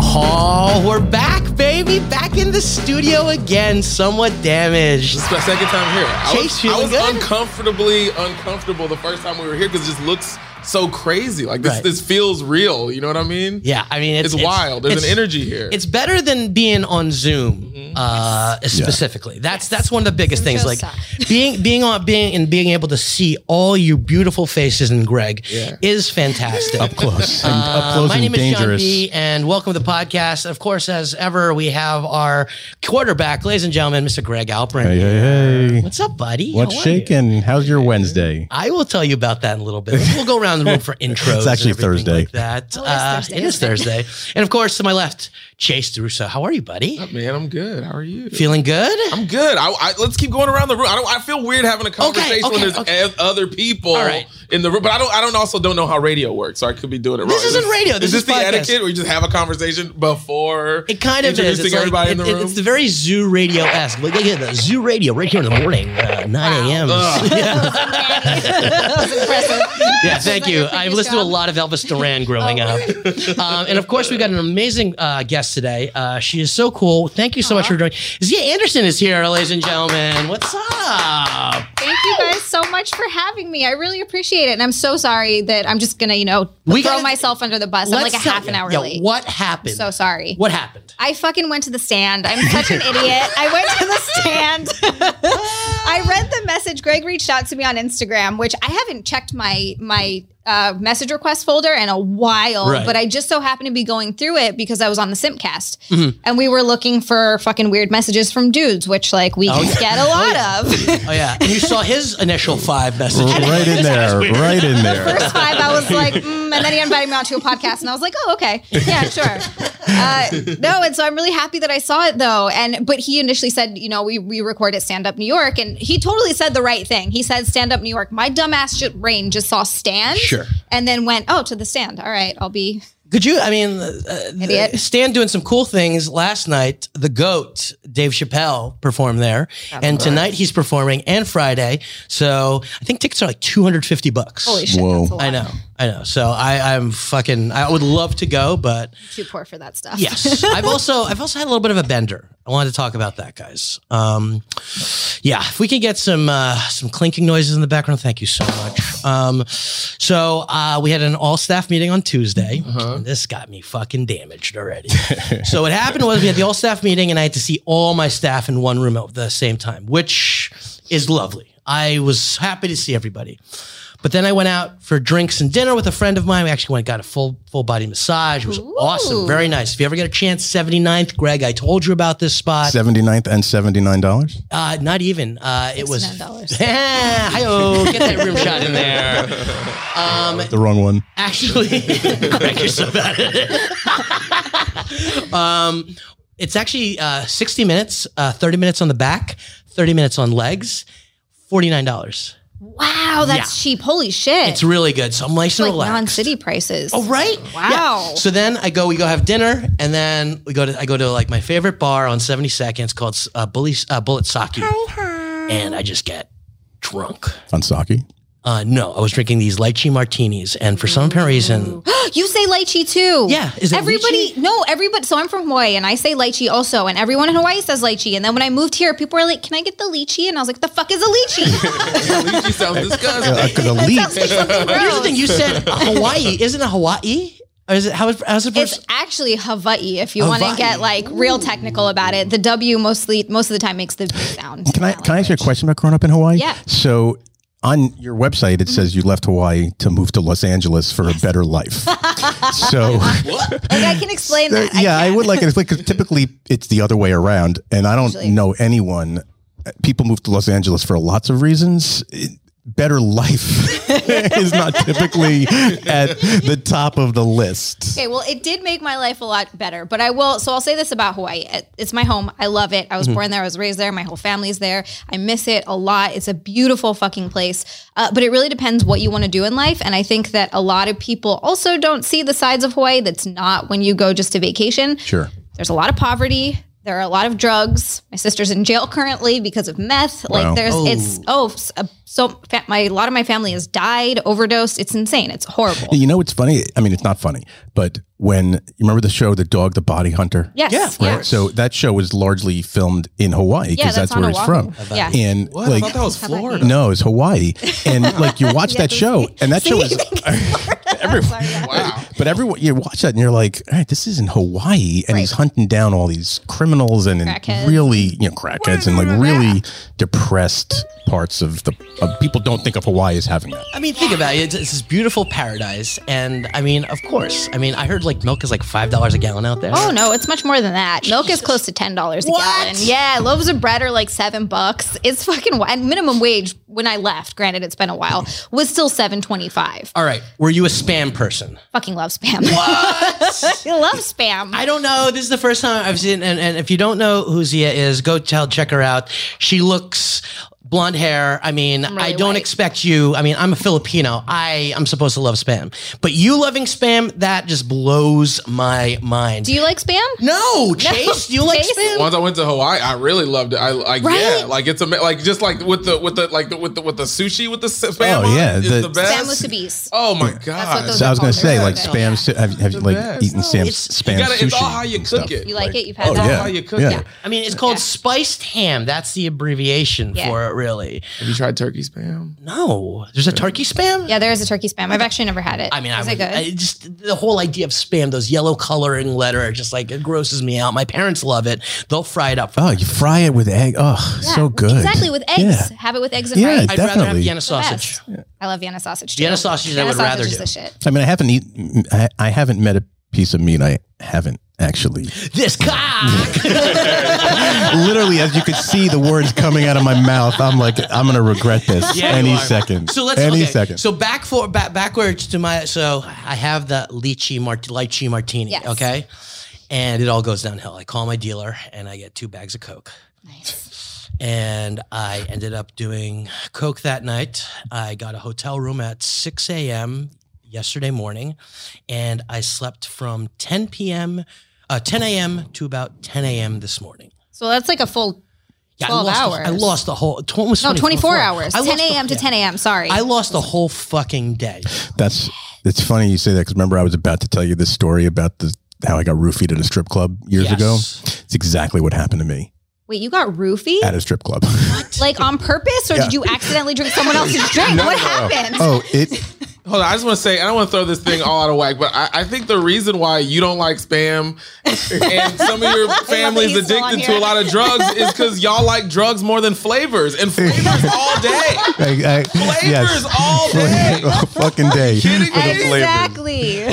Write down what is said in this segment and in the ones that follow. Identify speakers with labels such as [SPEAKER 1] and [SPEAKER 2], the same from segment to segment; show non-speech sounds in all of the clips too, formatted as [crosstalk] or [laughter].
[SPEAKER 1] Oh, we're back, baby. Back in the studio again, somewhat damaged.
[SPEAKER 2] This is my second time here. I
[SPEAKER 1] Chase,
[SPEAKER 2] was,
[SPEAKER 1] feeling
[SPEAKER 2] I was
[SPEAKER 1] good?
[SPEAKER 2] uncomfortably uncomfortable the first time we were here because it just looks so crazy. Like this,
[SPEAKER 1] Right.
[SPEAKER 2] this feels real. You know what I mean?
[SPEAKER 1] Yeah, I mean, it's,
[SPEAKER 2] It's, wild. There's
[SPEAKER 1] it's-
[SPEAKER 2] an energy here. Mm-hmm.
[SPEAKER 1] It's better than being on Zoom, uh, specifically. That's that's one of the biggest
[SPEAKER 3] Zoom
[SPEAKER 1] things. Like [laughs]
[SPEAKER 3] shows
[SPEAKER 1] being being on being and being able to see all your beautiful faces and Greg
[SPEAKER 2] Yeah.
[SPEAKER 1] is fantastic.
[SPEAKER 4] up close and up
[SPEAKER 1] Uh, [laughs]
[SPEAKER 4] close
[SPEAKER 1] my
[SPEAKER 4] and
[SPEAKER 1] name is
[SPEAKER 4] dangerous.
[SPEAKER 1] John B, and welcome to the podcast. Of course, as ever, we have our quarterback, ladies and gentlemen, Mr. Greg Alpern.
[SPEAKER 4] Hey, hey, hey.
[SPEAKER 1] What's up, buddy?
[SPEAKER 4] What's
[SPEAKER 1] How are you?
[SPEAKER 4] shaking? How's your Wednesday?
[SPEAKER 1] [laughs] I will tell you about that in a little bit. We'll go around the room
[SPEAKER 2] [laughs]
[SPEAKER 1] for intros.
[SPEAKER 4] It's actually
[SPEAKER 1] and everything
[SPEAKER 4] Thursday.
[SPEAKER 1] Like that.
[SPEAKER 3] Oh, it is
[SPEAKER 1] Uh,
[SPEAKER 3] Thursday,
[SPEAKER 1] it is
[SPEAKER 3] isn't it?
[SPEAKER 1] Thursday. and of course, to my left, Chase DeRusso. How are you, buddy?
[SPEAKER 2] Man, I'm good. How are you?
[SPEAKER 1] Feeling good?
[SPEAKER 2] I'm good. I, I, let's keep going around the room. I don't. I feel weird having a conversation
[SPEAKER 1] okay,
[SPEAKER 2] when there's
[SPEAKER 1] okay.
[SPEAKER 2] ev- other people
[SPEAKER 1] All right.
[SPEAKER 2] in the room, but I don't. I don't also don't know how radio works, so I could be doing it wrong.
[SPEAKER 1] This isn't radio. This
[SPEAKER 2] is
[SPEAKER 1] is
[SPEAKER 2] this the
[SPEAKER 1] podcast.
[SPEAKER 2] etiquette where you just have a conversation before
[SPEAKER 1] it kind of is.
[SPEAKER 2] introducing
[SPEAKER 1] It's, like-
[SPEAKER 2] everybody
[SPEAKER 1] it-
[SPEAKER 2] in the
[SPEAKER 1] it-
[SPEAKER 2] room?
[SPEAKER 1] it's the very zoo radio esque. Look look at the zoo radio right here in the morning, uh, 9 a.m. [laughs]
[SPEAKER 2] Ugh.
[SPEAKER 3] [laughs]
[SPEAKER 1] Yeah, thank
[SPEAKER 3] that
[SPEAKER 1] you.
[SPEAKER 3] your
[SPEAKER 1] I've
[SPEAKER 3] previous
[SPEAKER 1] listened to a
[SPEAKER 3] job? Oh,
[SPEAKER 1] lot of Elvis
[SPEAKER 3] [laughs]
[SPEAKER 1] Duran growing up. [laughs] Um, and of course, we've got an amazing uh, guest today. Uh, she is so cool. Thank you so much for joining. Zia Anderson is here, ladies and gentlemen. What's up?
[SPEAKER 3] Thank you guys so much for having me. I really appreciate it. And I'm so sorry that I'm just going to, you know,
[SPEAKER 1] We
[SPEAKER 3] throw
[SPEAKER 1] gotta-
[SPEAKER 3] myself under the bus. I'm like
[SPEAKER 1] Let's
[SPEAKER 3] a
[SPEAKER 1] tell-
[SPEAKER 3] half an hour
[SPEAKER 1] yeah,
[SPEAKER 3] late.
[SPEAKER 1] What happened?
[SPEAKER 3] So sorry.
[SPEAKER 1] What happened?
[SPEAKER 3] I fucking went to the stand. I'm such an idiot. I went to the stand. [laughs] I read the message. Greg reached out to me on Instagram, which I haven't checked my my uh, message request folder in a while,
[SPEAKER 1] Right.
[SPEAKER 3] but I just so happened to be going through it because I was on the Simpcast
[SPEAKER 1] Mm-hmm.
[SPEAKER 3] and we were looking for fucking weird messages from dudes, which like we get a
[SPEAKER 1] [laughs]
[SPEAKER 3] lot of.
[SPEAKER 1] Oh yeah, and you saw his initial five messages.
[SPEAKER 4] Right in there, right
[SPEAKER 1] [laughs]
[SPEAKER 4] in there.
[SPEAKER 3] first five, I was like, mm, and then he invited me onto a podcast, and I was like, oh, okay, yeah, sure. Uh, no, and so I'm really happy that I saw it though. And but he initially said, you know, we we record at Stand Up New York, and he totally said the right thing. He said Stand Up New York. My dumbass ju- brain just saw Stand,
[SPEAKER 1] Sure.
[SPEAKER 3] and then went, oh, to the stand. All right, I'll be.
[SPEAKER 1] Could you? I mean, uh, the-
[SPEAKER 3] Idiot.
[SPEAKER 1] Stan doing some cool things last night. The Goat, Dave Chappelle, performed there, and tonight he's performing, and Friday. So I think tickets are like two hundred fifty bucks.
[SPEAKER 3] Holy shit,
[SPEAKER 4] Whoa.
[SPEAKER 3] that's a lot.
[SPEAKER 1] I know, I know. So I, I'm fucking. I would love to go, but
[SPEAKER 3] Too poor for that stuff.
[SPEAKER 1] yes, [laughs] I've also, I've also had a little bit of a bender. I wanted to talk about that, guys. Um, yeah, if we can get some uh, some clinking noises in the background, thank you so much. Um, so uh, we had an all staff meeting on Tuesday. And this got me fucking damaged already. [laughs] so what happened was we had the all staff meeting, and I had to see all my staff in one room at the same time, which is lovely. I was happy to see everybody. But then I went out for drinks and dinner with a friend of mine. We actually went and got a full full body massage. It was awesome, very nice. If you ever get a chance, 79th, Greg, I told you about this spot.
[SPEAKER 4] 79th and $79.
[SPEAKER 1] Uh, not even. Uh, it was [laughs]
[SPEAKER 3] $69.
[SPEAKER 1] Yeah, hi-yo, get that rim shot in there.
[SPEAKER 4] The wrong one.
[SPEAKER 1] Actually, [laughs] Greg, you're so bad at it. [laughs] um, it's actually uh, 60 minutes, uh, 30 minutes on the back, 30 minutes on legs, $49.
[SPEAKER 3] Wow, that's cheap. Holy shit.
[SPEAKER 1] It's really good. So I'm nice and
[SPEAKER 3] like non
[SPEAKER 1] relaxed.
[SPEAKER 3] city prices.
[SPEAKER 1] Oh, right?
[SPEAKER 3] Wow.
[SPEAKER 1] So then I go, we go have dinner, and then we go to I go to like my favorite bar on 72nd. It's called uh, Bully, uh, Bullet Sake, and I just get drunk.
[SPEAKER 4] On sake.
[SPEAKER 1] Uh, no, I was drinking these lychee martinis, and for some apparent reason,
[SPEAKER 3] You say lychee too.
[SPEAKER 1] Yeah, is it
[SPEAKER 3] everybody? No, everybody. So I'm from Hawaii, and I say lychee also, and everyone in Hawaii says lychee. And then when I moved here, people were like, "Can I get the lychee?" And I was like, "The fuck is a lychee?"
[SPEAKER 2] Lychee sounds [laughs] disgusting.
[SPEAKER 4] Uh, The
[SPEAKER 3] Sounds like something
[SPEAKER 1] here's the
[SPEAKER 3] gross.
[SPEAKER 1] thing: you said Hawaii,
[SPEAKER 3] [laughs]
[SPEAKER 1] isn't it Hawaii? Or is it how is, how's it
[SPEAKER 3] It's
[SPEAKER 1] pronounced?
[SPEAKER 3] actually Hawaii. If you want to
[SPEAKER 1] Hawaii.
[SPEAKER 3] get like real technical about it, the W mostly most of the time makes the V sound.
[SPEAKER 4] Can I can I ask you a question about growing up in Hawaii?
[SPEAKER 3] Yeah.
[SPEAKER 4] So on your website
[SPEAKER 1] Mm-hmm.
[SPEAKER 4] it says you left Hawaii to move to Los Angeles for a better
[SPEAKER 1] [laughs]
[SPEAKER 4] life. so
[SPEAKER 3] Like I can explain that.
[SPEAKER 4] yeah, I,
[SPEAKER 3] can.
[SPEAKER 4] would like it. It's like 'cause typically it's the other way around, and I don't
[SPEAKER 3] Usually.
[SPEAKER 4] know anyone. People move to Los Angeles for lots of reasons. It- better life [laughs] is not typically at the top of the list.
[SPEAKER 3] Okay, well, it did make my life a lot better, but I will. So I'll say this about Hawaii: It- it's my home. I love it. I
[SPEAKER 4] Mm-hmm.
[SPEAKER 3] was born there. I was raised there. My whole family's there. I miss it a lot. It's a beautiful fucking place. Uh, but it really depends what you want to do in life, and I think that a lot of people also don't see the sides of Hawaii that's not when you go just to vacation.
[SPEAKER 4] Sure.
[SPEAKER 3] There's a lot of poverty. There are a lot of drugs. My sister's in jail currently because of meth. Like
[SPEAKER 4] Wow.
[SPEAKER 3] there's, it's oh, s- uh, so fa- my a lot of my family has died, overdosed. It's insane. It's horrible.
[SPEAKER 4] You know, it's funny. I mean, it's not funny, but when you remember the show, The Dog, The Body Hunter?
[SPEAKER 3] Yes.
[SPEAKER 1] Yeah, of
[SPEAKER 3] Yeah.
[SPEAKER 1] course.
[SPEAKER 4] So that show was largely filmed in Hawaii
[SPEAKER 3] Yeah,
[SPEAKER 4] because that's,
[SPEAKER 3] that's on
[SPEAKER 4] where he's
[SPEAKER 3] Oahu.
[SPEAKER 4] from.
[SPEAKER 3] Yeah.
[SPEAKER 4] And
[SPEAKER 2] What? I
[SPEAKER 4] like,
[SPEAKER 2] thought that was
[SPEAKER 3] How about
[SPEAKER 2] Florida.
[SPEAKER 4] no, it's Hawaii. And like, you watch that show, and that show is [laughs] everyone.
[SPEAKER 2] Wow.
[SPEAKER 4] But everyone, you watch that and you're like, all right, this is in Hawaii, and he's
[SPEAKER 3] Right.
[SPEAKER 4] hunting down all these criminals and in
[SPEAKER 3] Crackheads.
[SPEAKER 4] really, you know, crackheads and like really depressed parts of the of people don't think of Hawaii as having that.
[SPEAKER 1] I mean, think about it. It's, it's this beautiful paradise, and I mean, of course. I mean, I heard like milk is like five dollars a gallon out there.
[SPEAKER 3] Oh no, it's much more than that. Milk is close to ten dollars a
[SPEAKER 1] What?
[SPEAKER 3] gallon. Yeah, loaves of bread are like seven bucks. It's fucking wi- and minimum wage when I left. Granted, it's been a while. Was still seven twenty five.
[SPEAKER 1] All right, were you a spam person?
[SPEAKER 3] Fucking love spam. [laughs] I love spam.
[SPEAKER 1] I don't know. This is the first time I've seen, and, and if you don't know who Zia is, go tell check her out. She looks blonde hair. I mean, I
[SPEAKER 3] really
[SPEAKER 1] don't
[SPEAKER 3] white.
[SPEAKER 1] expect you. I mean, I'm a Filipino. I am supposed to love spam, but you loving spam that just blows my mind.
[SPEAKER 3] Do you like spam?
[SPEAKER 1] no, Chase, do you like
[SPEAKER 3] Chase?
[SPEAKER 1] spam?
[SPEAKER 2] Once I went to Hawaii, I really loved it. I like yeah,
[SPEAKER 3] Right?
[SPEAKER 2] like it's a like just like with the with the like the with the with the sushi with the s- spam.
[SPEAKER 4] Oh,
[SPEAKER 2] on it
[SPEAKER 4] yeah,
[SPEAKER 2] is
[SPEAKER 4] the-
[SPEAKER 2] the, best.
[SPEAKER 3] Spam with caboose.
[SPEAKER 2] Oh my
[SPEAKER 3] what
[SPEAKER 2] god.
[SPEAKER 3] those
[SPEAKER 4] So I was gonna
[SPEAKER 3] They're
[SPEAKER 4] say,
[SPEAKER 3] called-
[SPEAKER 4] like,
[SPEAKER 3] they're
[SPEAKER 4] spam. su- Have, have you like
[SPEAKER 2] best.
[SPEAKER 4] eaten Sam,
[SPEAKER 1] it's-
[SPEAKER 4] spam
[SPEAKER 2] You gotta,
[SPEAKER 4] sushi?
[SPEAKER 2] it's all how you
[SPEAKER 4] and
[SPEAKER 2] cook
[SPEAKER 4] stuff?
[SPEAKER 2] it.
[SPEAKER 3] You like, it? You've had
[SPEAKER 4] Oh
[SPEAKER 3] that.
[SPEAKER 4] yeah,
[SPEAKER 2] how you cook
[SPEAKER 4] yeah.
[SPEAKER 2] it.
[SPEAKER 1] I mean, it's called spiced ham. That's the abbreviation
[SPEAKER 3] Yeah.
[SPEAKER 1] for it, really.
[SPEAKER 2] Have you tried turkey spam?
[SPEAKER 1] No, there's a turkey spam.
[SPEAKER 3] Yeah, there is a turkey spam. I've actually never had it.
[SPEAKER 1] I mean, I,
[SPEAKER 3] is
[SPEAKER 1] would,
[SPEAKER 3] it good?
[SPEAKER 1] I just the whole idea of spam, those yellow coloring letter, just like it grosses me out. My parents love it; they'll fry it up.
[SPEAKER 4] Oh, you fry it with egg. Oh,
[SPEAKER 3] Yeah,
[SPEAKER 4] so good.
[SPEAKER 3] Exactly with eggs.
[SPEAKER 4] Yeah.
[SPEAKER 3] Have it with eggs and
[SPEAKER 4] Yeah,
[SPEAKER 3] rice.
[SPEAKER 4] I
[SPEAKER 1] I'd rather have
[SPEAKER 4] definitely.
[SPEAKER 1] Vienna
[SPEAKER 3] The best.
[SPEAKER 1] sausage.
[SPEAKER 3] I love Vienna sausage. Too.
[SPEAKER 1] Vienna sausage, I would rather
[SPEAKER 3] sausage is
[SPEAKER 1] do.
[SPEAKER 3] the shit.
[SPEAKER 4] I mean, I haven't eaten. I, I haven't met a piece of meat. I haven't actually.
[SPEAKER 1] [laughs] This cock. [laughs]
[SPEAKER 4] Literally, as you could see the words coming out of my mouth, I'm like, I'm gonna regret this
[SPEAKER 1] Yeah, you
[SPEAKER 4] any
[SPEAKER 1] are.
[SPEAKER 4] second.
[SPEAKER 1] so let's
[SPEAKER 4] any
[SPEAKER 1] okay.
[SPEAKER 4] second.
[SPEAKER 1] So back for back backwards to my. So I have the lychee mart, lychee martini.
[SPEAKER 3] Yes.
[SPEAKER 1] Okay. And it all goes downhill. I call my dealer and I get two bags of Coke.
[SPEAKER 3] Nice.
[SPEAKER 1] and I ended up doing coke that night. I got a hotel room at 6 a.m. yesterday morning, and I slept from 10 p.m. Uh, 10 a.m. to about 10 a.m. this morning.
[SPEAKER 3] So that's like a full
[SPEAKER 1] Yeah,
[SPEAKER 3] 12
[SPEAKER 1] I lost The, I
[SPEAKER 3] hours.
[SPEAKER 1] lost the whole tw- almost
[SPEAKER 3] no 24 hours.
[SPEAKER 1] I
[SPEAKER 3] 10
[SPEAKER 1] lost the-
[SPEAKER 3] a.m. to
[SPEAKER 1] yeah.
[SPEAKER 3] 10 a.m. Sorry.
[SPEAKER 1] I lost the whole fucking day.
[SPEAKER 4] That's it's funny you say that because remember I was about to tell you this story about the how I got roofied at a strip club years
[SPEAKER 1] Yes.
[SPEAKER 4] ago. It's exactly what happened to me
[SPEAKER 3] Wait, you got roofied?
[SPEAKER 4] at a strip club.
[SPEAKER 3] Like on purpose, or did you accidentally drink someone else's drink? what happened?
[SPEAKER 4] [laughs] oh, it
[SPEAKER 2] Hold on, I just want to say I don't want to throw this thing all out of whack, but I, I think the reason why you don't like spam and some
[SPEAKER 3] [laughs]
[SPEAKER 2] of your family's
[SPEAKER 3] he's still on
[SPEAKER 2] addicted
[SPEAKER 3] here.
[SPEAKER 2] to a lot of drugs is because y'all like drugs more than flavors and flavors all day. [laughs]
[SPEAKER 4] I, I,
[SPEAKER 2] Flavors
[SPEAKER 4] yes. [laughs]
[SPEAKER 2] all day.
[SPEAKER 4] All fucking day.
[SPEAKER 2] kidding
[SPEAKER 4] with the flavors.
[SPEAKER 3] Exactly.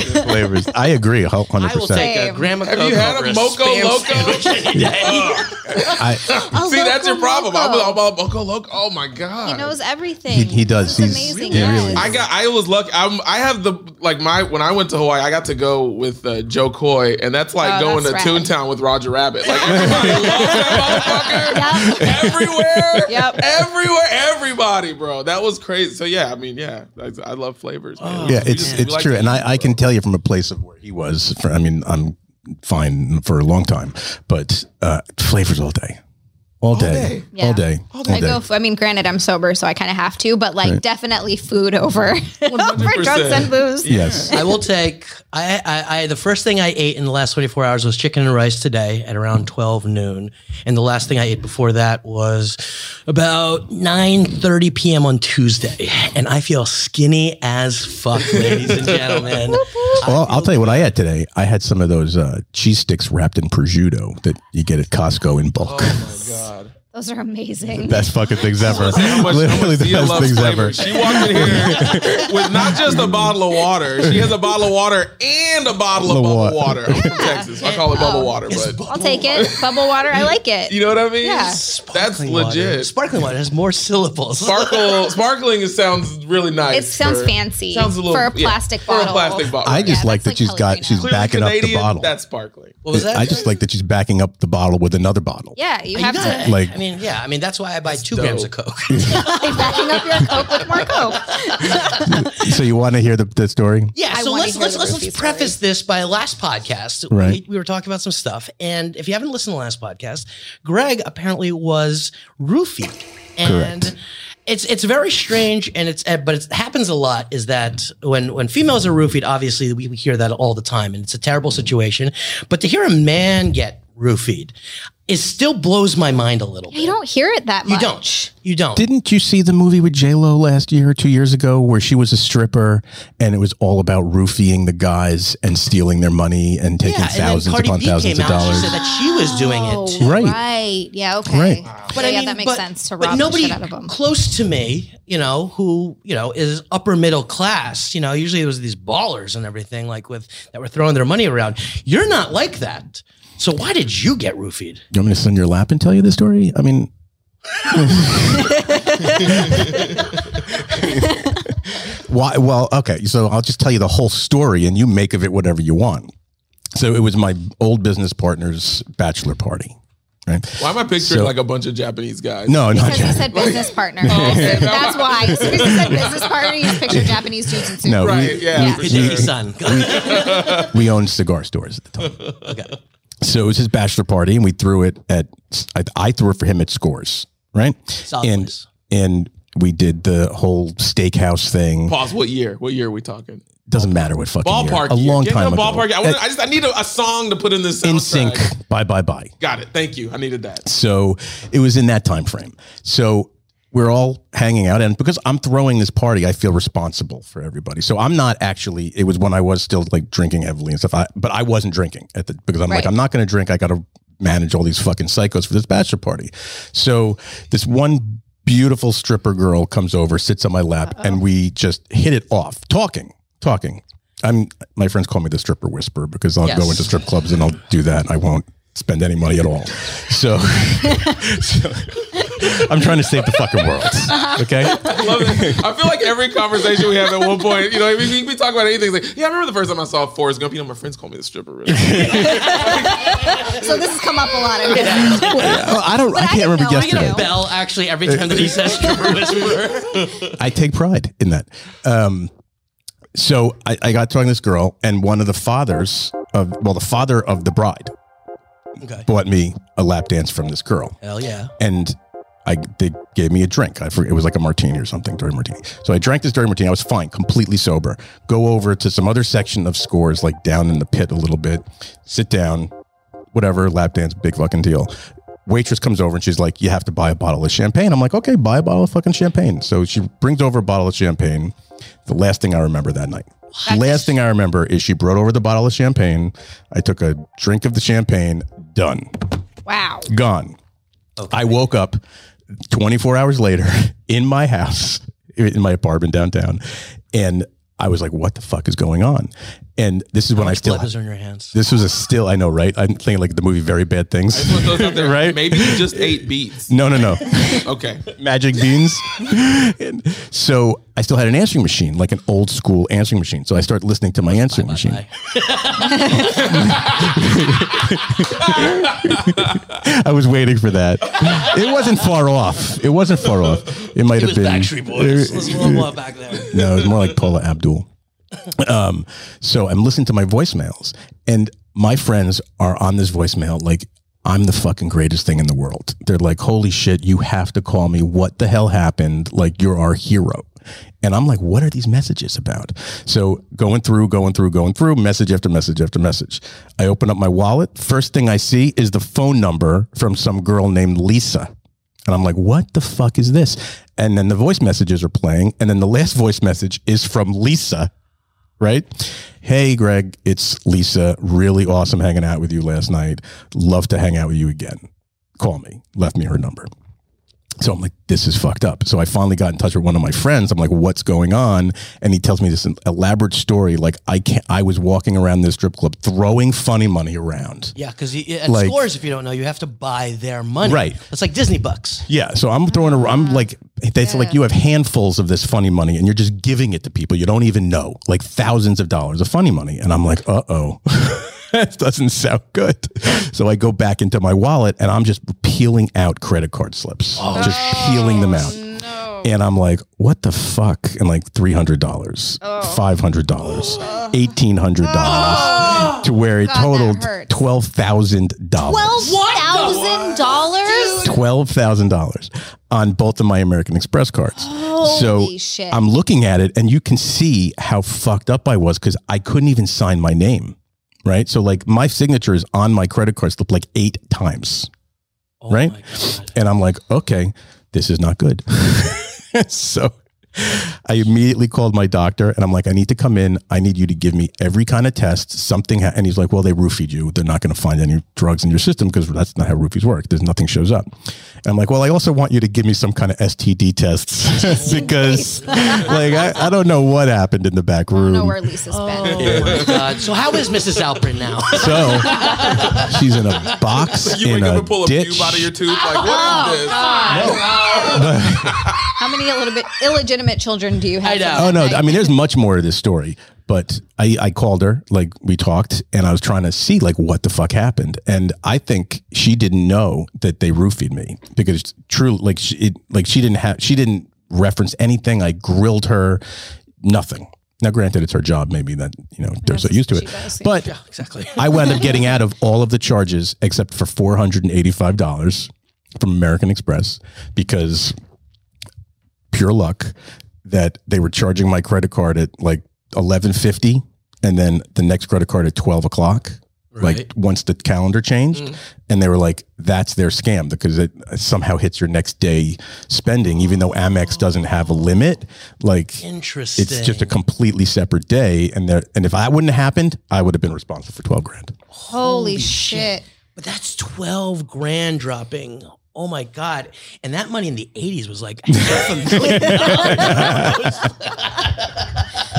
[SPEAKER 4] [laughs] Flavors. I agree, a hundred
[SPEAKER 1] I will take
[SPEAKER 4] percent.
[SPEAKER 1] a
[SPEAKER 3] Same.
[SPEAKER 1] gram of
[SPEAKER 2] Have
[SPEAKER 1] Coke
[SPEAKER 2] you had
[SPEAKER 1] over
[SPEAKER 2] a Moco
[SPEAKER 1] spam
[SPEAKER 2] Loco?
[SPEAKER 1] sandwich any day.
[SPEAKER 4] I-
[SPEAKER 3] Oh,
[SPEAKER 2] See, that's your
[SPEAKER 3] Loco
[SPEAKER 2] problem. I'm,
[SPEAKER 3] Moco.
[SPEAKER 2] I'm all Moco Loco. Oh my god.
[SPEAKER 3] he knows everything.
[SPEAKER 4] He- he does.
[SPEAKER 3] This is
[SPEAKER 4] He's-
[SPEAKER 3] amazing.
[SPEAKER 4] he
[SPEAKER 3] yes.
[SPEAKER 4] really-
[SPEAKER 2] I got. I was lucky. I'm, I have the like my when I went to Hawaii, I got to go with uh, Joe Coy, and that's like
[SPEAKER 3] Oh,
[SPEAKER 2] going
[SPEAKER 3] that's
[SPEAKER 2] to
[SPEAKER 3] rad.
[SPEAKER 2] Toontown with Roger Rabbit. Like everybody loves that motherfucker.
[SPEAKER 3] Yep.
[SPEAKER 2] Everywhere.
[SPEAKER 3] [laughs] Yep.
[SPEAKER 2] Everywhere. Everybody, bro. That was crazy. So yeah, I mean, yeah, I, I love flavors. man.
[SPEAKER 4] yeah,
[SPEAKER 2] We
[SPEAKER 4] it's
[SPEAKER 2] just- we
[SPEAKER 4] it's
[SPEAKER 2] like
[SPEAKER 4] true,
[SPEAKER 2] to
[SPEAKER 4] and
[SPEAKER 2] eat,
[SPEAKER 4] I, I
[SPEAKER 2] bro.
[SPEAKER 4] can tell you from a place of where he was. For, I mean, I'm fine for a long time, but uh, flavors all day, all day,
[SPEAKER 2] day.
[SPEAKER 4] all
[SPEAKER 3] Yeah.
[SPEAKER 4] day, all day.
[SPEAKER 3] I go. f- I mean, granted, I'm sober, so I kind of have to, but like, definitely food over [laughs] over drugs and booze. [laughs]
[SPEAKER 4] yes,
[SPEAKER 1] I will take. I, I, I the first thing I ate in the last 24 hours was chicken and rice today at around 12 noon, and the last thing I ate before that was about 9:30 p.m. on Tuesday, and I feel skinny as fuck, ladies and gentlemen.
[SPEAKER 4] Well, I'll tell you what I had today. I had some of those uh, cheese sticks wrapped in prosciutto that you get at Costco in bulk.
[SPEAKER 2] Oh my god.
[SPEAKER 3] Those are amazing.
[SPEAKER 4] [laughs] Best fucking things ever.
[SPEAKER 2] How
[SPEAKER 4] [laughs]
[SPEAKER 2] much, how
[SPEAKER 4] Literally
[SPEAKER 2] much
[SPEAKER 4] the
[SPEAKER 2] Zia
[SPEAKER 4] best
[SPEAKER 2] loves
[SPEAKER 4] things
[SPEAKER 2] flavor.
[SPEAKER 4] ever.
[SPEAKER 2] She walked in
[SPEAKER 4] [laughs]
[SPEAKER 2] here with not just a bottle of water. She has a bottle of water and a bottle of
[SPEAKER 4] The wa-
[SPEAKER 2] bubble water. I'm
[SPEAKER 3] [laughs]
[SPEAKER 2] from Texas. I call it bubble water,
[SPEAKER 3] I'll
[SPEAKER 2] but [laughs]
[SPEAKER 3] take it. Bubble water. I like it.
[SPEAKER 2] you know what I mean?
[SPEAKER 3] Yeah.
[SPEAKER 2] That's
[SPEAKER 1] Sparkling water.
[SPEAKER 2] legit.
[SPEAKER 1] Sparkling water has more syllables.
[SPEAKER 2] Sparkle sparkling is- sounds really nice.
[SPEAKER 3] it sounds
[SPEAKER 2] for-
[SPEAKER 3] fancy.
[SPEAKER 2] Sounds a little
[SPEAKER 3] for a
[SPEAKER 2] yeah,
[SPEAKER 3] plastic
[SPEAKER 2] for a
[SPEAKER 3] bottle.
[SPEAKER 2] plastic bottle.
[SPEAKER 4] I just
[SPEAKER 3] Yeah,
[SPEAKER 4] like
[SPEAKER 3] that's
[SPEAKER 4] that
[SPEAKER 3] like
[SPEAKER 4] she's got
[SPEAKER 3] Pellegrino.
[SPEAKER 4] she's
[SPEAKER 2] Clearly
[SPEAKER 4] backing up the
[SPEAKER 2] Canadian,
[SPEAKER 4] bottle.
[SPEAKER 2] That's Oh, sparkling.
[SPEAKER 1] What was that?
[SPEAKER 4] I just like that she's backing up the bottle with another bottle.
[SPEAKER 3] Yeah,
[SPEAKER 1] You
[SPEAKER 3] you have
[SPEAKER 1] gotta-
[SPEAKER 3] [laughs] to
[SPEAKER 4] Like-
[SPEAKER 1] I mean, yeah. I mean, that's why I buy two
[SPEAKER 2] dope.
[SPEAKER 1] grams of Coke.
[SPEAKER 4] [laughs]
[SPEAKER 3] like backing up your coke with more coke.
[SPEAKER 2] [laughs]
[SPEAKER 4] So you want to hear the, the story?
[SPEAKER 1] yeah.
[SPEAKER 3] I
[SPEAKER 1] so
[SPEAKER 3] wanna already
[SPEAKER 1] let's
[SPEAKER 3] hear
[SPEAKER 1] let's,
[SPEAKER 3] the
[SPEAKER 1] let's,
[SPEAKER 3] Rufy
[SPEAKER 1] let's
[SPEAKER 3] story.
[SPEAKER 1] preface this by last podcast.
[SPEAKER 4] Right.
[SPEAKER 1] We, we were talking about some stuff, and if you haven't listened to the last podcast, Greg apparently was roofied, and
[SPEAKER 4] Correct.
[SPEAKER 1] it's it's very strange, and it's uh, but it happens a lot. Is that when when females are roofied, obviously we, we hear that all the time, and it's a terrible situation. But to hear a man get roofied, it still blows my mind a little. bit.
[SPEAKER 3] You don't hear it that
[SPEAKER 1] You
[SPEAKER 3] much.
[SPEAKER 1] don't. You don't.
[SPEAKER 4] Didn't you see the movie with J Lo last year or two years ago, where she was a stripper and it was all about roofying the guys and stealing their money and taking
[SPEAKER 1] yeah, and then
[SPEAKER 4] thousands
[SPEAKER 1] Cardi
[SPEAKER 4] upon
[SPEAKER 1] B
[SPEAKER 4] thousands
[SPEAKER 1] came
[SPEAKER 4] of
[SPEAKER 1] out. and She
[SPEAKER 4] dollars?
[SPEAKER 1] said that she was doing it too.
[SPEAKER 3] Oh,
[SPEAKER 4] Right.
[SPEAKER 3] Right. Yeah. Okay.
[SPEAKER 4] Right. Oh,
[SPEAKER 3] But
[SPEAKER 1] I
[SPEAKER 3] yeah,
[SPEAKER 1] mean,
[SPEAKER 3] that makes
[SPEAKER 1] but-
[SPEAKER 3] sense to
[SPEAKER 1] but
[SPEAKER 3] rob
[SPEAKER 1] nobody
[SPEAKER 3] the shit out
[SPEAKER 1] [laughs]
[SPEAKER 3] of them.
[SPEAKER 1] close to me, you know, who you know is upper middle class. You know, usually there was these ballers and everything like with that were throwing their money around. You're not like that. So why did you get roofied?
[SPEAKER 4] You want me to sit on your lap and tell you the story? I mean, why? Well, okay. So I'll just tell you the whole story, and you make of it whatever you want. So it was my old business partner's bachelor party, right?
[SPEAKER 2] Why am I picturing
[SPEAKER 4] So-
[SPEAKER 2] like a bunch of Japanese guys?
[SPEAKER 4] No, not
[SPEAKER 3] Because he
[SPEAKER 4] yet.
[SPEAKER 3] said business partner.
[SPEAKER 1] [laughs]
[SPEAKER 3] That's why. As soon as he said business partner, you just picture Japanese dudes in suits.
[SPEAKER 4] [laughs] No,
[SPEAKER 2] Right, yeah.
[SPEAKER 4] we-
[SPEAKER 2] for
[SPEAKER 1] Your
[SPEAKER 2] sure.
[SPEAKER 1] Daisy son.
[SPEAKER 4] we owned cigar stores at the time.
[SPEAKER 2] [laughs]
[SPEAKER 4] So it was his bachelor party, and we threw it at I, I threw it for him at Scores, right?
[SPEAKER 1] Solid
[SPEAKER 4] and
[SPEAKER 1] place.
[SPEAKER 4] and we did the whole steakhouse thing.
[SPEAKER 2] Pause. What year? What year are we talking?
[SPEAKER 4] Doesn't matter what fucking year.
[SPEAKER 2] Ballpark.
[SPEAKER 4] a
[SPEAKER 2] year.
[SPEAKER 4] long
[SPEAKER 2] Get me
[SPEAKER 4] time
[SPEAKER 2] a
[SPEAKER 4] ago.
[SPEAKER 2] Ballpark. I, wanna- I just I need a, a song to put in this.
[SPEAKER 4] in
[SPEAKER 2] soundtrack.
[SPEAKER 4] sync. Bye bye bye.
[SPEAKER 2] Got it. Thank you. I needed that.
[SPEAKER 4] So it was in that time frame. So we're all hanging out, and because I'm throwing this party, I feel responsible for everybody. So I'm not actually. It was when I was still like drinking heavily and stuff. I, but I wasn't drinking at the because I'm
[SPEAKER 3] Right.
[SPEAKER 4] like I'm not going to drink. I got to manage all these fucking psychos for this bachelor party. So this one beautiful stripper girl comes over, sits on my lap, and we just hit it off, talking, talking. I'm my friends call me the stripper whisperer because I'll
[SPEAKER 1] Yes.
[SPEAKER 4] go into strip clubs and I'll do that. I won't spend any money at all. So, so I'm trying to save the fucking world. Okay.
[SPEAKER 2] Love it. I feel like every conversation we have at one point, you know, we, we, we talk about anything. It's like, yeah, I remember the first time I saw Forrest Gump. You know, my friends call me the stripper. Really.
[SPEAKER 3] So this has come up a lot. In
[SPEAKER 4] Oh, I don't. I
[SPEAKER 3] I
[SPEAKER 4] can't
[SPEAKER 3] didn't
[SPEAKER 4] remember
[SPEAKER 3] know. I didn't
[SPEAKER 4] yesterday.
[SPEAKER 3] know.
[SPEAKER 1] [laughs] Bell actually every time that he says stripper whisperer.
[SPEAKER 4] I take pride in that. Um, so I, I got talking to this girl, and one of the fathers of well, the father of the bride
[SPEAKER 1] Okay.
[SPEAKER 4] bought me a lap dance from this girl.
[SPEAKER 1] Hell yeah.
[SPEAKER 4] and I they gave me a drink. I forget, it was like a martini or something, dirty martini. So I drank this dirty martini. I was fine, completely sober. Go over to some other section of scores, like down in the pit a little bit. Sit down, whatever, lap dance, big fucking deal. Waitress comes over and she's like, "You have to buy a bottle of champagne." I'm like, "Okay, buy a bottle of fucking champagne." So she brings over a bottle of champagne. The last thing I remember that night. The last thing I remember is she brought over the bottle of champagne. I took a drink of the champagne. Done
[SPEAKER 3] Wow.
[SPEAKER 4] gone. I woke up 24 hours later [laughs] in my house, in my apartment downtown, and I was like, "What the fuck is going on?" And this is when I still.
[SPEAKER 1] Blood was in your hands.
[SPEAKER 4] [laughs] This was a still. I know, right? I'm thinking like the movie Very Bad Things.
[SPEAKER 2] Put those out there.
[SPEAKER 4] Right.
[SPEAKER 2] Maybe you just ate beats.
[SPEAKER 4] [laughs] No, no, no.
[SPEAKER 2] Okay.
[SPEAKER 4] Magic beans. And so I still had an answering machine, like an old school answering machine. So I started listening to my answering machine.
[SPEAKER 1] Bye.
[SPEAKER 4] [laughs] I was waiting for that. it wasn't far off. It wasn't far off. It might
[SPEAKER 1] It
[SPEAKER 4] have
[SPEAKER 1] was
[SPEAKER 4] been
[SPEAKER 1] Backstreet Boys. Let's roll one back there.
[SPEAKER 4] No, it was more like Paula Abdul. Um, so I'm listening to my voicemails, and my friends are on this voicemail like I'm the fucking greatest thing in the world. They're like, "Holy shit, you have to call me. What the hell happened? Like you're our hero." And I'm like, "What are these messages about?" So going through, going through, going through, message after message after message. I open up my wallet. First thing I see is the phone number from some girl named Lisa. And I'm like, what the fuck is this? And then the voice messages are playing. And then the last voice message is from Lisa, right? Hey, Greg, it's Lisa. Really awesome hanging out with you last night. Love to hang out with you again. Call me. Left me her number. So I'm like, this is fucked up. So I finally got in touch with one of my friends. I'm like, what's going on? And he tells me this elaborate story. Like, I can't, I was walking around this strip club throwing funny money around.
[SPEAKER 1] Yeah, because at
[SPEAKER 4] Like-
[SPEAKER 1] scores, if you don't know, you have to buy their money.
[SPEAKER 4] Right.
[SPEAKER 1] It's like Disney
[SPEAKER 4] [laughs]
[SPEAKER 1] bucks.
[SPEAKER 4] Yeah, so I'm throwing. A, I'm like, that's like you have handfuls of this funny money, and you're just giving it to people you don't even know, like thousands of dollars of funny money, and I'm like, uh oh, [laughs] that doesn't sound good. So I go back
[SPEAKER 3] Oh,
[SPEAKER 4] into my wallet, and I'm just peeling out credit card slips, just peeling them out. And I'm like, what the fuck? And like three hundred dollars,
[SPEAKER 3] Oh.
[SPEAKER 4] five hundred dollars, eighteen hundred dollars, to where it
[SPEAKER 3] Oh. God, that
[SPEAKER 4] totaled
[SPEAKER 3] hurts.
[SPEAKER 4] twelve thousand
[SPEAKER 3] Twelve
[SPEAKER 4] dollars.
[SPEAKER 3] thousand dollars.
[SPEAKER 4] Twelve thousand dollars on both of my American Express cards. so
[SPEAKER 3] Holy shit.
[SPEAKER 4] I'm looking at it, and you can see how fucked up I was because I couldn't even sign my name. Right. So like my signature is on my credit card slip like eight times.
[SPEAKER 1] Oh
[SPEAKER 4] Right?
[SPEAKER 1] my God.
[SPEAKER 4] And I'm like, okay, this is not good. [laughs] so I immediately called my doctor and I'm like, I need to come in. I need you to give me every kind of test, something. Ha-. And he's like, well, they roofied you. They're not going to find any drugs in your system because that's not how roofies work. There's nothing shows up. And I'm like, well, I also want you to give me some kind of STD tests [laughs] because like, I, I don't know what happened in the back room.
[SPEAKER 3] know where Lisa's been.
[SPEAKER 1] Oh my God. So how is Mrs. Alpert now?
[SPEAKER 3] [laughs]
[SPEAKER 4] so she's in a box
[SPEAKER 2] You
[SPEAKER 4] in
[SPEAKER 2] wake
[SPEAKER 4] a
[SPEAKER 2] up and pull a
[SPEAKER 4] ditch.
[SPEAKER 2] pube out of your tooth. Like,
[SPEAKER 3] Oh,
[SPEAKER 2] what is this?
[SPEAKER 3] How many illegitimate, illegitimate children do you have?
[SPEAKER 1] I know.
[SPEAKER 4] Oh no! I mean, there's much more to this story, but I, I called her, like we talked, and I was trying to see like what the fuck happened, and I think she didn't know that they roofied me because truly, like she, it, like she didn't have, she didn't reference anything. I grilled her, nothing. Now, granted, it's her job. Maybe that you know they're so used to it,
[SPEAKER 3] does, yeah.
[SPEAKER 4] but
[SPEAKER 1] exactly.
[SPEAKER 4] I wound up getting out of all of the charges except for four hundred and eighty-five dollars from American Express because pure luck that they were charging my credit card at like eleven fifty, and then the next credit card at twelve o'clock. Like
[SPEAKER 1] Right.
[SPEAKER 4] once the calendar changed, and they were like, "That's their scam because it somehow hits your next day spending, even though Amex doesn't have a limit."
[SPEAKER 1] [laughs]
[SPEAKER 4] Like
[SPEAKER 1] Interesting.
[SPEAKER 4] it's just a completely separate day, and there. And if that wouldn't have happened, I would have been responsible for twelve grand.
[SPEAKER 3] Holy shit.
[SPEAKER 1] But that's 12 grand dropping. Oh my God. And that money in the 80s was like half a
[SPEAKER 4] [laughs]
[SPEAKER 1] million dollars.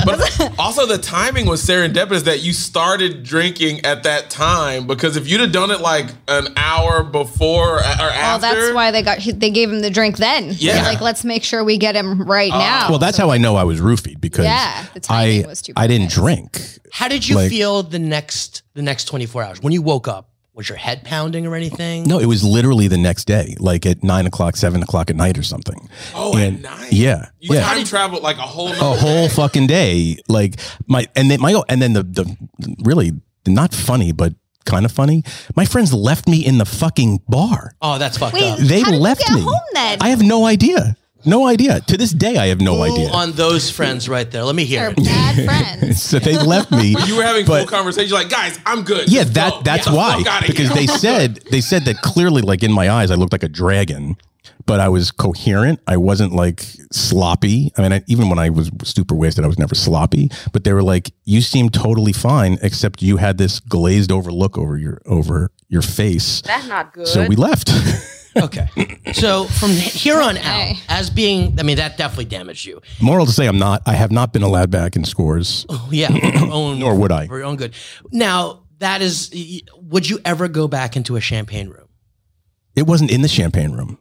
[SPEAKER 2] But also the timing was serendipitous that you started drinking at that time because if you'd have done it like an hour before uh, or
[SPEAKER 3] Well,
[SPEAKER 2] after,
[SPEAKER 3] Oh, that's why they got he- they gave him the drink then.
[SPEAKER 2] Yeah.
[SPEAKER 3] They're Like, let's make sure we get him right
[SPEAKER 1] Oh.
[SPEAKER 3] now.
[SPEAKER 4] Well, that's how I know I was roofied because
[SPEAKER 3] Yeah, the
[SPEAKER 4] I
[SPEAKER 3] timing was too
[SPEAKER 4] I didn't
[SPEAKER 3] perfect.
[SPEAKER 4] drink.
[SPEAKER 1] How did you
[SPEAKER 4] Like-
[SPEAKER 1] feel the next the next 24 hours? When you woke up, was your head pounding or anything?
[SPEAKER 4] No, it was literally the next day, like at nine o'clock, seven o'clock at night or something.
[SPEAKER 2] oh,
[SPEAKER 4] And-
[SPEAKER 2] at night.
[SPEAKER 4] Yeah,
[SPEAKER 2] You
[SPEAKER 4] yeah. Oh.
[SPEAKER 2] time traveled like a whole
[SPEAKER 4] a
[SPEAKER 2] nother
[SPEAKER 4] whole fucking day. Like my and then my and then the the really not funny, but kind of funny. My friends left me in the fucking bar.
[SPEAKER 1] Oh, that's fucked
[SPEAKER 3] Wait,
[SPEAKER 1] up.
[SPEAKER 4] They
[SPEAKER 3] How did you
[SPEAKER 4] left
[SPEAKER 3] get
[SPEAKER 4] me.
[SPEAKER 3] home then?
[SPEAKER 4] I have no idea. No idea. To this day, I have no
[SPEAKER 1] Who
[SPEAKER 4] idea.
[SPEAKER 1] on those friends right there? Let me hear it.
[SPEAKER 3] They're
[SPEAKER 4] [laughs]
[SPEAKER 3] bad friends.
[SPEAKER 4] so they left me.
[SPEAKER 2] You were having
[SPEAKER 4] But-
[SPEAKER 2] full conversation like, guys, I'm good.
[SPEAKER 4] Yeah,
[SPEAKER 2] Let's
[SPEAKER 4] that
[SPEAKER 2] go.
[SPEAKER 4] that's
[SPEAKER 2] Get the
[SPEAKER 4] why
[SPEAKER 2] fuck outta
[SPEAKER 4] because
[SPEAKER 2] here. [laughs]
[SPEAKER 4] they said they said that clearly, like in my eyes, I looked like a dragon, but I was coherent. I wasn't like sloppy. I mean, I, even when I was super wasted, I was never sloppy. But they were like, "You seem totally fine, except you had this glazed over look over your over your face."
[SPEAKER 5] That's not good.
[SPEAKER 4] So we left. [laughs]
[SPEAKER 1] Okay. So from here on out,
[SPEAKER 3] Okay.
[SPEAKER 1] as being, I mean, that definitely damaged you.
[SPEAKER 4] Moral to say, I'm not. I have not been allowed back in scores.
[SPEAKER 1] Oh, yeah. for
[SPEAKER 4] [coughs]
[SPEAKER 1] your own,
[SPEAKER 4] Nor would I.
[SPEAKER 1] For your own good. Now, that is, y- would you ever go back into a champagne room?
[SPEAKER 4] It wasn't in the champagne room.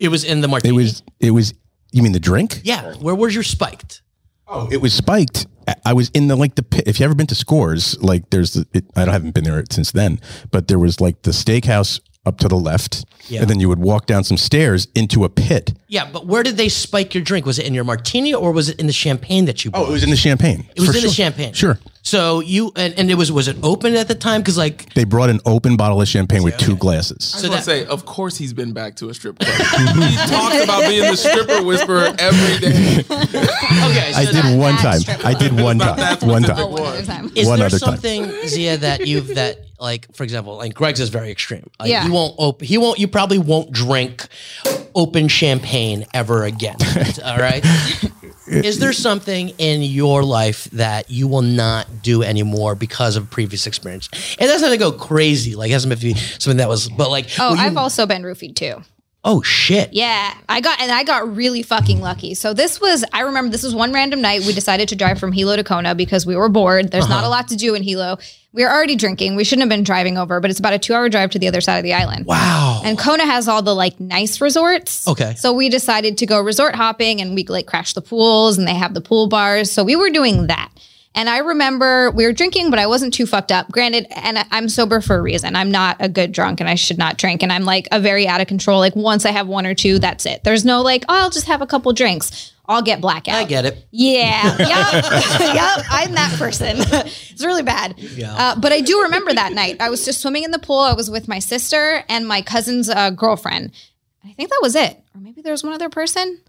[SPEAKER 1] It was in the martini.
[SPEAKER 4] It was. It was. You mean the drink?
[SPEAKER 1] Yeah. Where was your spiked?
[SPEAKER 4] Oh, It was spiked. I- I was in the like the pit. If you ever been to Scores, like there's the, it, I don't haven't been there since then, but there was like the steakhouse up to the left,
[SPEAKER 1] Yeah.
[SPEAKER 4] and then you would walk down some stairs into a pit.
[SPEAKER 1] Yeah, but where did they spike your drink? Was it in your martini or was it in the champagne that you bought?
[SPEAKER 4] Oh, it was in the champagne.
[SPEAKER 1] It was
[SPEAKER 4] for
[SPEAKER 1] in the
[SPEAKER 4] sure.
[SPEAKER 1] champagne.
[SPEAKER 4] Sure,
[SPEAKER 1] So you and, and it was was it open at the time? Because like
[SPEAKER 4] they brought an open bottle of champagne with two glasses.
[SPEAKER 2] I
[SPEAKER 1] So
[SPEAKER 2] just want to say, of course, he's been back to a strip club.
[SPEAKER 1] [laughs]
[SPEAKER 2] he talks about being the stripper whisperer every day.
[SPEAKER 1] okay, so
[SPEAKER 4] I
[SPEAKER 1] that-
[SPEAKER 4] did one
[SPEAKER 3] that
[SPEAKER 4] time.
[SPEAKER 3] strip
[SPEAKER 4] I did one
[SPEAKER 2] Not
[SPEAKER 4] time.
[SPEAKER 2] that
[SPEAKER 4] One
[SPEAKER 2] specific
[SPEAKER 4] time.
[SPEAKER 3] One other time.
[SPEAKER 1] is
[SPEAKER 4] one
[SPEAKER 1] there
[SPEAKER 4] other time.
[SPEAKER 1] something Zia that you've that like for example like Greg's is very extreme. Like,
[SPEAKER 3] Yeah.
[SPEAKER 1] he won't open. He won't. You probably won't drink open champagne ever
[SPEAKER 4] [laughs]
[SPEAKER 1] again. all right. Is there something in your life that you will not do anymore because of previous experience? And that's not to go crazy. Like, as if you something that was, but like,
[SPEAKER 3] Oh,
[SPEAKER 1] will you-
[SPEAKER 3] I've also been roofied too.
[SPEAKER 1] oh shit.
[SPEAKER 3] Yeah, I got and I got really fucking lucky. So this was I remember this was one random night we decided to drive from Hilo to Kona because we were bored. There's
[SPEAKER 1] Uh-huh.
[SPEAKER 3] not a lot to do in Hilo. We were already drinking. We shouldn't have been driving over, but it's about a 2-hour drive to the other side of the island.
[SPEAKER 1] Wow.
[SPEAKER 3] And Kona has all the like nice resorts.
[SPEAKER 1] Okay.
[SPEAKER 3] So we decided to go resort hopping and we like crash the pools and they have the pool bars. So we were doing that. And I remember we were drinking, but I wasn't too fucked up. Granted, and I- I'm sober for a reason. I'm not a good drunk and I should not drink. And I'm like a very out of control. Like once I have one or two, that's it. There's no like, oh, I'll just have a couple drinks. I'll get blackout.
[SPEAKER 1] I get it.
[SPEAKER 3] Yeah. Yep. yep. I'm that person. [laughs] it's really bad.
[SPEAKER 1] Yeah.
[SPEAKER 3] Uh, but I do remember that night. I was just swimming in the pool. I was with my sister and my cousin's uh, girlfriend. I think that was it. Or maybe there was one other person.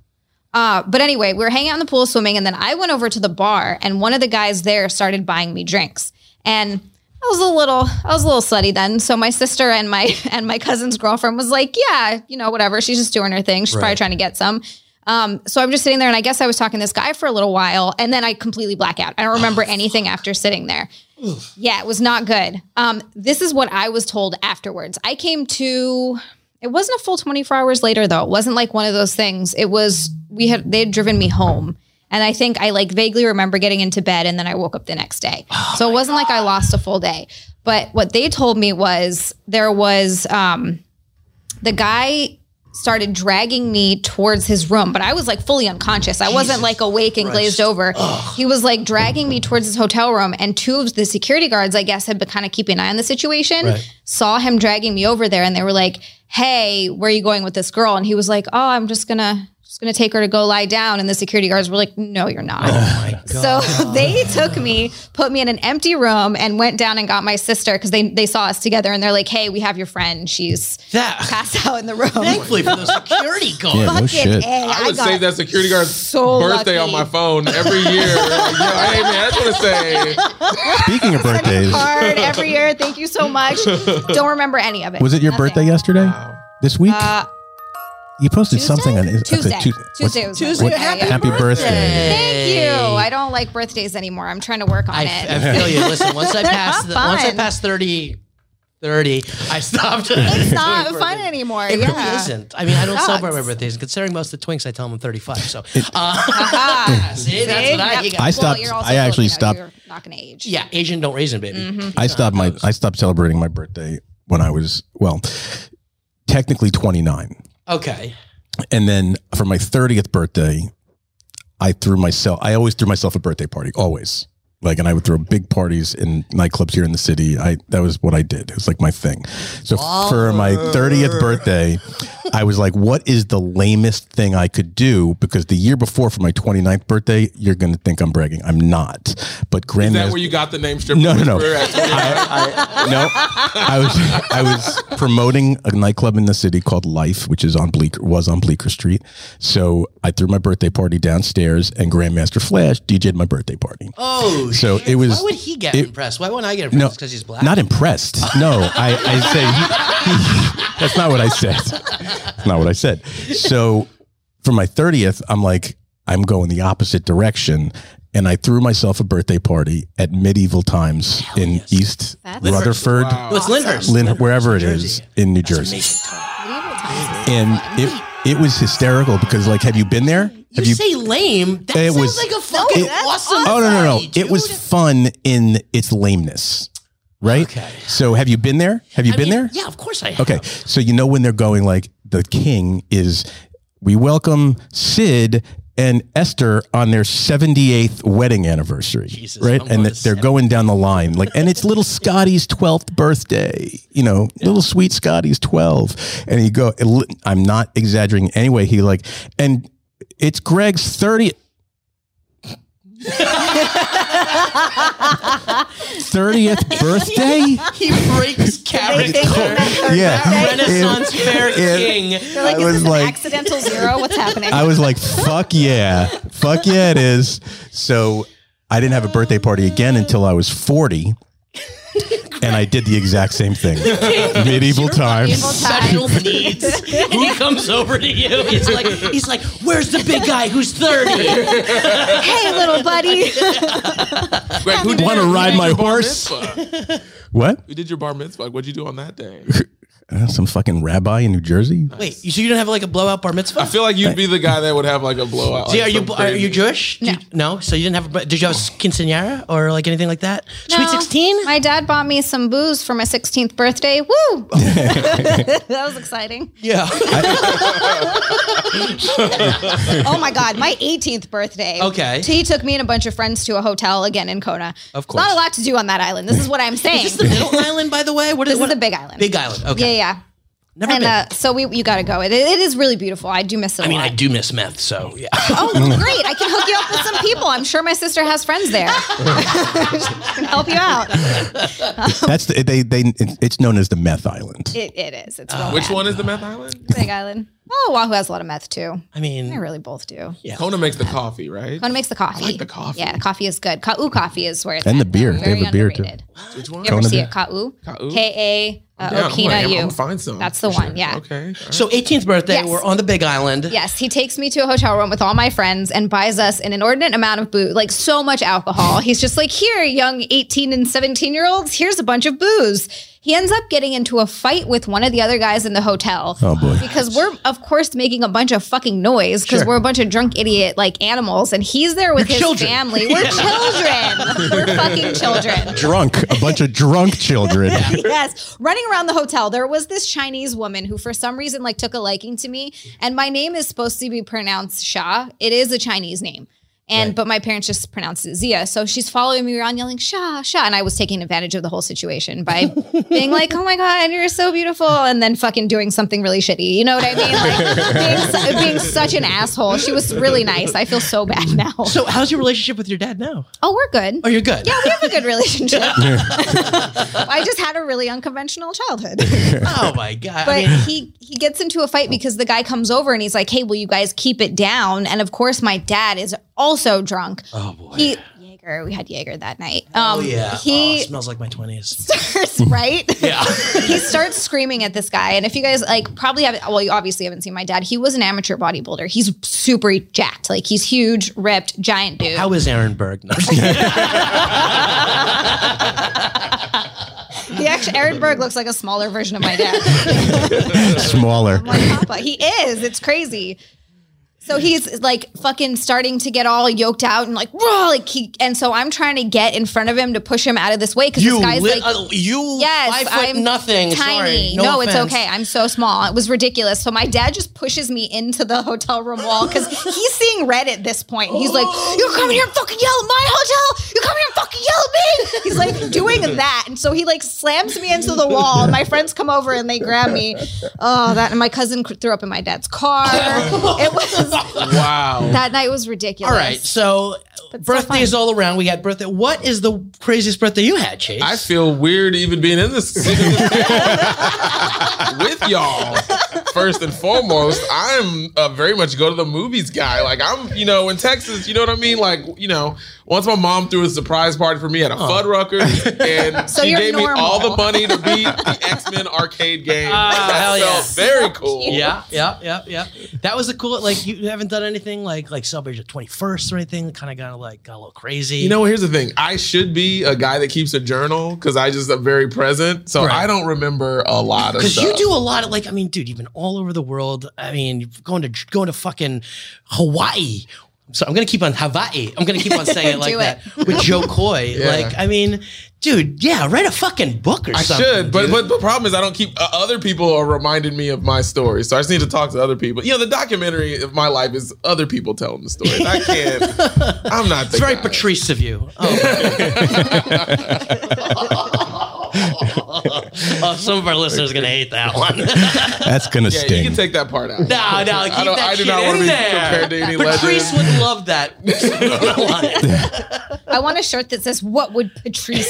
[SPEAKER 3] Uh, but anyway, we were hanging out in the pool swimming. And then I went over to the bar and one of the guys there started buying me drinks. And I was a little, I was a little slutty then. So my sister and my [laughs] and my cousin's girlfriend was like, "Yeah, you know, whatever. She's just doing her thing. She's probably
[SPEAKER 1] Right.
[SPEAKER 3] trying to get some." Um, so I'm just sitting there, and I guess I was talking to this guy for a little while, and then I completely black out. I don't remember anything after sitting there. Yeah, it was not good. Um, this is what I was told afterwards. I came to. It wasn't a full 24 hours later though. It wasn't like one of those things. It was we had they had driven me home. And I think I like vaguely remember getting into bed and then I woke up the next day. so it wasn't like I lost a full day. But what they told me was there was um the guy started dragging me towards his room, but I was like fully unconscious. I wasn't like awake and glazed over. He was like dragging me towards his hotel room, and two of the security guards, I guess, had been kind of keeping an eye on the situation,
[SPEAKER 1] Right.
[SPEAKER 3] saw him dragging me over there, and they were like, "Hey, where are you going with this girl?" And he was like, "Oh, I'm just gonna." Just gonna take her to go lie down, and the security guards were like, "No, you're not." [laughs] So they took me, put me in an empty room, and went down and got my sister because they they saw us together, and they're like, "Hey, we have your friend. She's
[SPEAKER 1] That
[SPEAKER 3] passed [laughs] out in the room."
[SPEAKER 1] thankfully for the
[SPEAKER 3] [laughs]
[SPEAKER 1] security guard.
[SPEAKER 4] Yeah.
[SPEAKER 3] Fucking
[SPEAKER 4] no shit.
[SPEAKER 3] A,
[SPEAKER 2] I
[SPEAKER 3] I,
[SPEAKER 2] would
[SPEAKER 3] got
[SPEAKER 2] save that security guard's
[SPEAKER 3] so
[SPEAKER 2] birthday
[SPEAKER 3] lucky.
[SPEAKER 2] on my phone every year. Like, yo, hey man, I just want to say
[SPEAKER 4] Speaking
[SPEAKER 3] [laughs]
[SPEAKER 4] of birthdays,
[SPEAKER 3] card every year. Thank you so
[SPEAKER 1] [laughs]
[SPEAKER 3] much. Don't remember any of it.
[SPEAKER 4] was it your
[SPEAKER 3] Nothing.
[SPEAKER 4] birthday yesterday? This week?
[SPEAKER 3] Uh,
[SPEAKER 4] you posted
[SPEAKER 3] Tuesday?
[SPEAKER 4] something on Insta-
[SPEAKER 3] Tuesday.
[SPEAKER 4] Tues- what's-
[SPEAKER 3] Tuesday was
[SPEAKER 1] Tuesday,
[SPEAKER 3] my birthday,
[SPEAKER 1] happy
[SPEAKER 3] yeah.
[SPEAKER 4] Happy birthday.
[SPEAKER 3] Thank you. I don't like birthdays anymore. I'm trying to work on
[SPEAKER 1] I,
[SPEAKER 3] it.
[SPEAKER 1] I [laughs] feel you. Listen, once
[SPEAKER 3] [laughs]
[SPEAKER 1] I pass,
[SPEAKER 3] not
[SPEAKER 1] the, once I
[SPEAKER 3] fun.
[SPEAKER 1] pass 30, 30, I stopped. [laughs]
[SPEAKER 3] it's not fun anymore.
[SPEAKER 1] It
[SPEAKER 3] yeah.
[SPEAKER 1] really isn't. I mean, I don't
[SPEAKER 3] Sucks.
[SPEAKER 1] celebrate my birthdays. Considering most of the twinks, I tell them I'm 35. So, [laughs] uh,
[SPEAKER 3] Ah.
[SPEAKER 1] see, [laughs] that's what I.
[SPEAKER 3] Yep.
[SPEAKER 1] You
[SPEAKER 3] Well,
[SPEAKER 1] got,
[SPEAKER 4] I stopped-
[SPEAKER 3] you're also
[SPEAKER 4] I actually
[SPEAKER 3] Filipino.
[SPEAKER 4] stopped-
[SPEAKER 3] You're not going to age.
[SPEAKER 1] yeah, Asian don't raisin, baby.
[SPEAKER 3] Mm-hmm.
[SPEAKER 4] I stopped my I stopped celebrating my birthday when I was well, technically 29.
[SPEAKER 1] Okay,
[SPEAKER 4] And then for my 30th birthday, I threw myself, I always threw myself a birthday party, always. Like, and I would throw big parties in nightclubs here in the city. I, that was what I did. It was like my thing. So for my 30th birthday, I was like, what is the lamest thing I could do? Because the year before for my 29th birthday, you're going to think I'm bragging. I'm not. But
[SPEAKER 2] is
[SPEAKER 4] Grandmaster.
[SPEAKER 2] that where you got the name stripper?
[SPEAKER 4] No, no, no.
[SPEAKER 2] whisperer at 29?
[SPEAKER 4] I, I, no, I was I was promoting a nightclub in the city called Life, which is on Bleecker was on Bleecker Street. So I threw my birthday party downstairs, and Grandmaster Flash DJ'd my birthday party.
[SPEAKER 1] Oh,
[SPEAKER 4] so it was.
[SPEAKER 1] why would he get impressed? Why wouldn't I get
[SPEAKER 4] no,
[SPEAKER 1] impressed? Because he's black.
[SPEAKER 4] Not impressed. No, I, I said he- he- that's not what I said. That's not what I said. So for my 30th, I'm like, I'm going the opposite direction. And I threw myself a birthday party at medieval times in East
[SPEAKER 3] That's-
[SPEAKER 4] Rutherford,
[SPEAKER 1] No, it's Lindhurst.
[SPEAKER 4] Lynn, wherever it
[SPEAKER 1] New
[SPEAKER 4] is
[SPEAKER 1] Jersey.
[SPEAKER 4] in New
[SPEAKER 1] It's
[SPEAKER 4] Jersey.
[SPEAKER 1] amazing time.
[SPEAKER 3] Medieval times.
[SPEAKER 4] And it it was hysterical because like, have you been there?
[SPEAKER 1] You,
[SPEAKER 4] Have you?
[SPEAKER 1] say lame. That
[SPEAKER 4] It
[SPEAKER 1] sounds
[SPEAKER 4] was-
[SPEAKER 1] like a fucking
[SPEAKER 3] that's
[SPEAKER 1] awesome.
[SPEAKER 4] Oh no no no!
[SPEAKER 1] party,
[SPEAKER 4] It was
[SPEAKER 1] dude.
[SPEAKER 4] fun in its lameness, right?
[SPEAKER 1] Okay.
[SPEAKER 4] So have you been there? Have you
[SPEAKER 1] I
[SPEAKER 4] been
[SPEAKER 1] mean,
[SPEAKER 4] there?
[SPEAKER 1] Yeah, of course I have.
[SPEAKER 4] Okay. So you know when they're going like the king is we welcome Sid and Esther on their 78th wedding anniversary,
[SPEAKER 1] Jesus,
[SPEAKER 4] right?
[SPEAKER 1] I'm going
[SPEAKER 4] and
[SPEAKER 1] to
[SPEAKER 4] that they're going down the line like and it's little Scotty's 12th birthday, you know, little sweet Scotty's 12. And you go I'm not exaggerating anyway, he like and it's Greg's
[SPEAKER 1] [laughs]
[SPEAKER 4] 30th 30th birthday?
[SPEAKER 1] [laughs] He [laughs] breaks character.
[SPEAKER 3] think I'm
[SPEAKER 1] [laughs] That
[SPEAKER 4] Yeah.
[SPEAKER 1] Renaissance fair
[SPEAKER 4] Yeah.
[SPEAKER 1] king.
[SPEAKER 3] They're like,
[SPEAKER 4] I
[SPEAKER 3] is
[SPEAKER 4] was
[SPEAKER 3] this an
[SPEAKER 4] like-
[SPEAKER 3] accidental zero? What's
[SPEAKER 4] [laughs]
[SPEAKER 3] happening?
[SPEAKER 4] I was like, fuck yeah. Fuck yeah, it is. So I didn't have a birthday party again until I was 40. And I did the exact same thing. Medieval times.
[SPEAKER 3] Medieval
[SPEAKER 1] Special needs. Who comes over to you? It's like he's like, where's the big guy who's thirty?
[SPEAKER 3] hey, little
[SPEAKER 1] [laughs]
[SPEAKER 3] buddy.
[SPEAKER 2] Greg, who
[SPEAKER 4] Wanna
[SPEAKER 2] your- who
[SPEAKER 4] ride my
[SPEAKER 2] your bar
[SPEAKER 4] horse?
[SPEAKER 2] mitzvah?
[SPEAKER 4] What?
[SPEAKER 2] Who did your bar mitzvah? Like, what'd you do on that day?
[SPEAKER 4] Uh, some fucking rabbi in New Jersey.
[SPEAKER 1] Wait, you- so you don't have like a blowout bar mitzvah?
[SPEAKER 2] I feel like you'd be the guy that would have like a blowout.
[SPEAKER 1] See,
[SPEAKER 2] like
[SPEAKER 1] are you
[SPEAKER 2] some
[SPEAKER 1] are you
[SPEAKER 2] crazy-
[SPEAKER 1] Jewish? Do you- no. So you didn't have a br- did you have a quinceanera or like anything like that? Sweet
[SPEAKER 3] No.
[SPEAKER 1] sixteen.
[SPEAKER 3] My dad bought me some booze for my 16th
[SPEAKER 4] [laughs]
[SPEAKER 3] birthday. Woo! [laughs] that was exciting.
[SPEAKER 1] Yeah.
[SPEAKER 3] Oh my God, my 18th birthday.
[SPEAKER 1] Okay.
[SPEAKER 3] He took me and a bunch of friends to a hotel again in Kona.
[SPEAKER 1] Of
[SPEAKER 3] It's Not
[SPEAKER 1] course.
[SPEAKER 3] a lot to do on that island. This is what I'm saying.
[SPEAKER 1] [laughs] Is this the middle island, by the way? What
[SPEAKER 3] This is
[SPEAKER 1] what-
[SPEAKER 3] the Big Island.
[SPEAKER 1] Big Island.
[SPEAKER 3] yeah,
[SPEAKER 1] Okay.
[SPEAKER 3] yeah.
[SPEAKER 1] Never
[SPEAKER 3] And
[SPEAKER 1] been.
[SPEAKER 3] uh, so we, you got to go. It, it is really beautiful. I do miss it a
[SPEAKER 1] I mean,
[SPEAKER 3] lot.
[SPEAKER 1] I do miss meth, so
[SPEAKER 3] [laughs]
[SPEAKER 1] yeah.
[SPEAKER 3] Oh, great. I can hook you up with some people. I'm sure my sister has friends there. [laughs] can help you out.
[SPEAKER 4] That's the, they they it's known as the meth island.
[SPEAKER 3] It, it is.
[SPEAKER 1] Uh,
[SPEAKER 3] It's real
[SPEAKER 2] Which
[SPEAKER 3] bad.
[SPEAKER 2] one is the meth island?
[SPEAKER 3] Big Island. Oh, Oahu has a lot of meth too.
[SPEAKER 1] I mean,
[SPEAKER 3] They really both do.
[SPEAKER 1] yeah.
[SPEAKER 2] Kona makes the coffee, right?
[SPEAKER 3] Kona makes the coffee.
[SPEAKER 2] the coffee.
[SPEAKER 3] Yeah, coffee is good. Ka'u coffee is where it's
[SPEAKER 4] And
[SPEAKER 3] at,
[SPEAKER 4] the beer.
[SPEAKER 3] though.
[SPEAKER 4] They have a
[SPEAKER 3] Very
[SPEAKER 4] beer, too.
[SPEAKER 3] underrated.
[SPEAKER 2] Which one?
[SPEAKER 3] You ever
[SPEAKER 4] Kona
[SPEAKER 3] see
[SPEAKER 4] beer.
[SPEAKER 3] it? Ka'u.
[SPEAKER 2] Ka'u?
[SPEAKER 3] K A
[SPEAKER 2] Yeah,
[SPEAKER 3] uh,
[SPEAKER 2] I'm like,
[SPEAKER 3] Okina
[SPEAKER 2] I'm
[SPEAKER 3] U.
[SPEAKER 2] gonna find some.
[SPEAKER 3] That's the
[SPEAKER 2] for sure.
[SPEAKER 3] one, yeah.
[SPEAKER 2] Okay. all right.
[SPEAKER 1] So 18th birthday,
[SPEAKER 3] Yes.
[SPEAKER 1] we're on the Big Island.
[SPEAKER 3] Yes, he takes me to a hotel room with all my friends and buys us an inordinate amount of booze, like so much alcohol. He's just like, here, young 18 and 17 year olds, here's a bunch of booze. He ends up getting into a fight with one of the other guys in the hotel.
[SPEAKER 4] Oh, boy.
[SPEAKER 3] Because we're, of course, making a bunch of fucking noise because
[SPEAKER 1] Sure.
[SPEAKER 3] we're a bunch of drunk idiot like animals. And he's there with
[SPEAKER 1] You're
[SPEAKER 3] his
[SPEAKER 1] children.
[SPEAKER 3] family. We're children. we're fucking children
[SPEAKER 4] Drunk, a bunch of drunk children. [laughs]
[SPEAKER 3] [laughs] yes, running around the hotel, there was this Chinese woman who, for some reason, like took a liking to me. And my name is supposed to be pronounced Sha. It is a Chinese name, and but my parents just pronounced it Zia. So she's following me around, yelling Sha, Sha, and I was taking advantage of the whole situation by being like, "Oh my god, you're so beautiful," and then fucking doing something really shitty. You know what I mean? Like being, su- being such an asshole. She was really nice. I feel so bad now.
[SPEAKER 1] So how's your relationship with your dad now?
[SPEAKER 3] oh, we're good.
[SPEAKER 1] Oh, you're good.
[SPEAKER 3] yeah, [laughs] we have a good relationship. [laughs] I just had a really unconventional childhood.
[SPEAKER 1] Oh my god.
[SPEAKER 3] But
[SPEAKER 1] I mean,
[SPEAKER 3] he he gets into a fight because the guy comes over and he's like, "Hey, will you guys keep it down?" And of course, my dad is also drunk.
[SPEAKER 1] oh boy.
[SPEAKER 3] He Jaeger, we had Jaeger that night.
[SPEAKER 1] oh
[SPEAKER 3] Um,
[SPEAKER 1] yeah. oh,
[SPEAKER 3] He [laughs]
[SPEAKER 1] it smells like my 20s.
[SPEAKER 3] starts right.
[SPEAKER 1] Yeah.
[SPEAKER 3] he starts screaming at this guy, and if you guys like, probably haven't. Well, you obviously haven't seen my dad. He was an amateur bodybuilder. He's super jacked. Like he's huge, ripped, giant dude.
[SPEAKER 1] How is Aaron
[SPEAKER 3] [laughs]
[SPEAKER 1] Berg? No,
[SPEAKER 3] He actually, Aaron Berg looks like a smaller version of my
[SPEAKER 1] [laughs]
[SPEAKER 3] dad.
[SPEAKER 4] Smaller.
[SPEAKER 3] my papa. He is. It's crazy. So he's like fucking starting to get all yoked out and like raw, like he. And so I'm trying to get in front of him to push him out of this way because this
[SPEAKER 1] you
[SPEAKER 3] guy's
[SPEAKER 1] lit,
[SPEAKER 3] like.
[SPEAKER 1] uh, you
[SPEAKER 3] Yes,
[SPEAKER 1] five foot
[SPEAKER 3] I'm
[SPEAKER 1] nothing. Sorry.
[SPEAKER 3] tiny.
[SPEAKER 1] No,
[SPEAKER 3] No, it's
[SPEAKER 1] offense.
[SPEAKER 3] okay. I'm so small. It was ridiculous. So my dad just pushes me into the hotel room wall because he's seeing red at this point.
[SPEAKER 1] [gasps]
[SPEAKER 3] He's like, "You're coming here and fucking yell at my hotel. You're coming here and fucking yell at me." He's like doing that, and so he like slams me into the wall. My friends come over and they grab me. Oh, that! And my cousin cr- threw up in my
[SPEAKER 1] [laughs]
[SPEAKER 3] dad's car. It was [laughs]
[SPEAKER 2] Wow.
[SPEAKER 3] that night was ridiculous.
[SPEAKER 1] All right. So
[SPEAKER 3] so
[SPEAKER 1] birthdays
[SPEAKER 3] fun.
[SPEAKER 1] all around. We had birthday. What is the craziest birthday you had, Chase?
[SPEAKER 2] I feel weird even being in this
[SPEAKER 1] [laughs]
[SPEAKER 2] with y'all. First and foremost, I'm a very much go to the movies guy. Like I'm, you know, in Texas, you know what I mean. Like you know, once my mom threw a surprise party for me at a
[SPEAKER 1] Uh.
[SPEAKER 2] Fuddruckers,
[SPEAKER 1] [laughs]
[SPEAKER 2] and
[SPEAKER 3] So
[SPEAKER 2] she
[SPEAKER 3] you're
[SPEAKER 2] gave me
[SPEAKER 3] normal.
[SPEAKER 2] all the money to beat the X Men arcade game.
[SPEAKER 1] Ah,
[SPEAKER 2] That
[SPEAKER 1] hell yeah.
[SPEAKER 2] felt very cool.
[SPEAKER 1] yeah, yeah, yeah, yeah. That was the cool. Like you haven't done anything like like celebrate your twenty first or anything. Kind of got like got a little crazy.
[SPEAKER 2] You know, here's the thing. I should be a guy that keeps a journal because I just am very present. So
[SPEAKER 1] Right.
[SPEAKER 2] I don't remember a lot of
[SPEAKER 1] Because
[SPEAKER 2] stuff.
[SPEAKER 1] you do a lot of like, I mean, dude, you've been all over the world. I mean, you've going to going to fucking Hawaii. So I'm gonna keep on Hawaii. I'm gonna keep on saying it like
[SPEAKER 3] Do
[SPEAKER 1] that with Joe Coy.
[SPEAKER 2] Yeah.
[SPEAKER 1] Like, I mean, dude, yeah, write a fucking book or
[SPEAKER 2] I
[SPEAKER 1] something.
[SPEAKER 2] should, but
[SPEAKER 1] dude.
[SPEAKER 2] but the problem is I don't keep uh, other people are reminding me of my story, so I just need to talk to other people. You know, the documentary of my life is other people telling the story. I
[SPEAKER 1] [laughs]
[SPEAKER 2] can't. I'm not. The
[SPEAKER 1] it's very
[SPEAKER 2] guy.
[SPEAKER 1] Patrice of you. Oh. [laughs] oh, some of our listeners are gonna hate that one. no,
[SPEAKER 4] That's gonna
[SPEAKER 2] Yeah,
[SPEAKER 4] sting.
[SPEAKER 2] you can take that part out.
[SPEAKER 1] no, keep
[SPEAKER 2] [laughs] I don't.
[SPEAKER 1] that
[SPEAKER 2] I do
[SPEAKER 1] shit
[SPEAKER 2] not want
[SPEAKER 1] in
[SPEAKER 2] to be
[SPEAKER 1] there.
[SPEAKER 2] compared to any
[SPEAKER 1] Patrice would
[SPEAKER 2] legend.
[SPEAKER 1] love that.
[SPEAKER 3] I want a shirt that says "What would Patrice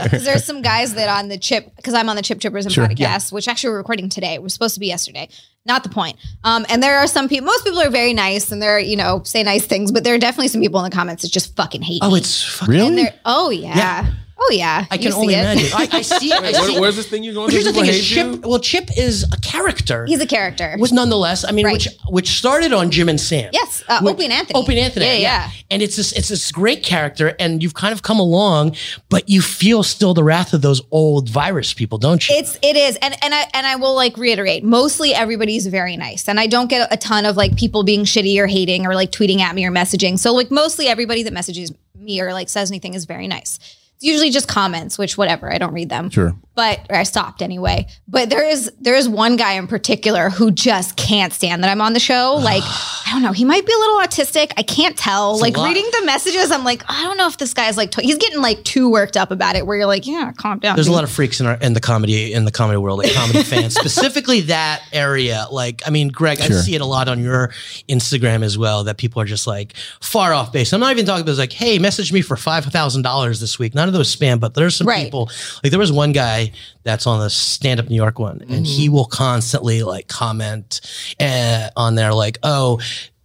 [SPEAKER 4] [laughs]
[SPEAKER 3] Because there's some guys that on the chip because I'm on the Chip Chippers and
[SPEAKER 4] Sure,
[SPEAKER 3] podcast,
[SPEAKER 4] yeah.
[SPEAKER 3] which actually we're recording today. It was supposed to be yesterday. Not the point. Um, and there are some people. Most people are very nice and they're you know say nice things, but there are definitely some people in the comments that just fucking hate.
[SPEAKER 1] [laughs] oh,
[SPEAKER 4] [laughs]
[SPEAKER 3] me.
[SPEAKER 1] it's fucking
[SPEAKER 3] And
[SPEAKER 4] really?
[SPEAKER 3] they're- oh yeah. Oh yeah,
[SPEAKER 1] I
[SPEAKER 3] you
[SPEAKER 1] can
[SPEAKER 3] see
[SPEAKER 1] only
[SPEAKER 3] it.
[SPEAKER 1] imagine.
[SPEAKER 3] [laughs]
[SPEAKER 1] I, I see. I
[SPEAKER 2] Where-
[SPEAKER 1] see.
[SPEAKER 2] where's this thing you're going to?
[SPEAKER 1] Here's the
[SPEAKER 2] People
[SPEAKER 1] thing: is
[SPEAKER 2] hate
[SPEAKER 1] Chip.
[SPEAKER 2] you?
[SPEAKER 1] Well, Chip is a character.
[SPEAKER 3] He's a character.
[SPEAKER 1] was nonetheless. I mean,
[SPEAKER 3] Right.
[SPEAKER 1] which which started on Jim and Sam.
[SPEAKER 3] Yes, uh,
[SPEAKER 1] Which-
[SPEAKER 3] Opie and Anthony.
[SPEAKER 1] Opie and Anthony.
[SPEAKER 3] Yeah,
[SPEAKER 1] Yeah,
[SPEAKER 3] yeah.
[SPEAKER 1] And it's this it's this great character, and you've kind of come along, but you feel still the wrath of those old virus people, don't you?
[SPEAKER 3] It's it is, and and I and I will like reiterate. Mostly everybody's very nice, and I don't get a ton of like people being shitty or hating or like tweeting at me or messaging. So like mostly everybody that messages me or like says anything is very nice. It's usually just comments, which whatever I don't read them.
[SPEAKER 4] Sure.
[SPEAKER 3] but or I stopped anyway. But there is there is one guy in particular who just can't stand that I'm on
[SPEAKER 1] [sighs]
[SPEAKER 3] the show. Like I don't know, he might be a little autistic. I can't tell.
[SPEAKER 1] It's a
[SPEAKER 3] like
[SPEAKER 1] lot.
[SPEAKER 3] reading the messages, I'm like I don't know if this guy's like t- he's getting like too worked up about it. Where you're like, yeah, calm down.
[SPEAKER 1] There's a
[SPEAKER 3] dude.
[SPEAKER 1] lot of freaks in our in the comedy in the comedy world, like comedy fans, specifically that area. Like, I mean, Greg, I
[SPEAKER 4] Sure.
[SPEAKER 1] see it a lot on your Instagram as well. That people are just like far off base. I'm not even talking about like, hey, message me for five thousand dollars this week. None of those spam, but there's some
[SPEAKER 3] Right.
[SPEAKER 1] people. Like, there was one guy that's on the stand up New York one, and he
[SPEAKER 3] Mm-hmm.
[SPEAKER 1] will constantly like comment uh, on there, like, oh,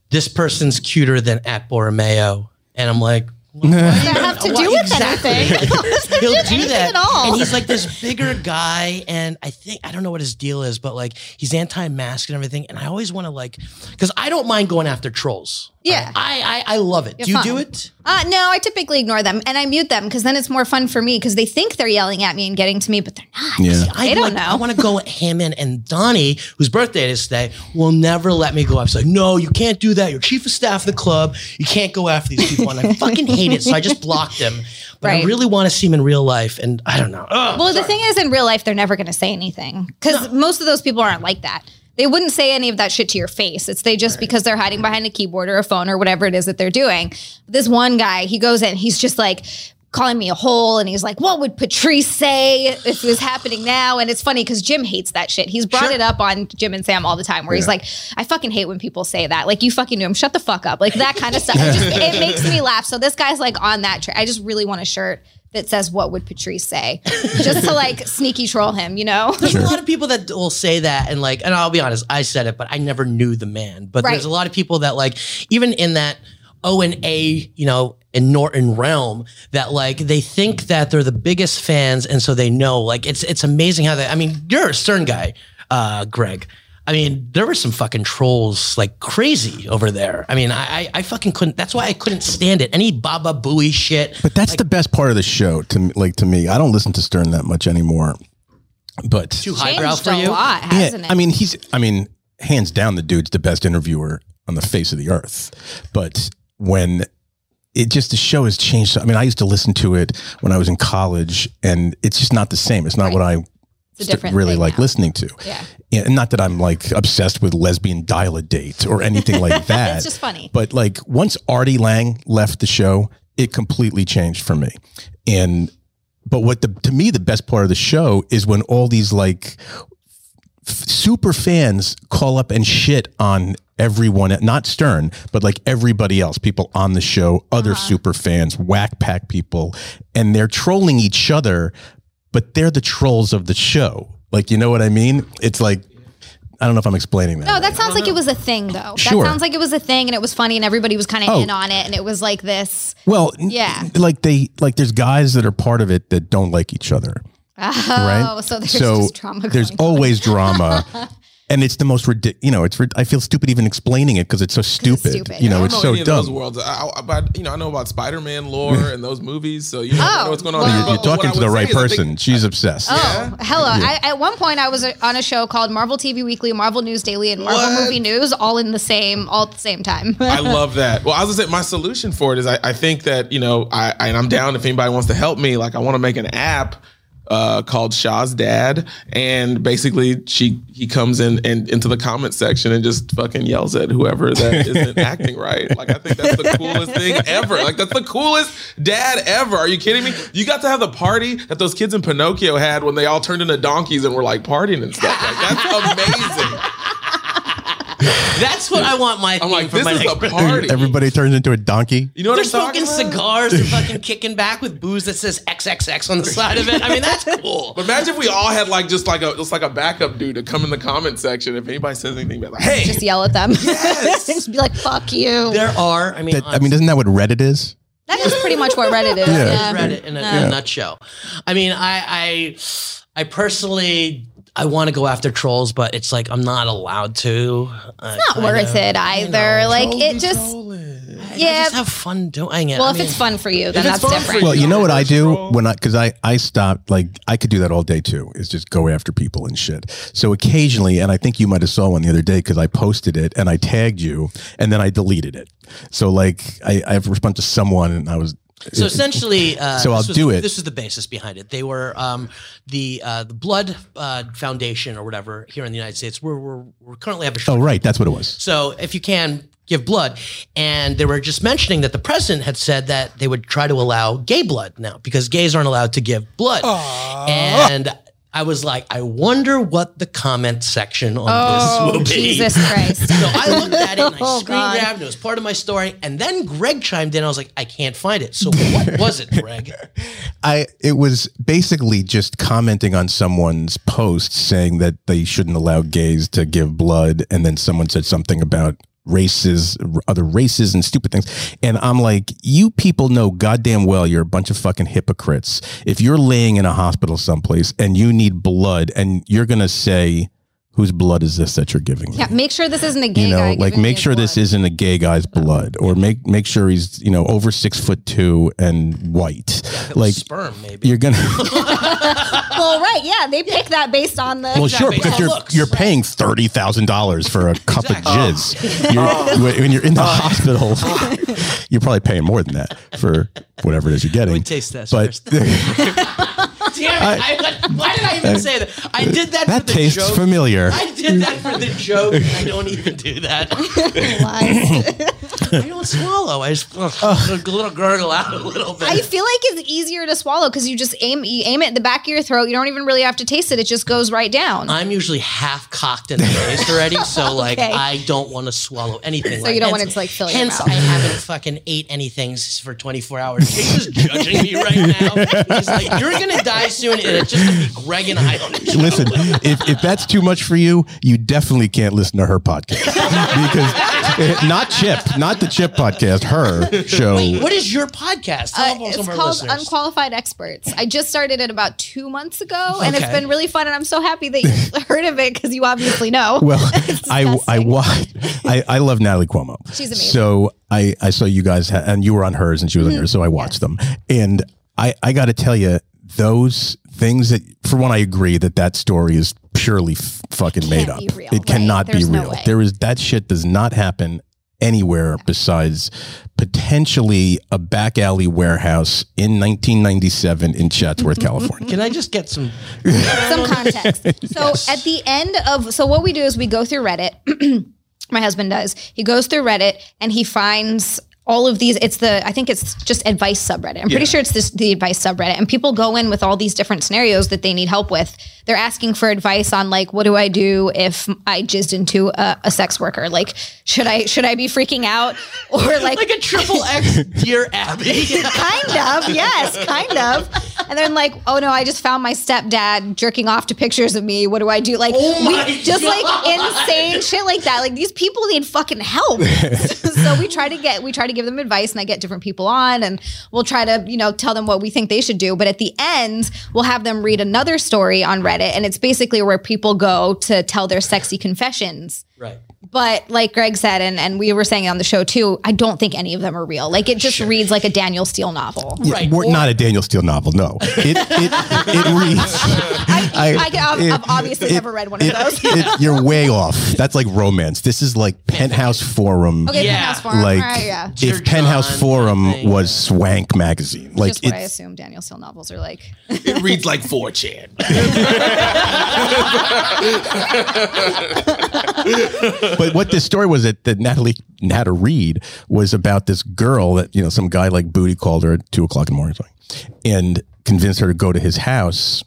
[SPEAKER 1] this person's cuter than at Borromeo, and I'm like.
[SPEAKER 3] that have to do
[SPEAKER 1] Why-
[SPEAKER 3] with
[SPEAKER 1] exactly.
[SPEAKER 3] anything.
[SPEAKER 1] [laughs]
[SPEAKER 3] [laughs]
[SPEAKER 1] He'll do
[SPEAKER 3] anything
[SPEAKER 1] that.
[SPEAKER 3] at all.
[SPEAKER 1] And he's like this bigger guy, and I think I don't know what his deal is, but like he's anti-mask and everything. And I always want to like because I don't mind going after trolls.
[SPEAKER 3] Yeah.
[SPEAKER 1] I I, I love it. do you
[SPEAKER 3] fine.
[SPEAKER 1] do it?
[SPEAKER 3] Uh, no, I typically ignore them and I mute them because then it's more fun for me because they think they're yelling at me and getting to me, but they're not.
[SPEAKER 4] Yeah.
[SPEAKER 1] I
[SPEAKER 3] don't
[SPEAKER 1] like,
[SPEAKER 3] know.
[SPEAKER 1] I want to
[SPEAKER 3] [laughs]
[SPEAKER 1] go at him and, and Donnie, whose birthday it is today, will never let me go. I was like, no, you can't do that. You're chief of staff of the club. You can't go after these people. And I fucking hate it. So I just blocked him. But I
[SPEAKER 3] Right.
[SPEAKER 1] really want to see him in real life. And I don't know. Ugh.
[SPEAKER 3] Well, the thing is, in real life, they're never going to say anything because most of those people aren't like that. They wouldn't say any of that shit to your face. It's they just because they're hiding behind a keyboard or a phone or whatever it is that they're doing. This one guy, he goes in, he's just like calling me a hole and he's like, What would Patrice say if it was happening now? And it's funny because Jim hates that shit. He's brought
[SPEAKER 1] Sure.
[SPEAKER 3] it up on Jim and Sam all the time where he's like, I fucking hate when people say that. Like, you fucking knew him. Shut the fuck up. Like, that kind of stuff. It, just, it makes me laugh. So this guy's like on that train. I just really want a shirt that says what would Patrice say? Just to [laughs] like sneaky troll him, you know?
[SPEAKER 1] There's a lot of people that will say that, and like, and I'll be honest, I said it, but I never knew the man. But
[SPEAKER 3] Right.
[SPEAKER 1] there's a lot of people that like, even in that O and A, you know, in Norton realm, that like they think that they're the biggest fans, and so they know. Like, it's it's amazing how they. I mean, you're a Stern guy, uh, Greg. I mean, there were some fucking trolls like crazy over there. I mean, I, I, I fucking couldn't. That's why I couldn't stand it. Any Baba Booey shit.
[SPEAKER 4] But that's the best part of the show to me- like to me. I don't listen to Stern that much anymore. But
[SPEAKER 1] Too highbrow
[SPEAKER 3] Changed
[SPEAKER 1] for
[SPEAKER 3] a
[SPEAKER 1] you.
[SPEAKER 3] lot, hasn't it?
[SPEAKER 4] I mean, he's I mean, hands down the dude's the best interviewer on the face of the earth. But when it just the show has changed. so- I mean, I used to listen to it when I was in college and it's just not the same. It's not what I
[SPEAKER 3] it's a
[SPEAKER 4] st-
[SPEAKER 3] different
[SPEAKER 4] really
[SPEAKER 3] thing
[SPEAKER 4] like
[SPEAKER 3] now.
[SPEAKER 4] listening to.
[SPEAKER 3] Yeah.
[SPEAKER 4] Yeah, and not that I'm like obsessed with lesbian dial a date or anything
[SPEAKER 3] [laughs]
[SPEAKER 4] like that.
[SPEAKER 3] It's just funny.
[SPEAKER 4] But like once Artie Lang left the show, it completely changed for me. And but what the to me the best part of the show is when all these like f- super fans call up and shit on everyone not Stern but like everybody else people on the show other super fans whack pack people and they're trolling each other but they're the trolls of the show like you know what I mean it's like I don't know if I'm explaining that
[SPEAKER 3] No,
[SPEAKER 4] right.
[SPEAKER 3] Oh, that sounds like it was a thing though.
[SPEAKER 4] Sure.
[SPEAKER 3] That sounds like it was a thing and it was funny and everybody was kind of
[SPEAKER 4] Oh.
[SPEAKER 3] in on it and it was like this.
[SPEAKER 4] Well, n-
[SPEAKER 3] Yeah.
[SPEAKER 4] like they like there's guys that are part of it that don't like each other, right?
[SPEAKER 3] Oh, so there's just drama
[SPEAKER 4] there's
[SPEAKER 3] going
[SPEAKER 4] always
[SPEAKER 3] [laughs]
[SPEAKER 4] drama, and it's the most ridiculous. You know, it's rid- I feel stupid even explaining it because it's so stupid.
[SPEAKER 3] stupid.
[SPEAKER 4] You know,
[SPEAKER 2] I
[SPEAKER 4] it's
[SPEAKER 2] don't
[SPEAKER 4] so
[SPEAKER 2] any of those
[SPEAKER 4] dumb.
[SPEAKER 2] worlds. I, I, but, you know, I know about Spider-Man lore
[SPEAKER 4] [laughs]
[SPEAKER 2] and those movies, so you know, I
[SPEAKER 3] Oh,
[SPEAKER 2] know what's going on.
[SPEAKER 3] well-
[SPEAKER 2] there.
[SPEAKER 4] You're, you're
[SPEAKER 2] But what
[SPEAKER 4] talking
[SPEAKER 2] I
[SPEAKER 4] to the
[SPEAKER 2] would
[SPEAKER 4] right
[SPEAKER 2] say is I think-
[SPEAKER 4] person. She's obsessed.
[SPEAKER 3] Oh, hello. I, at one point, I was uh, on a show called Marvel TV Weekly, Marvel News Daily, and Marvel
[SPEAKER 2] What?
[SPEAKER 3] Movie News all in the same, all at the same time. [laughs]
[SPEAKER 2] I love that. Well, I was gonna say my solution for it is I, I think that you know I, I- and I'm down if anybody wants to help me. Like I want to make an app uh, called Shaw's Dad, and basically she he comes in and into the comment section and just fucking yells at whoever
[SPEAKER 1] [laughs]
[SPEAKER 2] that isn't acting right. Like I think that's the coolest thing ever. Like that's the coolest dad ever. Are you kidding me? You got to have the party that those kids in Pinocchio had when they all turned into donkeys and were like partying and stuff. Like
[SPEAKER 1] [laughs]
[SPEAKER 2] that's amazing.
[SPEAKER 1] That's what I want my.
[SPEAKER 2] I'm
[SPEAKER 1] theme
[SPEAKER 2] like
[SPEAKER 1] for
[SPEAKER 2] this
[SPEAKER 1] my
[SPEAKER 2] is
[SPEAKER 1] [laughs] next
[SPEAKER 2] a party.
[SPEAKER 4] Everybody turns into a donkey.
[SPEAKER 2] You know what
[SPEAKER 1] They're
[SPEAKER 2] I'm talking
[SPEAKER 1] smoking
[SPEAKER 2] about?
[SPEAKER 1] cigars and fucking kicking back with booze that says XXX on the side of it. I mean, that's cool.
[SPEAKER 2] But imagine if we all had like just like a just like a backup dude to come in the comment section if anybody says anything be like, hey,
[SPEAKER 3] [laughs] Just yell at them. just be like, fuck you.
[SPEAKER 1] There are, I mean,
[SPEAKER 4] That, I mean, isn't that what Reddit is?
[SPEAKER 3] That is pretty much what Reddit is.
[SPEAKER 4] Yeah.
[SPEAKER 3] Yeah.
[SPEAKER 1] read it in a, in a
[SPEAKER 3] Yeah.
[SPEAKER 1] nutshell. I mean, I, I, I personally, I want to go after trolls, but it's like I'm not allowed to. It's
[SPEAKER 3] Not worth it either. like it just,
[SPEAKER 1] I
[SPEAKER 3] yeah.
[SPEAKER 1] just have fun doing it.
[SPEAKER 3] Well,
[SPEAKER 1] I
[SPEAKER 3] if
[SPEAKER 1] mean,
[SPEAKER 3] it's fun for you, then
[SPEAKER 2] If it's
[SPEAKER 3] that's
[SPEAKER 2] fun for
[SPEAKER 3] different.
[SPEAKER 2] you-
[SPEAKER 4] Well, you know what I do
[SPEAKER 2] Control.
[SPEAKER 4] when I because I I stopped like I could do that all day too is just go after people and shit. So occasionally, and I think you might have saw one the other day because I posted it and I tagged you and then I deleted it. So like I I have responded to someone and I was
[SPEAKER 1] So
[SPEAKER 4] [laughs]
[SPEAKER 1] essentially, uh,
[SPEAKER 4] So
[SPEAKER 1] this
[SPEAKER 4] I'll
[SPEAKER 1] was-
[SPEAKER 4] do it.
[SPEAKER 1] This is the basis behind it. They were um, the uh, the Blood uh, Foundation or whatever here in the United States. We're we're, we're currently have a
[SPEAKER 4] oh right that's what it was.
[SPEAKER 1] So if you can give blood, and they were just mentioning that the president had said that they would try to allow gay blood now because gays aren't allowed to give blood. And I was like, I wonder what the comment section on this
[SPEAKER 3] Oh,
[SPEAKER 1] will be.
[SPEAKER 3] Jesus Christ.
[SPEAKER 1] So I looked at it and I
[SPEAKER 3] Oh,
[SPEAKER 1] screen
[SPEAKER 3] God.
[SPEAKER 1] grabbed. It It was part of my story, and then Greg chimed in. I was like, I can't find it. So what was it, Greg?
[SPEAKER 4] I it was basically just commenting on someone's post saying that they shouldn't allow gays to give blood, and then someone said something about races, r- other races, and stupid things. And I'm like, you people know goddamn well you're a bunch of fucking hypocrites. If you're laying in a hospital someplace and you need blood, and you're gonna say, whose blood is this that you're giving? me?"
[SPEAKER 3] Yeah, make sure this isn't a gay
[SPEAKER 4] you know,
[SPEAKER 3] guy
[SPEAKER 4] like
[SPEAKER 3] giving
[SPEAKER 4] make
[SPEAKER 3] you
[SPEAKER 4] sure this
[SPEAKER 3] blood. Oh,
[SPEAKER 4] isn't a gay guy's blood, or make make sure he's you know over six foot two and white.
[SPEAKER 1] It was
[SPEAKER 4] like
[SPEAKER 1] sperm, maybe.
[SPEAKER 4] you're gonna
[SPEAKER 3] Well, right. Yeah, they pick that based on the.
[SPEAKER 4] [laughs] well sure
[SPEAKER 1] Exactly.
[SPEAKER 4] because
[SPEAKER 1] How it
[SPEAKER 4] you're
[SPEAKER 1] looks.
[SPEAKER 4] you're paying thirty thousand dollars for a cup
[SPEAKER 1] Exactly. Oh.
[SPEAKER 4] of jizz you're, when- when you're in the
[SPEAKER 1] [laughs]
[SPEAKER 4] hospital [laughs] you're probably paying more than that for whatever it is you're getting
[SPEAKER 1] taste test
[SPEAKER 4] but [laughs]
[SPEAKER 1] first. Damn it! I, why did I even say that? I did that.
[SPEAKER 4] that
[SPEAKER 1] for [laughs] the
[SPEAKER 4] tastes
[SPEAKER 1] joke.
[SPEAKER 4] familiar
[SPEAKER 1] I did that for the joke. and I don't even do that.
[SPEAKER 4] [laughs]
[SPEAKER 1] I don't swallow. I just ugh, a little gurgle out a little bit.
[SPEAKER 3] I feel like it's easier to swallow because you just aim you aim it in the back of your throat. You don't even really have to taste it; it just goes right down.
[SPEAKER 1] I'm usually half cocked in the face already,
[SPEAKER 3] [laughs]
[SPEAKER 1] so like
[SPEAKER 3] Okay.
[SPEAKER 1] I don't want to swallow anything. So
[SPEAKER 3] you don't want it to, like, fill your
[SPEAKER 1] Hence,
[SPEAKER 3] mouth.
[SPEAKER 1] I haven't fucking ate anything s- for 24 hours. He's just judging me
[SPEAKER 3] [laughs]
[SPEAKER 1] right now. He's like, "You're gonna die soon," and it's just gonna be Greg and I. on the show.
[SPEAKER 4] listen if, if that's too much for you you definitely can't listen to her podcast [laughs] because eh, not chip not the chip podcast her show
[SPEAKER 1] Wait, what is your podcast? Tell
[SPEAKER 3] Uh,
[SPEAKER 1] all
[SPEAKER 3] it's
[SPEAKER 1] some of our
[SPEAKER 3] called
[SPEAKER 1] listeners.
[SPEAKER 3] Unqualified Experts. I just started it about two months ago, and it's
[SPEAKER 1] Okay.
[SPEAKER 3] been really fun. And I'm so happy that you [laughs] heard of it because you obviously know. [laughs]
[SPEAKER 4] Well, I I
[SPEAKER 3] disgusting.
[SPEAKER 4] watched. I, I love Natalie Cuomo.
[SPEAKER 3] [laughs] She's amazing. Mm-hmm.
[SPEAKER 4] So I I saw you guys ha- and you were on hers and she was on yours. So I watched them and I I got to tell you those things that for one I agree that that story is purely f- fucking made up.
[SPEAKER 3] be real,
[SPEAKER 4] it cannot
[SPEAKER 3] right?
[SPEAKER 4] be
[SPEAKER 3] There's no
[SPEAKER 4] real.
[SPEAKER 3] way.
[SPEAKER 4] there is that shit does not happen anywhere besides potentially a back alley warehouse in 1997 in
[SPEAKER 3] [laughs]
[SPEAKER 4] Chatsworth, California.
[SPEAKER 1] Can I just get some?
[SPEAKER 3] some context. So at the end of so what we do is we go through Reddit. [clears throat] My husband does. He goes through Reddit and he finds all of these. It's the I think it's just advice subreddit. I'm pretty sure it's this, the advice subreddit, and people go in with all these different scenarios that they need help with. They're asking for advice on like, what do I do if I jizzed into a, a sex worker? Like, should I should I be freaking out [laughs] or like
[SPEAKER 1] Like a triple X, dear Abby. [laughs]
[SPEAKER 3] [laughs] kind of, yes, kind of. And then like, oh no, I just found my stepdad jerking off to pictures of me. What do I do? Like,
[SPEAKER 1] Oh
[SPEAKER 3] we-
[SPEAKER 1] my
[SPEAKER 3] just like
[SPEAKER 1] God.
[SPEAKER 3] insane shit like that. Like these people need
[SPEAKER 1] [laughs]
[SPEAKER 3] fucking help. so we try to get, we try to give them advice, and I get different people on, and we'll try to, you know, tell them what we think they should do. But at the end, we'll have them read another story on Reddit, and it's basically where people go to tell their sexy confessions.
[SPEAKER 1] Right.
[SPEAKER 3] But like Greg said, and, and we were saying on the show too, I don't think any of them are real. Like it just reads like a Daniel Steele novel.
[SPEAKER 4] Yeah,
[SPEAKER 1] Right,
[SPEAKER 4] we're
[SPEAKER 1] or-
[SPEAKER 4] not a Daniel Steele novel. No, it it,
[SPEAKER 3] [laughs]
[SPEAKER 4] it reads.
[SPEAKER 3] I, I, have
[SPEAKER 4] it-
[SPEAKER 3] I've obviously
[SPEAKER 4] it-
[SPEAKER 3] never read one of those. [laughs]
[SPEAKER 4] it- you're way off. That's like romance. This is like Penthouse Forum.
[SPEAKER 3] Okay,
[SPEAKER 1] Yeah.
[SPEAKER 3] Penthouse Forum.
[SPEAKER 4] Like
[SPEAKER 3] All right, yeah.
[SPEAKER 1] Dear
[SPEAKER 4] if Penthouse
[SPEAKER 1] John,
[SPEAKER 4] Forum
[SPEAKER 1] thing.
[SPEAKER 4] was Swank magazine, like
[SPEAKER 3] Just what I
[SPEAKER 4] it's
[SPEAKER 3] assume Daniel Steele novels
[SPEAKER 4] [laughs]
[SPEAKER 3] are like.
[SPEAKER 2] It reads like 4chan.
[SPEAKER 4] but what this story was that, that Natalie Nata Reed was about this girl that you know some guy like Booty called her at two o'clock in the morning or something, and convinced her to go to his house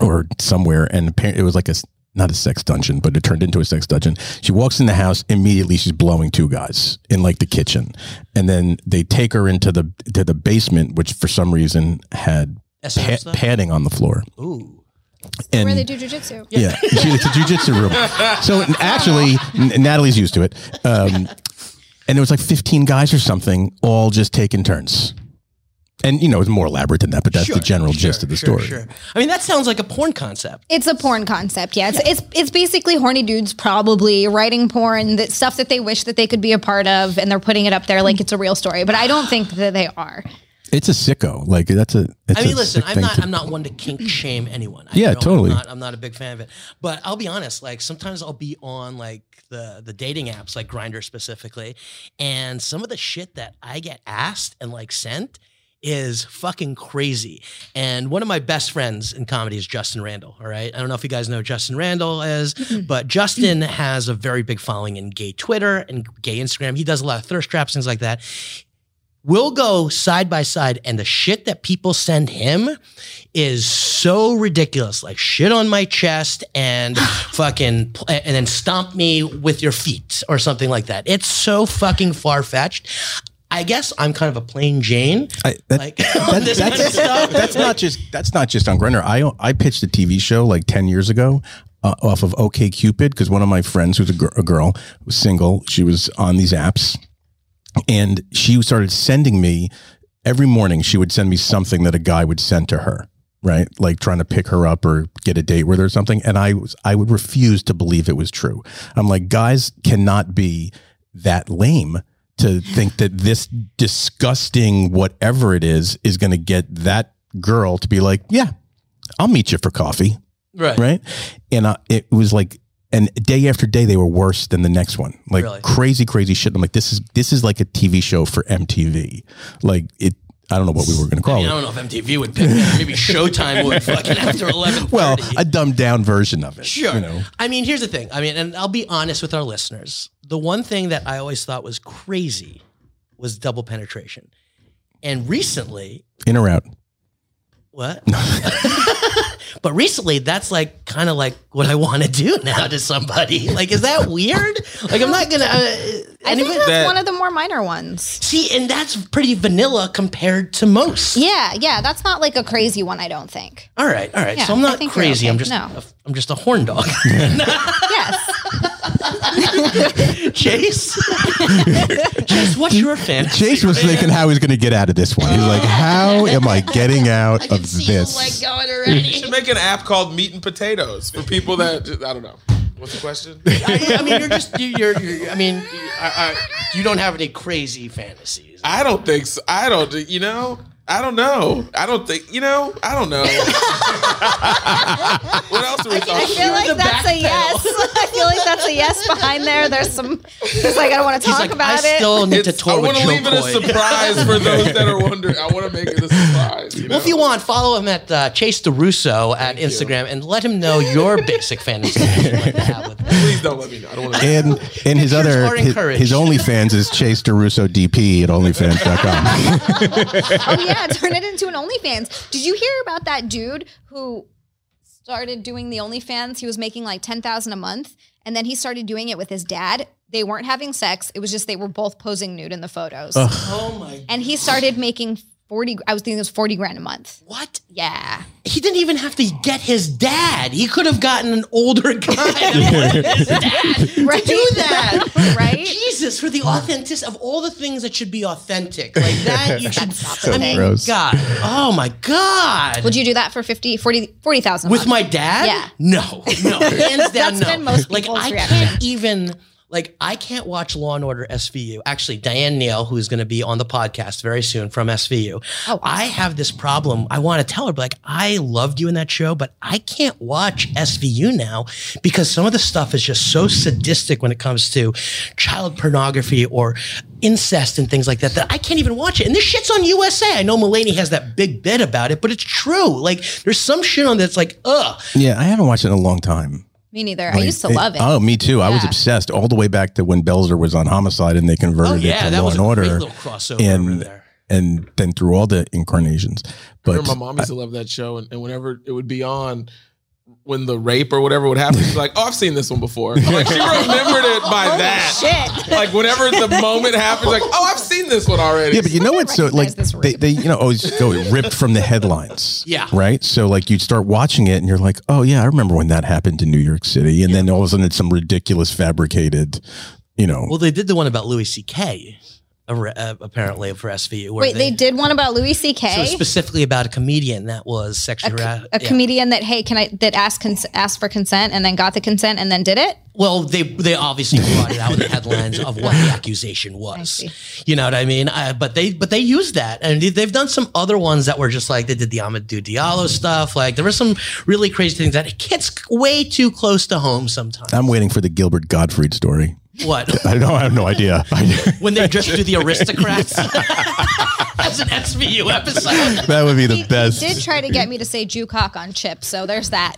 [SPEAKER 4] or somewhere, and apparently it was like a s- not a sex dungeon, but it turned into a sex dungeon. She walks in the house immediately. She's blowing two guys in like the kitchen, and then they take her into the to the basement, which for some reason had
[SPEAKER 1] SM
[SPEAKER 4] pa-
[SPEAKER 1] stuff?
[SPEAKER 4] padding on the floor.
[SPEAKER 1] Ooh.
[SPEAKER 4] And
[SPEAKER 3] Where they do jujitsu.
[SPEAKER 4] yeah, [laughs] it's a jujitsu room. So actually, N- Natalie's used to it. Um, And there was like 15 guys or something, all just taking turns. And you know, it's more elaborate than that, but that's the general gist of the
[SPEAKER 1] Sure,
[SPEAKER 4] story.
[SPEAKER 1] sure. I mean, that sounds like a porn concept.
[SPEAKER 3] It's a porn concept, yeah. It's, it's it's basically horny dudes probably writing porn, that stuff that they wish that they could be a part of, and they're putting it up there like it's a real story. But I don't
[SPEAKER 4] [sighs]
[SPEAKER 3] think that they are.
[SPEAKER 4] It's a sicko. Like that's a.
[SPEAKER 1] I
[SPEAKER 4] It's a
[SPEAKER 1] mean, listen,
[SPEAKER 4] sick
[SPEAKER 1] I'm
[SPEAKER 4] thing
[SPEAKER 1] not
[SPEAKER 4] to-
[SPEAKER 1] I'm not one to kink shame anyone. I
[SPEAKER 4] Yeah,
[SPEAKER 1] don't-
[SPEAKER 4] totally.
[SPEAKER 1] I'm not, I'm not a big fan of it. But I'll be honest, like sometimes I'll be on like the the dating apps, like Grinder specifically, and some of the shit that I get asked and like sent is fucking crazy. And one of my best friends in comedy is Justin Randall. All right. I don't know if you guys know who Justin Randall is, but Justin has a very big following in gay Twitter and gay Instagram. He does a lot of thirst traps, things like that we'll go side by side and the shit that people send him is so ridiculous like shit on my chest
[SPEAKER 4] [sighs]
[SPEAKER 1] and fucking pl- and then stomp me with your feet or something like that it's so fucking far-fetched i guess i'm kind of a plain jane
[SPEAKER 4] I, [laughs] that,
[SPEAKER 1] like on this kind of
[SPEAKER 4] that's,
[SPEAKER 1] stuff
[SPEAKER 4] that's not just that's not just on Grinder. I I pitched a TV show like ten years ago uh, off of OK Cupid because one of my friends who's a, gir- a girl was single. She was on these apps, and she started sending me every morning. She would send me something that a guy would send to her. Right, like trying to pick her up or get a date with her or something, and I was I would refuse to believe it was true. I'm like, guys cannot be that lame to think that this disgusting whatever it is is going to get that girl to be like, yeah, I'll meet you for coffee,
[SPEAKER 1] right,
[SPEAKER 4] right? And I, it was like, and day after day they were worse than the next one, like
[SPEAKER 1] Really?
[SPEAKER 4] crazy, crazy shit. I'm like, this is this is like a TV show for MTV, like it. I don't know what we were going
[SPEAKER 1] I,
[SPEAKER 4] to call
[SPEAKER 1] mean, I
[SPEAKER 4] it.
[SPEAKER 1] don't know if MTV would pick that. Maybe Showtime would fucking
[SPEAKER 4] [laughs]
[SPEAKER 1] after 11.
[SPEAKER 4] Well, a dumbed down version of it.
[SPEAKER 1] Sure.
[SPEAKER 4] You know?
[SPEAKER 1] I mean, here's the thing. I mean, and I'll be honest with our listeners. The one thing that I always thought was crazy was double penetration. And recently,
[SPEAKER 4] In or out. [laughs]
[SPEAKER 1] what? but recently, that's like kind of like what I want to do now to somebody. [laughs] Like, is that weird? Like, I'm not gonna. Uh,
[SPEAKER 3] I think
[SPEAKER 1] anybody-
[SPEAKER 3] that's
[SPEAKER 2] that-
[SPEAKER 3] one of the more minor ones.
[SPEAKER 1] see, and that's pretty vanilla compared to most.
[SPEAKER 3] Yeah, yeah, that's not like a crazy one. I don't think.
[SPEAKER 1] All right, all right.
[SPEAKER 3] Yeah,
[SPEAKER 1] so I'm
[SPEAKER 3] I
[SPEAKER 1] not
[SPEAKER 3] think you're
[SPEAKER 1] crazy. I'm
[SPEAKER 3] okay.
[SPEAKER 1] just,
[SPEAKER 3] No.
[SPEAKER 1] I'm just a horn dog.
[SPEAKER 4] [laughs]
[SPEAKER 1] [laughs]
[SPEAKER 3] Yes, [laughs]
[SPEAKER 1] Chase, Chase, what's your fantasy?
[SPEAKER 4] Chase was thinking how he's going to get out of this one. He's like, how am I getting out of this?
[SPEAKER 3] going
[SPEAKER 1] [laughs]
[SPEAKER 3] already.
[SPEAKER 2] should make an app called Meat and Potatoes for people that I don't know. What's the question?
[SPEAKER 1] I, I mean, you're just you- you're. you're I mean, I, I, you don't have any crazy fantasies.
[SPEAKER 2] [laughs] I don't think so. I don't. You know. I don't know. I don't think. You know. I don't know. [laughs] what else are we
[SPEAKER 3] I
[SPEAKER 2] talking?
[SPEAKER 3] feel like
[SPEAKER 1] the
[SPEAKER 3] that's
[SPEAKER 1] back
[SPEAKER 3] a yes. [laughs] I feel like that's a yes behind there. There's some. It's like I don't want to
[SPEAKER 1] He's
[SPEAKER 3] talk
[SPEAKER 1] like,
[SPEAKER 3] about
[SPEAKER 1] I
[SPEAKER 3] it.
[SPEAKER 1] still need to
[SPEAKER 2] It's- I
[SPEAKER 1] tour with
[SPEAKER 2] want to
[SPEAKER 1] Joe
[SPEAKER 2] leave it a
[SPEAKER 1] Coy.
[SPEAKER 2] surprise for those that are wondering. I want to make it a surprise. You know?
[SPEAKER 1] Well, if you want, follow him at uh, Chase DeRusso at Instagram and let him know your basic fantasy. that you'd like to have with
[SPEAKER 2] [laughs]
[SPEAKER 1] him.
[SPEAKER 2] please don't let me know. I don't want to.
[SPEAKER 4] and and his
[SPEAKER 1] Pictures
[SPEAKER 4] other
[SPEAKER 1] are
[SPEAKER 4] his,
[SPEAKER 1] encouraged.
[SPEAKER 4] his OnlyFans is Chase Deruso DP at OnlyFans.com.
[SPEAKER 1] [laughs]
[SPEAKER 3] oh yeah, turn it into an OnlyFans. Did you hear about that dude who started doing the OnlyFans? He was making like ten thousand a month, and then he started doing it with his dad. They weren't having sex. It was just they were both posing nude in the photos,
[SPEAKER 1] Oh my!
[SPEAKER 3] and he started making forty. I was thinking it was forty grand a month.
[SPEAKER 1] What?
[SPEAKER 3] Yeah,
[SPEAKER 1] He didn't even have to get his dad. He could have gotten an older
[SPEAKER 3] [laughs]
[SPEAKER 1] guy. to put his dad.
[SPEAKER 3] right?
[SPEAKER 1] do that.
[SPEAKER 3] [laughs] right?
[SPEAKER 1] Jesus, for the authenticity of all the things that should be authentic, like
[SPEAKER 3] [laughs]
[SPEAKER 1] that, you should stop.
[SPEAKER 4] so
[SPEAKER 1] I mean,
[SPEAKER 4] gross.
[SPEAKER 1] God, oh my God!
[SPEAKER 3] Would you do that for 50, 40 40,000 a
[SPEAKER 1] With
[SPEAKER 3] month?
[SPEAKER 1] my dad?
[SPEAKER 3] Yeah.
[SPEAKER 1] No, no, hands down,
[SPEAKER 3] That's
[SPEAKER 1] no.
[SPEAKER 3] been most
[SPEAKER 1] like
[SPEAKER 3] people's
[SPEAKER 1] I
[SPEAKER 3] reaction.
[SPEAKER 1] can't even like I can't watch Law and Order SVU. Actually, Diane Neal, who's going to be on the podcast very soon from SVU,
[SPEAKER 3] Oh,
[SPEAKER 1] I have this problem. I want to tell her, but, like, I loved you in that show, but I can't watch SVU now because some of the stuff is just so sadistic when it comes to child pornography or incest and things like that that I can't even watch it. And this shit's on USA. I know Mulaney has that big bit about it, but it's true. Like, there's some shit on that's like, ugh.
[SPEAKER 4] [laughs] yeah, I haven't watched it in a long time.
[SPEAKER 3] me neither. I
[SPEAKER 4] Like,
[SPEAKER 3] used to love it.
[SPEAKER 4] Oh, me too. I was
[SPEAKER 3] Yeah.
[SPEAKER 4] obsessed all the way back to when Belzer was on Homicide and they converted
[SPEAKER 1] Oh, yeah,
[SPEAKER 4] it to
[SPEAKER 1] that
[SPEAKER 4] Law
[SPEAKER 1] was a
[SPEAKER 4] and
[SPEAKER 1] great
[SPEAKER 4] Order,
[SPEAKER 1] little crossover
[SPEAKER 4] and-
[SPEAKER 1] over there.
[SPEAKER 4] and then through all the incarnations.
[SPEAKER 2] I
[SPEAKER 4] But
[SPEAKER 2] remember my mom used to love that show, and, and whenever it would be on, when the rape or whatever would happen, she's like, "Oh, I've seen this one before." I'm like she remembered it by that.
[SPEAKER 3] Shit.
[SPEAKER 2] Like whenever the moment happens, like, "Oh, I've seen this one already."
[SPEAKER 4] yeah, but you know what's so like
[SPEAKER 3] recognize this
[SPEAKER 4] they,
[SPEAKER 3] rape.
[SPEAKER 4] they you know always go ripped from the headlines.
[SPEAKER 1] [laughs] Yeah.
[SPEAKER 4] Right. So like you'd start watching it and you're like, oh yeah, I remember when that happened in New York City, and then all of a sudden it's some ridiculous fabricated you know,
[SPEAKER 1] Well, they did the one about Louis C.K. ar- uh, apparently for SVU. Where
[SPEAKER 3] Wait, they, did one about Louis C.K.
[SPEAKER 1] So specifically about a comedian that was
[SPEAKER 3] a,
[SPEAKER 1] sexually
[SPEAKER 3] co-
[SPEAKER 1] harassed.
[SPEAKER 3] a comedian that hey can I that asked cons- asked for consent and then got the consent and then did it.
[SPEAKER 1] Well, they they
[SPEAKER 4] [laughs]
[SPEAKER 1] obviously brought it out in the headlines of what the accusation was.
[SPEAKER 3] see.
[SPEAKER 1] You know what I mean? I, but they but they used that, and they- they've done some other ones that were just like they did the Amadou Diallo stuff. Like there were some really crazy things that it gets way too close to home sometimes.
[SPEAKER 4] I'm waiting for the Gilbert Gottfried story.
[SPEAKER 1] what
[SPEAKER 4] I don't, I have no idea. [laughs] I-
[SPEAKER 1] when they just do the aristocrats? [laughs] That's an SVU episode.
[SPEAKER 4] that would be the
[SPEAKER 3] He, he
[SPEAKER 4] best.
[SPEAKER 3] did try to get me to say Jew cock on chips, so there's [laughs] that.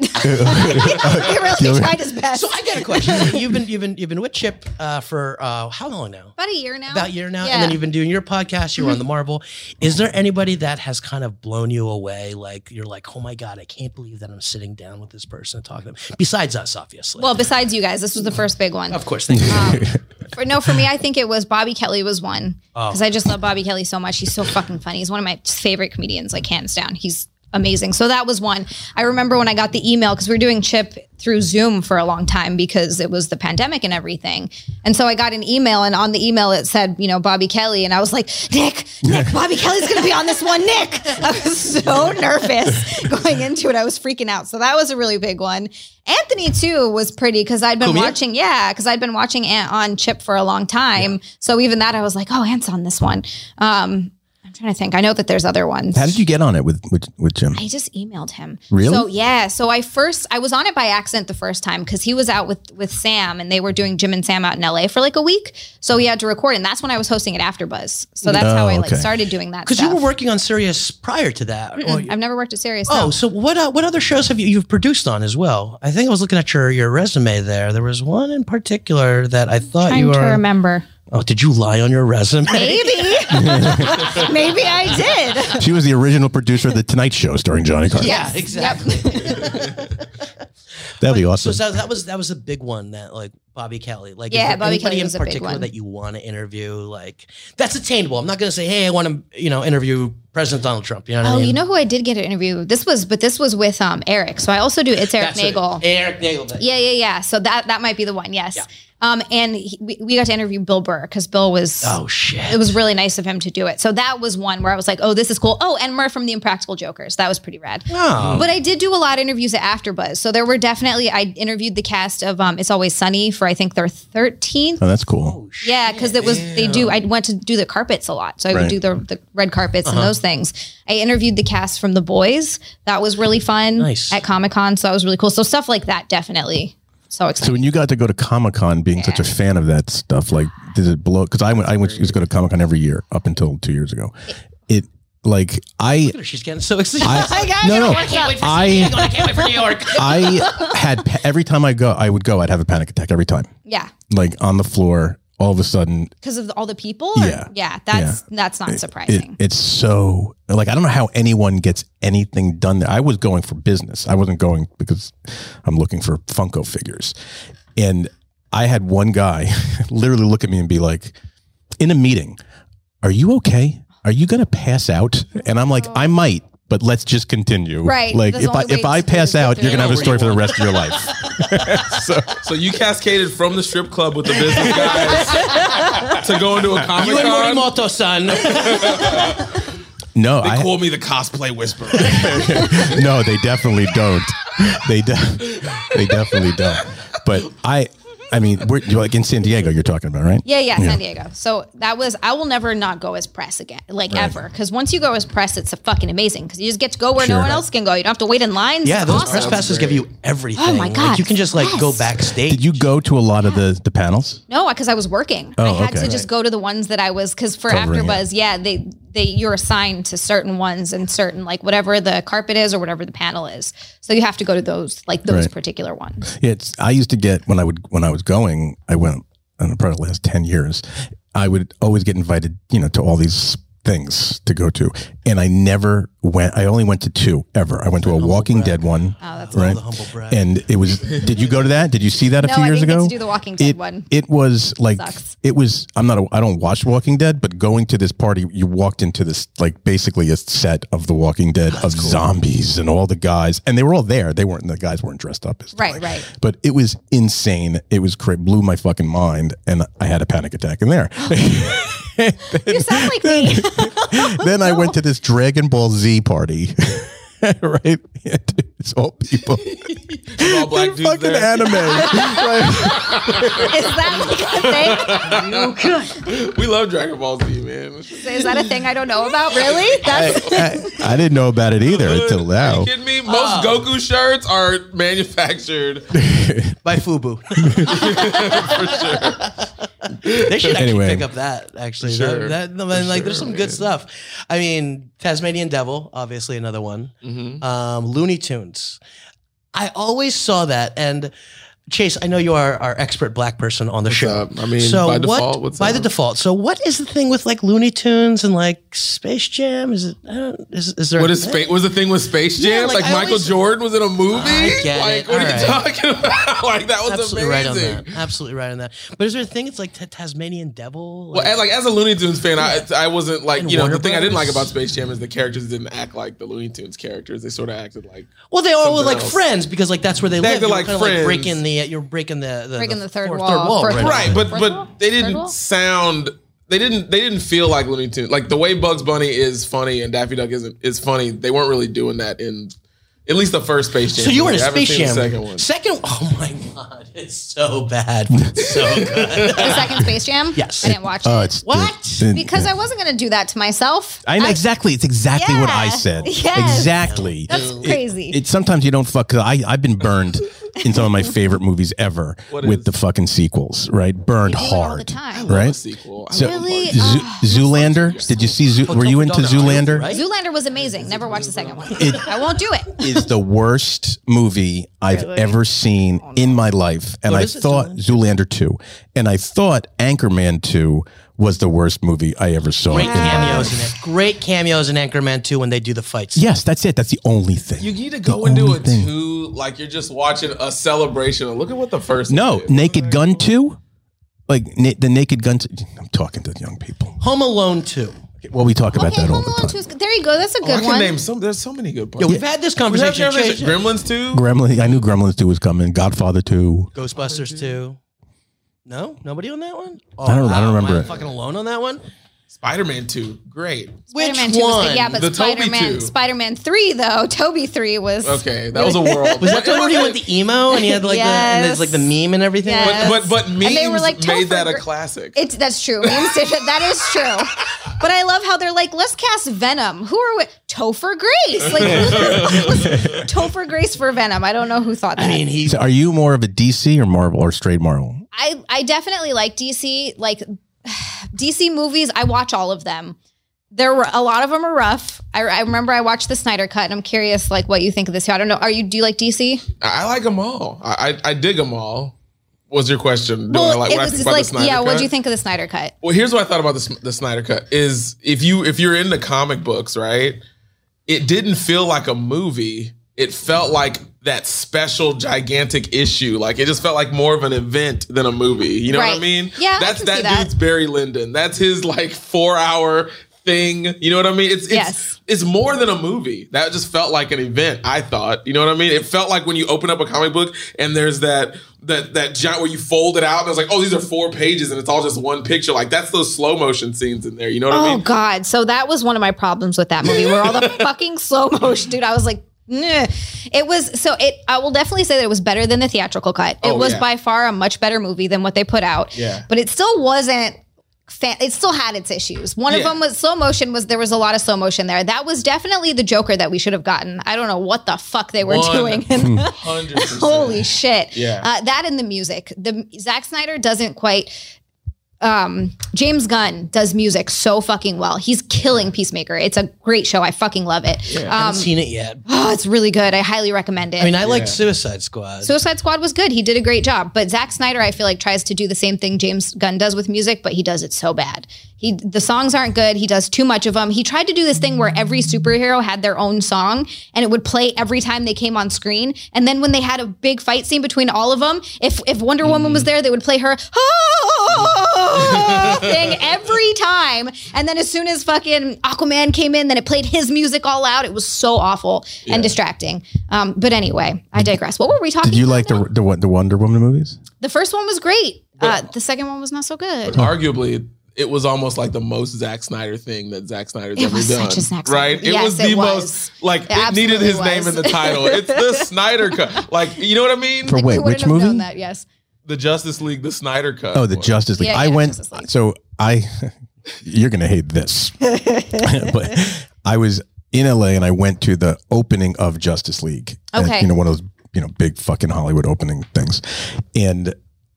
[SPEAKER 3] he really tried his best.
[SPEAKER 1] So I got a question. You've been you've been you've been with Chip uh, for uh, how long now?
[SPEAKER 3] about a year now.
[SPEAKER 1] about a year now,
[SPEAKER 3] Yeah.
[SPEAKER 1] and then you've been doing your podcast. You were on the Marble. Is there anybody that has kind of blown you away? Like you're like, oh my god, I can't believe that I'm sitting down with this person and talking to them. Besides us, obviously.
[SPEAKER 3] well, besides you guys, this was the first big one.
[SPEAKER 1] of course, thank you.
[SPEAKER 3] For, no, for me, I think it was Bobby Kelly was one because I just love Bobby Kelly so much. He's so fucking funny. He's one of my favorite comedians, like hands down. He's amazing. So that was one. I remember when I got the email because we were doing Chip through Zoom for a long time because it was the pandemic and everything. And so I got an email, and on the email it said, you know, Bobby Kelly, and I was like, Nick, Nick, Bobby Kelly's gonna be on this one, Nick. I was so nervous going into it. I was freaking out. So that was a really big one. Anthony too was pretty because I'd been
[SPEAKER 1] Kumia?
[SPEAKER 3] watching watching- yeah, because I'd been watching Ant on Chip for a long time. So even that, I was like, oh, Ant's on this one. Um, I'm trying to think. I know that there's other ones.
[SPEAKER 4] How did you get on it with with, with Jim?
[SPEAKER 3] I just emailed him.
[SPEAKER 4] Really?
[SPEAKER 3] So yeah. So I first I was on it by accident the first time because he was out with with Sam and they were doing Jim and Sam out in LA for like a week. So we had to record, and that's when I was hosting at AfterBuzz. So that's how
[SPEAKER 4] Oh,
[SPEAKER 3] I like
[SPEAKER 4] okay.
[SPEAKER 3] started doing that.
[SPEAKER 1] Because you were
[SPEAKER 3] stuff.
[SPEAKER 1] working on Sirius prior to that. Well, you-
[SPEAKER 3] I've never worked at Sirius.
[SPEAKER 1] oh,
[SPEAKER 3] no.
[SPEAKER 1] so what uh, what other shows have you you've produced on as well? I think I was looking at your your resume there. There was one in particular that I thought
[SPEAKER 3] trying
[SPEAKER 1] you
[SPEAKER 3] to
[SPEAKER 1] were.
[SPEAKER 3] remember.
[SPEAKER 1] oh, did you lie on your resume?
[SPEAKER 3] Maybe, [laughs] maybe I did.
[SPEAKER 4] She was the original producer of the Tonight Show, starring Johnny
[SPEAKER 1] [laughs]
[SPEAKER 4] Carson.
[SPEAKER 1] Yeah,
[SPEAKER 3] Yes.
[SPEAKER 1] exactly.
[SPEAKER 3] Yep.
[SPEAKER 4] that'd be
[SPEAKER 1] So
[SPEAKER 4] awesome.
[SPEAKER 1] that, that was that was a big one that like Bobby Kelly. Like is
[SPEAKER 3] Yeah,
[SPEAKER 1] there
[SPEAKER 3] Bobby
[SPEAKER 1] anybody
[SPEAKER 3] Kelly
[SPEAKER 1] in
[SPEAKER 3] was a big
[SPEAKER 1] particular
[SPEAKER 3] one.
[SPEAKER 1] that you want to interview. Like that's attainable. I'm not gonna say, hey, I want to you know interview President Donald Trump. You know what I
[SPEAKER 3] Oh,
[SPEAKER 1] mean?
[SPEAKER 3] you know who I did get an interview? This was, but this was with um Eric. So I also do. It's Eric
[SPEAKER 1] That's it.
[SPEAKER 3] Nagel.
[SPEAKER 1] Eric Nagel.
[SPEAKER 3] yeah, yeah, yeah. So that that might be the one. Yes.
[SPEAKER 1] Yeah.
[SPEAKER 3] Um, and he, we, we got to interview Bill Burr because Bill was.
[SPEAKER 1] Oh shit.
[SPEAKER 3] It was really nice of him to do it. So that was one where I was like, "Oh, this is cool." Oh, and Murph from the Impractical Jokers. That was pretty rad.
[SPEAKER 1] Oh.
[SPEAKER 3] But I did do a lot of interviews at AfterBuzz. So there were definitely I interviewed the cast of um, It's Always Sunny for I think their 13th
[SPEAKER 4] oh, that's cool.
[SPEAKER 1] Oh, shit.
[SPEAKER 3] yeah, because it was they do. I went to do the carpets a lot, so I
[SPEAKER 4] Right. Uh-huh.
[SPEAKER 3] would do the, the red carpets and those things. I interviewed the cast from The Boys. That was really fun.
[SPEAKER 1] Nice.
[SPEAKER 3] at Comic Con, so that was really cool. So stuff like that, definitely. So
[SPEAKER 4] So
[SPEAKER 3] exciting.
[SPEAKER 4] when you got to go to Comic Con, being such a fan of that stuff, like did it blow? Because I went, I went, used to go to Comic Con every year up until two years ago. It like I,
[SPEAKER 1] She's getting so excited. [laughs]
[SPEAKER 4] I
[SPEAKER 3] God,
[SPEAKER 4] no no,
[SPEAKER 3] I can't wait for-
[SPEAKER 4] I
[SPEAKER 1] I can't wait for New York.
[SPEAKER 4] [laughs] I had pa- every time I go, I would go, I'd have a panic attack every time,
[SPEAKER 3] yeah,
[SPEAKER 4] like on the floor. All of a sudden,
[SPEAKER 3] because of all the people.
[SPEAKER 4] Yeah.
[SPEAKER 3] that's that's not
[SPEAKER 4] it,
[SPEAKER 3] surprising.
[SPEAKER 4] it's so like I don't know how anyone gets anything done there. I was going for business. I wasn't going because I'm looking for Funko figures. And I had one guy [laughs] literally look at me and be like, in a meeting, are you okay? Are you gonna pass out? And I'm like, I might, but let's just continue.
[SPEAKER 3] Right.
[SPEAKER 4] Like
[SPEAKER 3] That's
[SPEAKER 4] if
[SPEAKER 3] the
[SPEAKER 4] I
[SPEAKER 3] only way
[SPEAKER 4] if I
[SPEAKER 3] to do it
[SPEAKER 4] pass
[SPEAKER 3] is get
[SPEAKER 4] out, you're
[SPEAKER 3] through
[SPEAKER 4] gonna
[SPEAKER 3] it.
[SPEAKER 4] have a story for the rest of your life.
[SPEAKER 3] [laughs]
[SPEAKER 4] so
[SPEAKER 2] So you cascaded from the strip club with the business guys to go into a comic
[SPEAKER 1] You and
[SPEAKER 2] con.
[SPEAKER 1] Morimoto, son. [laughs]
[SPEAKER 4] no,
[SPEAKER 2] They
[SPEAKER 4] I
[SPEAKER 2] call me the cosplay whisperer.
[SPEAKER 4] [laughs] no, they definitely don't. They de- they definitely don't. But I, I mean, we're you're like in San Diego. You're talking about right?
[SPEAKER 3] yeah, yeah, San Diego. So that was I will never not go as press again, like ever. Because once you go as press, it's fucking amazing. Because you just get to go where
[SPEAKER 4] Sure.
[SPEAKER 3] no one else can go. You don't have to wait in lines.
[SPEAKER 1] Yeah,
[SPEAKER 3] It's
[SPEAKER 1] those
[SPEAKER 3] awesome.
[SPEAKER 1] press passes give you everything.
[SPEAKER 3] Oh, my
[SPEAKER 1] Like,
[SPEAKER 3] God,
[SPEAKER 1] you can just like go
[SPEAKER 3] yes.
[SPEAKER 1] backstage.
[SPEAKER 4] Did you go to a lot of the the panels?
[SPEAKER 3] No, because I was working. I had
[SPEAKER 4] Oh, okay.
[SPEAKER 3] to just go to the ones that I was because for
[SPEAKER 4] Covering it.
[SPEAKER 3] AfterBuzz, yeah, they they you're assigned to certain ones and certain like whatever the carpet is or whatever the panel is. So you have to go to those like those
[SPEAKER 4] Right.
[SPEAKER 3] particular ones.
[SPEAKER 4] Yeah, It's I used to get when I would when I was going. I went I don't know, probably the last ten years. I would always get invited, you know, to all these things to go to, and I never went. I only went to two ever. I went to a Walking Dead one,
[SPEAKER 3] Oh, that's
[SPEAKER 4] right?
[SPEAKER 1] the humble brag.
[SPEAKER 4] And it was. Did you go to that? Did you see that a
[SPEAKER 3] No,
[SPEAKER 4] few
[SPEAKER 3] I
[SPEAKER 4] years
[SPEAKER 3] didn't get
[SPEAKER 4] ago?
[SPEAKER 3] to do the Walking Dead
[SPEAKER 4] it,
[SPEAKER 3] one. [laughs]
[SPEAKER 4] It was like
[SPEAKER 3] Sucks.
[SPEAKER 4] it was. I'm not. A, I don't watch Walking Dead, but going to this party, you walked into this like basically a set of the Walking Dead of zombies and all the guys, and they were all there. They weren't. The guys weren't dressed up. As
[SPEAKER 3] Right, right.
[SPEAKER 4] but it was insane. It was cra Blew my fucking mind, and I had a panic attack in
[SPEAKER 3] [gasps]
[SPEAKER 4] there. [laughs]
[SPEAKER 3] You sound like me.
[SPEAKER 4] then I went to this Dragon Ball Z party. [laughs] right? It's all people.
[SPEAKER 2] All black dudes
[SPEAKER 4] fucking
[SPEAKER 2] there.
[SPEAKER 3] [laughs]
[SPEAKER 4] anime. Like,
[SPEAKER 3] Is that like a
[SPEAKER 2] We love Dragon Ball Z, man.
[SPEAKER 3] thing? Is that a thing I don't know about? Really? That's
[SPEAKER 4] I, I didn't know about it either until
[SPEAKER 2] Are
[SPEAKER 4] now.
[SPEAKER 2] you kidding me? Most Goku shirts are manufactured.
[SPEAKER 1] by
[SPEAKER 2] [laughs]
[SPEAKER 1] Fubu. [laughs] they should actually
[SPEAKER 4] Anyway.
[SPEAKER 1] pick up that. Actually,
[SPEAKER 2] Sure.
[SPEAKER 1] that, that- I mean, like there's some good stuff. I mean, Tasmanian Devil, obviously another one.
[SPEAKER 2] Mm-hmm.
[SPEAKER 1] Um, Looney Tunes. I always saw that and. Chase, I know you are our expert black person on the show.
[SPEAKER 2] up? I mean, by
[SPEAKER 1] what-
[SPEAKER 2] default, what's
[SPEAKER 1] by
[SPEAKER 2] up?
[SPEAKER 1] the default. So, what is the thing with like Looney Tunes and like Space Jam? Is it? I don't. Is, is there?
[SPEAKER 2] What
[SPEAKER 1] a
[SPEAKER 2] is
[SPEAKER 1] thing?
[SPEAKER 2] space? Was the thing with Space Jam?
[SPEAKER 1] Yeah, like,
[SPEAKER 2] like
[SPEAKER 1] I
[SPEAKER 2] Michael
[SPEAKER 1] always-
[SPEAKER 2] Jordan was in a movie.
[SPEAKER 1] I get
[SPEAKER 2] like,
[SPEAKER 1] it.
[SPEAKER 2] what
[SPEAKER 1] All
[SPEAKER 2] are you
[SPEAKER 1] right.
[SPEAKER 2] talking [laughs] about? like that was
[SPEAKER 1] Absolutely right on
[SPEAKER 2] amazing.
[SPEAKER 1] that. Absolutely right on that. But is there a thing? It's like t- Tasmanian Devil.
[SPEAKER 2] Well,
[SPEAKER 1] Like-
[SPEAKER 2] and, like as a Looney Tunes fan, I, I wasn't like
[SPEAKER 1] And
[SPEAKER 2] you know
[SPEAKER 1] Warner
[SPEAKER 2] the thing I didn't like
[SPEAKER 1] Brothers.
[SPEAKER 2] about Space Jam is the characters didn't act like the Looney Tunes characters. They sort of acted like
[SPEAKER 1] Well, they all were
[SPEAKER 2] Something
[SPEAKER 1] like
[SPEAKER 2] else.
[SPEAKER 1] friends because like that's where they,
[SPEAKER 2] They
[SPEAKER 1] live.
[SPEAKER 2] acted
[SPEAKER 1] You're
[SPEAKER 2] like
[SPEAKER 1] kinda,
[SPEAKER 2] friends.
[SPEAKER 1] breaking the you're breaking the the,
[SPEAKER 3] Breaking the third
[SPEAKER 1] fourth-
[SPEAKER 3] wall, fourth
[SPEAKER 1] right?
[SPEAKER 3] wall.
[SPEAKER 2] right, but
[SPEAKER 3] Fourth wall?
[SPEAKER 2] but they
[SPEAKER 3] Third
[SPEAKER 2] didn't
[SPEAKER 3] wall?
[SPEAKER 2] sound they didn't they didn't feel like Looney Tunes. Like the way Bugs Bunny is funny and Daffy Duck isn't is funny. They weren't really doing that in at least the first Space Jam.
[SPEAKER 1] So you were in a
[SPEAKER 2] Like, I haven't
[SPEAKER 1] space
[SPEAKER 2] seen
[SPEAKER 1] jam.
[SPEAKER 2] The second one.
[SPEAKER 1] Second- oh my god, it's so bad,
[SPEAKER 2] [laughs]
[SPEAKER 1] it's so good.
[SPEAKER 3] the second Space Jam?
[SPEAKER 1] Yes.
[SPEAKER 3] I didn't watch
[SPEAKER 4] Oh,
[SPEAKER 3] it.
[SPEAKER 4] it's
[SPEAKER 1] What?
[SPEAKER 3] Because I wasn't going to do that to myself.
[SPEAKER 4] I know exactly. It's exactly what I
[SPEAKER 3] Yeah.
[SPEAKER 4] said.
[SPEAKER 3] [laughs] Yes.
[SPEAKER 4] Exactly.
[SPEAKER 3] That's
[SPEAKER 4] It-
[SPEAKER 3] crazy.
[SPEAKER 4] It, sometimes you don't fuck. 'cause I I've been burned in some of my favorite movies ever
[SPEAKER 2] What
[SPEAKER 4] with
[SPEAKER 2] is-
[SPEAKER 4] the fucking sequels. Right, burned
[SPEAKER 3] do it all
[SPEAKER 4] hard.
[SPEAKER 3] the time. I love
[SPEAKER 2] The
[SPEAKER 4] Right.
[SPEAKER 2] sequel. I
[SPEAKER 4] So-
[SPEAKER 2] love Bugs
[SPEAKER 3] Really?
[SPEAKER 2] Bunny.
[SPEAKER 4] Zoo-
[SPEAKER 3] Ah,
[SPEAKER 4] Zoolander. Did you see? Zoo, were you into Zoolander?
[SPEAKER 1] Right?
[SPEAKER 3] Zoolander was amazing. Never watched the second one. I won't do it.
[SPEAKER 4] [laughs] is the worst movie I've ever seen
[SPEAKER 3] Oh,
[SPEAKER 4] in my life. And
[SPEAKER 1] What
[SPEAKER 4] I
[SPEAKER 1] is it,
[SPEAKER 4] thought Zoolander 2. And I thought Anchorman 2 was the worst movie I ever saw.
[SPEAKER 1] Great
[SPEAKER 4] in my
[SPEAKER 1] cameos
[SPEAKER 4] life.
[SPEAKER 1] in it. Great cameos in Anchorman 2 when they do the fights.
[SPEAKER 4] Yes, that's it. That's the only thing.
[SPEAKER 2] You need to go into
[SPEAKER 4] only
[SPEAKER 2] it
[SPEAKER 4] thing.
[SPEAKER 2] too, like you're just watching a celebration. Look at what the first
[SPEAKER 4] no,
[SPEAKER 2] one did.
[SPEAKER 4] Naked Gun 2? Like na- the Naked Gun. i I'm talking to young people.
[SPEAKER 1] Home Alone 2.
[SPEAKER 4] Well, we talk about
[SPEAKER 3] Okay,
[SPEAKER 4] that all
[SPEAKER 3] Home
[SPEAKER 4] the
[SPEAKER 3] Alone
[SPEAKER 4] time.
[SPEAKER 3] 2 is good. There you go. That's a
[SPEAKER 2] Oh, I
[SPEAKER 3] good
[SPEAKER 2] can
[SPEAKER 3] one.
[SPEAKER 2] name some. There's so many good.
[SPEAKER 1] Yo,
[SPEAKER 2] puns.
[SPEAKER 1] we've had this
[SPEAKER 2] We have
[SPEAKER 1] conversation. Chase.
[SPEAKER 2] Gremlins too.
[SPEAKER 4] Gremlin, I knew Gremlins 2 was coming. Godfather 2.
[SPEAKER 1] Ghostbusters 2. No, nobody on that one. Oh,
[SPEAKER 4] I don't- I don't
[SPEAKER 1] wow, am
[SPEAKER 4] remember it.
[SPEAKER 1] Fucking alone on that was
[SPEAKER 2] Spider Man two. Great.
[SPEAKER 3] Spider-Man
[SPEAKER 1] Which
[SPEAKER 3] 2 was good.
[SPEAKER 1] one?
[SPEAKER 3] Yeah, but
[SPEAKER 2] The Toby
[SPEAKER 3] Spider-Man,
[SPEAKER 2] two.
[SPEAKER 3] Spider-Man 3, though, Toby 3 [laughs] was...
[SPEAKER 2] Okay, that was a world.
[SPEAKER 1] that the one where he went the emo and he had like the and there's like the meme and everything?
[SPEAKER 3] Yes.
[SPEAKER 1] Like that?
[SPEAKER 2] But but memes
[SPEAKER 3] they were like,
[SPEAKER 2] made
[SPEAKER 3] Topher
[SPEAKER 2] that a
[SPEAKER 3] Gr-
[SPEAKER 2] classic.
[SPEAKER 3] It's that's true. Memes did it. that is true. But I love how they're like, let's cast Venom. Who are we? Topher Grace.
[SPEAKER 2] [laughs]
[SPEAKER 3] Like who- Topher Grace for Venom. I don't know who thought that.
[SPEAKER 1] I
[SPEAKER 3] I,
[SPEAKER 1] mean, he
[SPEAKER 4] So are you more of a DC or Marvel or straight Marvel?
[SPEAKER 3] I, definitely like DC. Like [sighs] DC movies, I watch all of them. There were a lot of them are rough. I, I remember I watched the Snyder cut, and I'm curious like what you think of this. I don't know. Are you do you like DC?
[SPEAKER 2] I I like them all. I, I I dig them all. Was your question? Do I like
[SPEAKER 3] it
[SPEAKER 2] what I think
[SPEAKER 3] was just
[SPEAKER 2] about the
[SPEAKER 3] like
[SPEAKER 2] Snyder
[SPEAKER 3] yeah. What
[SPEAKER 2] Cut?
[SPEAKER 3] do you think of the Snyder cut?
[SPEAKER 2] Well, here's what I thought about the, S- the Snyder Cut is if you if you're into comic books, right? It didn't feel like a movie. It felt like that special gigantic issue. Like it just felt like more of an event than a movie. You know what
[SPEAKER 3] Right.
[SPEAKER 2] I mean?
[SPEAKER 3] Yeah, I
[SPEAKER 2] that's
[SPEAKER 3] can see
[SPEAKER 2] that,
[SPEAKER 3] that.
[SPEAKER 2] dude's Barry Lyndon. That's his like four hour thing. You know what I mean? It's it's
[SPEAKER 3] Yes.
[SPEAKER 2] it's more than a movie. That just felt like an event. I thought. You know what I mean? It felt like when you open up a comic book and there's that that that giant where you fold it out and it's like, oh, these are four pages and it's all just one picture. Like that's those slow motion scenes in there. You know what I
[SPEAKER 3] Oh
[SPEAKER 2] mean?
[SPEAKER 3] God! So that was one of my problems with that movie, where all
[SPEAKER 2] [laughs]
[SPEAKER 3] the fucking slow motion, dude. I was like, "Nah." it was so. It I will definitely say that it was better than the theatrical cut. It
[SPEAKER 2] Oh,
[SPEAKER 3] was
[SPEAKER 2] yeah.
[SPEAKER 3] by far a much better movie than what they put out.
[SPEAKER 2] Yeah.
[SPEAKER 3] but it still wasn't. Fan, it still had its issues. One of
[SPEAKER 2] Yeah.
[SPEAKER 3] them was slow motion. Was there was a lot of slow motion there? That was definitely the Joker that we should have gotten. I don't know what the fuck they were
[SPEAKER 2] One
[SPEAKER 3] doing.
[SPEAKER 2] [laughs]
[SPEAKER 3] in that.
[SPEAKER 2] Hundred percent.
[SPEAKER 3] Holy shit.
[SPEAKER 2] Yeah.
[SPEAKER 3] Uh, that and the music. The Zack Snyder doesn't quite um, James Gunn does music so fucking well. He's killing Peacemaker. It's a great show. I fucking love it.
[SPEAKER 1] I
[SPEAKER 3] Um,
[SPEAKER 1] haven't seen it yet.
[SPEAKER 3] oh, it's really good. I highly recommend it.
[SPEAKER 1] I mean, I like Suicide Squad.
[SPEAKER 3] Suicide Squad was good. He did a great job. But Zack Snyder, I feel like, tries to do the same thing James Gunn does with music, but he does it so bad. He the songs aren't good. He does too much of them. He tried to do this thing where every superhero had their own song and it would play every time they came on screen. And then when they had a big fight scene between all of them, if if Wonder Woman was there, they would play her thing every time. And then as soon as fucking Aquaman came in, then it played his music all out. It was so awful and distracting. Um, but anyway, I digress. What were we talking
[SPEAKER 4] Did you
[SPEAKER 3] about
[SPEAKER 4] like
[SPEAKER 3] now?
[SPEAKER 4] the the what- the Wonder Woman movies?
[SPEAKER 3] The first one was great. Uh, the second one was not so good.
[SPEAKER 4] Oh,
[SPEAKER 2] Arguably, it was almost like the most Zack Snyder thing that Zack Snyder's
[SPEAKER 3] It
[SPEAKER 2] ever
[SPEAKER 3] was
[SPEAKER 2] done.
[SPEAKER 3] such a Zack Snyder-
[SPEAKER 2] Right? It
[SPEAKER 3] Yes,
[SPEAKER 2] was the
[SPEAKER 3] it was.
[SPEAKER 2] most like
[SPEAKER 3] It
[SPEAKER 2] it, needed
[SPEAKER 3] absolutely
[SPEAKER 2] his name in
[SPEAKER 3] was.
[SPEAKER 2] the title. it's the Snyder cut. Like you know what I mean?
[SPEAKER 4] [laughs] For
[SPEAKER 3] Like,
[SPEAKER 4] wait,
[SPEAKER 3] who wouldn't
[SPEAKER 4] which
[SPEAKER 3] have
[SPEAKER 4] movie?
[SPEAKER 3] known that? Yes.
[SPEAKER 2] The Justice League, the Snyder cut.
[SPEAKER 4] Oh, the
[SPEAKER 2] one.
[SPEAKER 4] Justice League.
[SPEAKER 3] Yeah,
[SPEAKER 4] I
[SPEAKER 3] yeah,
[SPEAKER 4] went.
[SPEAKER 3] Justice League.
[SPEAKER 4] So I, [laughs] you're gonna hate
[SPEAKER 3] [laughs]
[SPEAKER 4] this, but I was in LA and I went to the opening of Justice League. And,
[SPEAKER 3] Okay.
[SPEAKER 4] you know one of those you know big fucking Hollywood opening things, and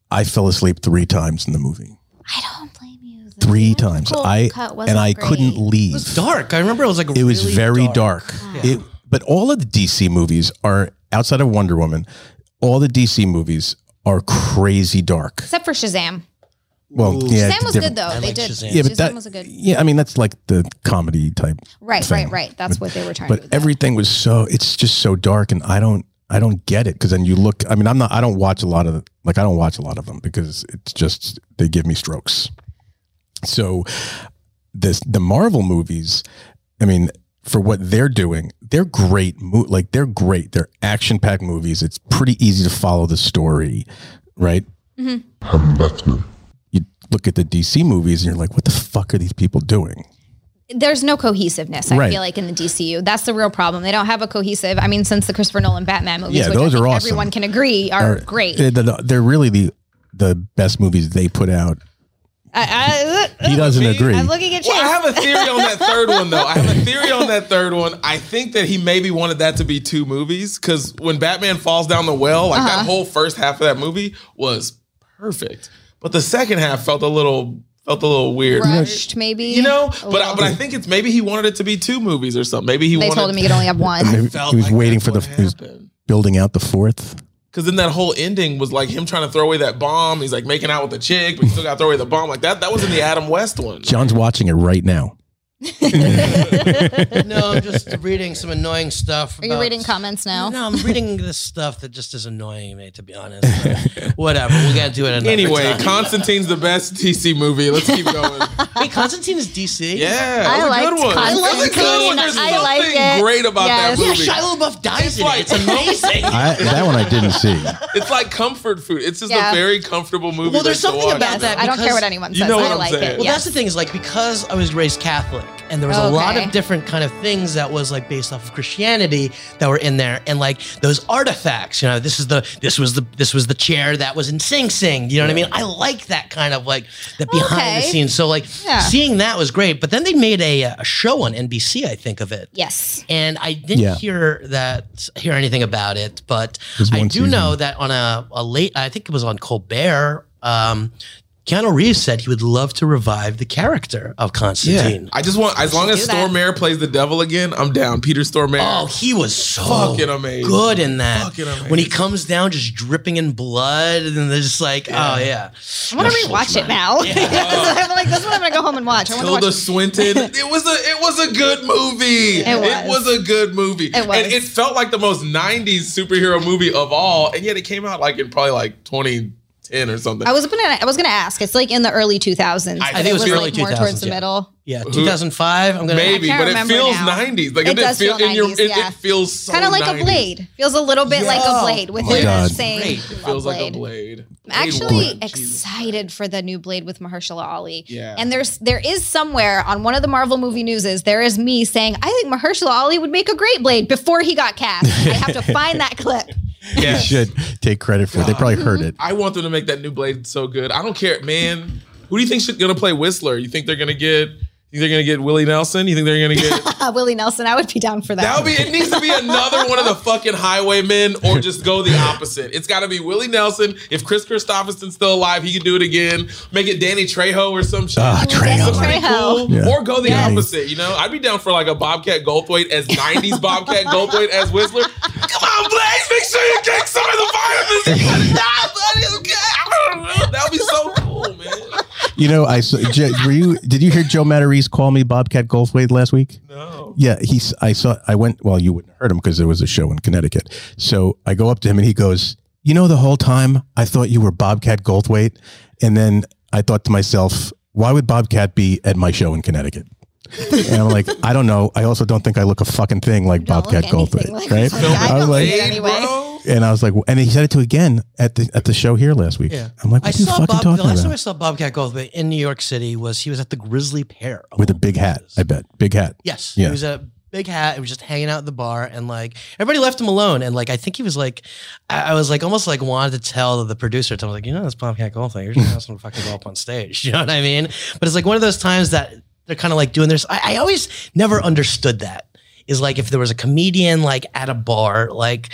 [SPEAKER 4] I fell asleep three times in the movie.
[SPEAKER 3] I don't blame you. The
[SPEAKER 4] Three
[SPEAKER 3] theatrical
[SPEAKER 4] times. I
[SPEAKER 3] cut wasn't
[SPEAKER 4] and I
[SPEAKER 3] great.
[SPEAKER 4] couldn't leave.
[SPEAKER 1] it was dark. I remember it was like
[SPEAKER 4] It was
[SPEAKER 1] really
[SPEAKER 4] very dark. It, but all of the DC movies are outside of Wonder Woman. All the DC movies are crazy dark.
[SPEAKER 3] Except for Shazam.
[SPEAKER 4] Well, yeah,
[SPEAKER 3] Shazam was
[SPEAKER 4] different-
[SPEAKER 3] good though.
[SPEAKER 1] I
[SPEAKER 3] they
[SPEAKER 1] like
[SPEAKER 3] did.
[SPEAKER 1] Shazam.
[SPEAKER 4] Yeah,
[SPEAKER 3] Shazam
[SPEAKER 4] but that
[SPEAKER 3] was a good.
[SPEAKER 4] yeah, I mean that's like the comedy type.
[SPEAKER 3] Right,
[SPEAKER 4] thing.
[SPEAKER 3] right, right. That's what they were trying to
[SPEAKER 4] But
[SPEAKER 3] do. with that.
[SPEAKER 4] everything was so it's just so dark, and I don't I don't get it because then you look. I mean, I'm not I don't watch a lot of like I don't watch a lot of them because it's just they give me strokes. So this the Marvel movies. I mean, for what they're doing, they're great. Mo- like they're great. They're action packed movies. It's pretty easy to follow the story, right?
[SPEAKER 3] Mm-hmm.
[SPEAKER 4] You look at the DC movies and you're like, what the fuck are these people doing?
[SPEAKER 3] there's no cohesiveness. I
[SPEAKER 4] Right.
[SPEAKER 3] feel like in the DCU, that's the real problem. They don't have a cohesive. I mean, since the Christopher Nolan Batman movies,
[SPEAKER 4] Yeah,
[SPEAKER 3] which
[SPEAKER 4] those
[SPEAKER 3] I think
[SPEAKER 4] are awesome.
[SPEAKER 3] everyone can agree are,
[SPEAKER 4] are-
[SPEAKER 3] great.
[SPEAKER 4] They're, the- they're really the the best movies they put out.
[SPEAKER 3] I, I,
[SPEAKER 4] He doesn't agree.
[SPEAKER 3] I'm looking at you.
[SPEAKER 2] Well, I have a theory on that third one, though. I have a theory on that third one. I think that he maybe wanted that to be two movies because when Batman falls down the well, like
[SPEAKER 3] Uh-huh.
[SPEAKER 2] that whole first half of that movie was perfect, but the second half felt a little felt a little weird.
[SPEAKER 3] Rushed, maybe.
[SPEAKER 2] You know,
[SPEAKER 3] A
[SPEAKER 2] but I,
[SPEAKER 3] little.
[SPEAKER 2] but I think it's maybe he wanted it to be two movies or something. Maybe he
[SPEAKER 3] they
[SPEAKER 2] wanted
[SPEAKER 3] told him he could only have one.
[SPEAKER 2] [laughs]
[SPEAKER 4] Maybe
[SPEAKER 2] felt
[SPEAKER 4] he was
[SPEAKER 2] like
[SPEAKER 4] waiting
[SPEAKER 2] that's
[SPEAKER 4] for the
[SPEAKER 2] what
[SPEAKER 4] he was
[SPEAKER 2] happened.
[SPEAKER 4] building out the fourth.
[SPEAKER 2] Cause then that whole ending was like him trying to throw away that bomb. He's like making out with the chick, but he still got to throw away the bomb. Like that. That was in the Adam West one.
[SPEAKER 4] John's watching it right now.
[SPEAKER 1] No, I'm just reading some annoying stuff.
[SPEAKER 3] Are you reading comments now?
[SPEAKER 1] No, I'm reading this stuff that just is annoying me, to be honest. But Whatever. We'll get to it another
[SPEAKER 2] Anyway,
[SPEAKER 1] time.
[SPEAKER 2] Constantine's the best DC movie. Let's
[SPEAKER 1] [laughs]
[SPEAKER 2] keep going.
[SPEAKER 1] Wait, Constantine's DC?
[SPEAKER 2] Yeah,
[SPEAKER 3] I
[SPEAKER 2] it was a
[SPEAKER 3] liked
[SPEAKER 2] good one. It was a good one. There's
[SPEAKER 3] Constantine. I like
[SPEAKER 2] something
[SPEAKER 3] it.
[SPEAKER 2] great about
[SPEAKER 3] Yes.
[SPEAKER 2] that
[SPEAKER 1] Yeah,
[SPEAKER 2] movie.
[SPEAKER 1] Shia LaBeouf dies in it. It's amazing.
[SPEAKER 4] I, that one I
[SPEAKER 2] [laughs]
[SPEAKER 4] didn't see.
[SPEAKER 2] it's like comfort food. It's just
[SPEAKER 3] Yeah.
[SPEAKER 2] a very comfortable movie.
[SPEAKER 1] Well, there's
[SPEAKER 2] just to
[SPEAKER 1] something
[SPEAKER 2] watch.
[SPEAKER 1] about that
[SPEAKER 3] I don't care
[SPEAKER 1] because-
[SPEAKER 3] what anyone
[SPEAKER 2] You
[SPEAKER 3] says.
[SPEAKER 2] know what
[SPEAKER 3] I
[SPEAKER 2] I'm
[SPEAKER 3] like
[SPEAKER 2] saying.
[SPEAKER 3] it.
[SPEAKER 1] Well,
[SPEAKER 3] yeah.
[SPEAKER 1] that's the thing is like because I was raised Catholic and there was a lot
[SPEAKER 3] Okay.
[SPEAKER 1] of different kind of things that was like based off of Christianity that were in there and like those artifacts, you know, this is the this was the this was the chair that was in Sing Sing, you know what I mean? I like that kind of like the behind the
[SPEAKER 3] Okay.
[SPEAKER 1] scenes. So like
[SPEAKER 3] Yeah.
[SPEAKER 1] seeing that was great, but then they made a, uh, a show on NBC, I think of it.
[SPEAKER 3] Yes.
[SPEAKER 1] And I didn't
[SPEAKER 4] Yeah.
[SPEAKER 1] hear that hear anything about it, but
[SPEAKER 4] was
[SPEAKER 1] I
[SPEAKER 4] one
[SPEAKER 1] do
[SPEAKER 4] season.
[SPEAKER 1] know that on a, a late I think it was on Colbert, um, Keanu Reeves said he would love to revive the character of Constantine.
[SPEAKER 2] I just want as long as
[SPEAKER 3] do that.
[SPEAKER 2] Stormare plays the devil again, I'm down. Peter Stormare.
[SPEAKER 1] Oh, he was so
[SPEAKER 2] Fucking amazing.
[SPEAKER 1] good in that.
[SPEAKER 2] Fucking amazing.
[SPEAKER 1] When he comes down just dripping in blood, and they're just like, oh yeah.
[SPEAKER 3] I want to rewatch it now. [laughs] I'm like, this one I'm gonna go home and watch. I want
[SPEAKER 2] Tilda
[SPEAKER 3] to watch. [laughs]
[SPEAKER 2] Swinton. It was a it was a good movie.
[SPEAKER 3] It was.
[SPEAKER 2] a good movie.
[SPEAKER 3] It was.
[SPEAKER 2] And it felt like the most '90s superhero movie of all, and yet it came out like in probably like 2010 or something.
[SPEAKER 3] I was gonna. I was gonna ask. It's like in the early 2000s.
[SPEAKER 2] I
[SPEAKER 3] but
[SPEAKER 2] think it was
[SPEAKER 3] was
[SPEAKER 1] early
[SPEAKER 3] like more towards
[SPEAKER 1] 2000s,
[SPEAKER 3] the
[SPEAKER 1] yeah.
[SPEAKER 3] middle.
[SPEAKER 1] Yeah, 2005. I'm gonna
[SPEAKER 2] Maybe,
[SPEAKER 3] can't
[SPEAKER 2] but it
[SPEAKER 3] remember
[SPEAKER 2] feels
[SPEAKER 3] now.
[SPEAKER 2] '90s. Like
[SPEAKER 3] It
[SPEAKER 2] it,
[SPEAKER 3] does
[SPEAKER 2] feel,
[SPEAKER 3] feel
[SPEAKER 2] in your,
[SPEAKER 3] 90s,
[SPEAKER 2] it,
[SPEAKER 3] yeah.
[SPEAKER 2] it feels so
[SPEAKER 3] kind of like
[SPEAKER 2] 90s.
[SPEAKER 3] a blade. Feels a little bit like a
[SPEAKER 1] Yeah.
[SPEAKER 3] blade with
[SPEAKER 4] my
[SPEAKER 3] him
[SPEAKER 4] God.
[SPEAKER 3] saying.
[SPEAKER 1] Great.
[SPEAKER 2] It feels like a blade. Blade
[SPEAKER 3] I'm actually
[SPEAKER 2] one. Jesus.
[SPEAKER 3] [laughs] excited for the new Blade with Mahershala Ali.
[SPEAKER 2] Yeah.
[SPEAKER 3] And there's there is somewhere on one of the Marvel movie news is there is me saying I think Mahershala Ali would make a great Blade before he got cast.
[SPEAKER 2] [laughs]
[SPEAKER 3] I have to find that clip.
[SPEAKER 4] You
[SPEAKER 2] Yes.
[SPEAKER 4] should take credit for it. They probably heard it.
[SPEAKER 2] I want them to make that new blade so good. I don't care, man. Who do you think should gonna play Whistler? You think they're gonna get? You think they're gonna get Willie Nelson? You think they're gonna get?
[SPEAKER 3] Uh, Willie Nelson, I would be down for that.
[SPEAKER 2] That would be. It needs to be another one of the fucking highwaymen, or just go the opposite. It's got to be Willie Nelson. If Chris Christopherson's still alive, he could do it again. Make it Danny Trejo or some shit.
[SPEAKER 4] Ah, Trejo.
[SPEAKER 2] Somebody
[SPEAKER 3] Trejo.
[SPEAKER 2] cool.
[SPEAKER 4] Yeah.
[SPEAKER 2] Or go the
[SPEAKER 4] Yes.
[SPEAKER 2] opposite. You know, I'd be down for like a Bobcat Goldthwait as '90s Bobcat Goldthwait as Whistler. Come on, Blaze, make sure you drink some of the vitamins. You gotta die, buddy. Okay? That would be so cool, man.
[SPEAKER 4] You know, I saw, J- were you did you hear Joe Matarese call me Bobcat Goldthwait last week?
[SPEAKER 2] No.
[SPEAKER 4] Yeah, he's. I saw. I went. Well, you wouldn't have heard him because there was a show in Connecticut. So I go up to him and he goes, "You know, the whole time I thought you were Bobcat Goldthwait, and then I thought to myself, why would Bobcat be at my show in Connecticut?" and I'm like, I don't know. I also don't think I look a fucking thing like
[SPEAKER 3] Don't look
[SPEAKER 4] Bobcat
[SPEAKER 3] anything
[SPEAKER 4] Goldthwait,
[SPEAKER 3] like
[SPEAKER 4] right?
[SPEAKER 3] Bobcat
[SPEAKER 4] I was
[SPEAKER 3] Goldthwait.
[SPEAKER 4] like,
[SPEAKER 2] Hey,
[SPEAKER 3] Anyway.
[SPEAKER 2] bro.
[SPEAKER 4] and I was like, and he said it to again at the at the show here last week.
[SPEAKER 1] Yeah.
[SPEAKER 4] I'm like,
[SPEAKER 1] I
[SPEAKER 4] what are you
[SPEAKER 1] saw
[SPEAKER 4] fucking
[SPEAKER 1] Bob, the
[SPEAKER 4] talking
[SPEAKER 1] last time I
[SPEAKER 4] about?
[SPEAKER 1] saw Bobcat Goldthwait in New York City was he was at the Grizzly Pear of
[SPEAKER 4] With a
[SPEAKER 1] all
[SPEAKER 4] big hat,
[SPEAKER 1] places.
[SPEAKER 4] I bet. Big hat.
[SPEAKER 1] Yes.
[SPEAKER 4] Yeah.
[SPEAKER 1] He was a big hat. He was just hanging out at the bar and like everybody left him alone. And like I think he was like I, I was like almost like wanted to tell the producer, I was like, you know, this Bobcat Gold thing. You're
[SPEAKER 4] [laughs]
[SPEAKER 1] just gonna have someone fucking go up on stage. [laughs] You know what I mean? But it's like one of those times that they're kind of like doing this. I, I always never understood that. Is like if there was a comedian like at a bar, like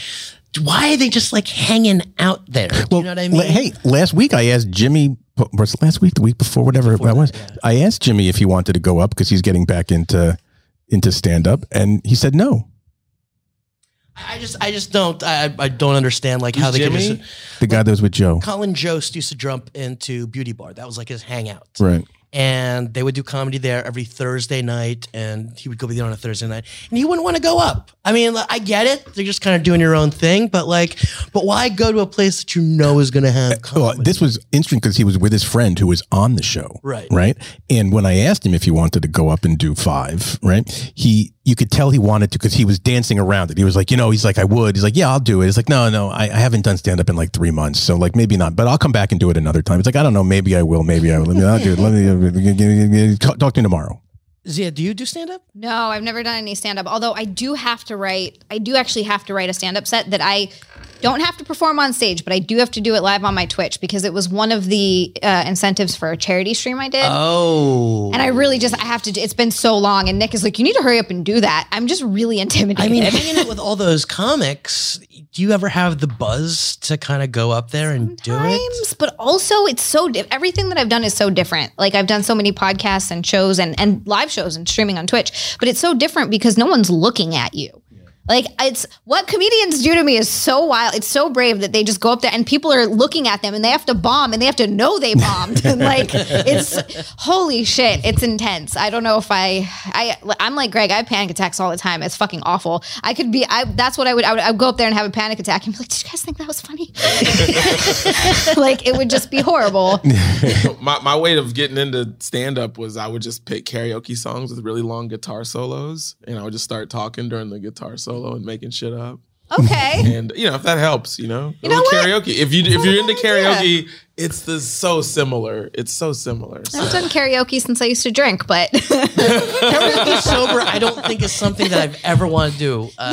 [SPEAKER 1] why are they just like hanging out there? Do you know what I mean?
[SPEAKER 4] la- hey, last week I asked Jimmy. Was it last week, the week before, whatever it was. I asked Jimmy if he wanted to go up because he's getting back into into stand up, and he said no.
[SPEAKER 1] I just I just don't I, I don't understand like how they
[SPEAKER 2] Jimmy?
[SPEAKER 1] could just
[SPEAKER 4] The guy that was with Joe,
[SPEAKER 1] Colin Jost used to jump into Beauty Bar. That was like his hangout.
[SPEAKER 4] right?
[SPEAKER 1] and they would do comedy there every Thursday night, and he would go be there on a Thursday night, and he wouldn't want to go up. I mean, like, I get it; they're just kind of doing your own thing, but like, but why go to a place that you know is going to have
[SPEAKER 4] Uh, Oh, Well,
[SPEAKER 1] comedy?
[SPEAKER 4] this was interesting because he was with his friend who was on the show,
[SPEAKER 1] Right.
[SPEAKER 4] Right. And when I asked him if he wanted to go up and do five, right, he you could tell he wanted to because he was dancing around it. He was like, you know, he's like, I would. He's like, yeah, I'll do it. It's like, no, no, I, I haven't done stand up in like three months, so like maybe not, but I'll come back and do it another time. It's like, I don't know, maybe I will, maybe I will. Let me, [laughs] I'll do it. Let me talk talk to me tomorrow.
[SPEAKER 1] Zia, do you do stand up?
[SPEAKER 3] No, I've never done any stand up. Although I do have to write, I do actually have to write a stand up set that I don't have to perform on stage, but I do have to do it live on my Twitch because it was one of the uh, incentives for a charity stream I did.
[SPEAKER 1] Oh,
[SPEAKER 3] and I really just, I have to, do, it's been so long. And Nick is like, you need to hurry up and do that. I'm just really intimidated.
[SPEAKER 1] I
[SPEAKER 3] [laughs]
[SPEAKER 1] mean, hanging out with all those comics. Do you ever have the buzz to kind of go up there and do it?
[SPEAKER 3] times, but also it's so di- everything that I've done is so different. Like I've done so many podcasts and shows and and live shows and streaming on Twitch, but it's so different because no one's looking at you. Like it's what comedians do to me is so wild. It's so brave that they just go up there and people are looking at them and they have to bomb and they have to know they bombed. [laughs] And like it's holy shit, it's intense. I don't know if I I I'm like Greg. I have panic attacks all the time. It's fucking awful. I could be. I that's what I would. I would, I would go up there and have a panic attack and be like, "Did you guys think that was funny?" [laughs] like it would just be horrible.
[SPEAKER 2] [laughs] my, my way of getting into stand up was I would just pick karaoke songs with really long guitar solos and I would just start talking during the guitar solo and making shit up.
[SPEAKER 3] Okay.
[SPEAKER 2] And you know, if that helps, you know,
[SPEAKER 3] know
[SPEAKER 2] With
[SPEAKER 3] what?
[SPEAKER 2] karaoke. If you if
[SPEAKER 3] not
[SPEAKER 2] you're
[SPEAKER 3] a
[SPEAKER 2] into
[SPEAKER 3] bad idea.
[SPEAKER 2] karaoke, it's the so similar. It's so similar. So-
[SPEAKER 3] I've done karaoke since I used to drink, but [laughs]
[SPEAKER 1] Karaoke sober, I don't think is something that I've ever wanted to do.
[SPEAKER 3] oh,
[SPEAKER 1] Uh,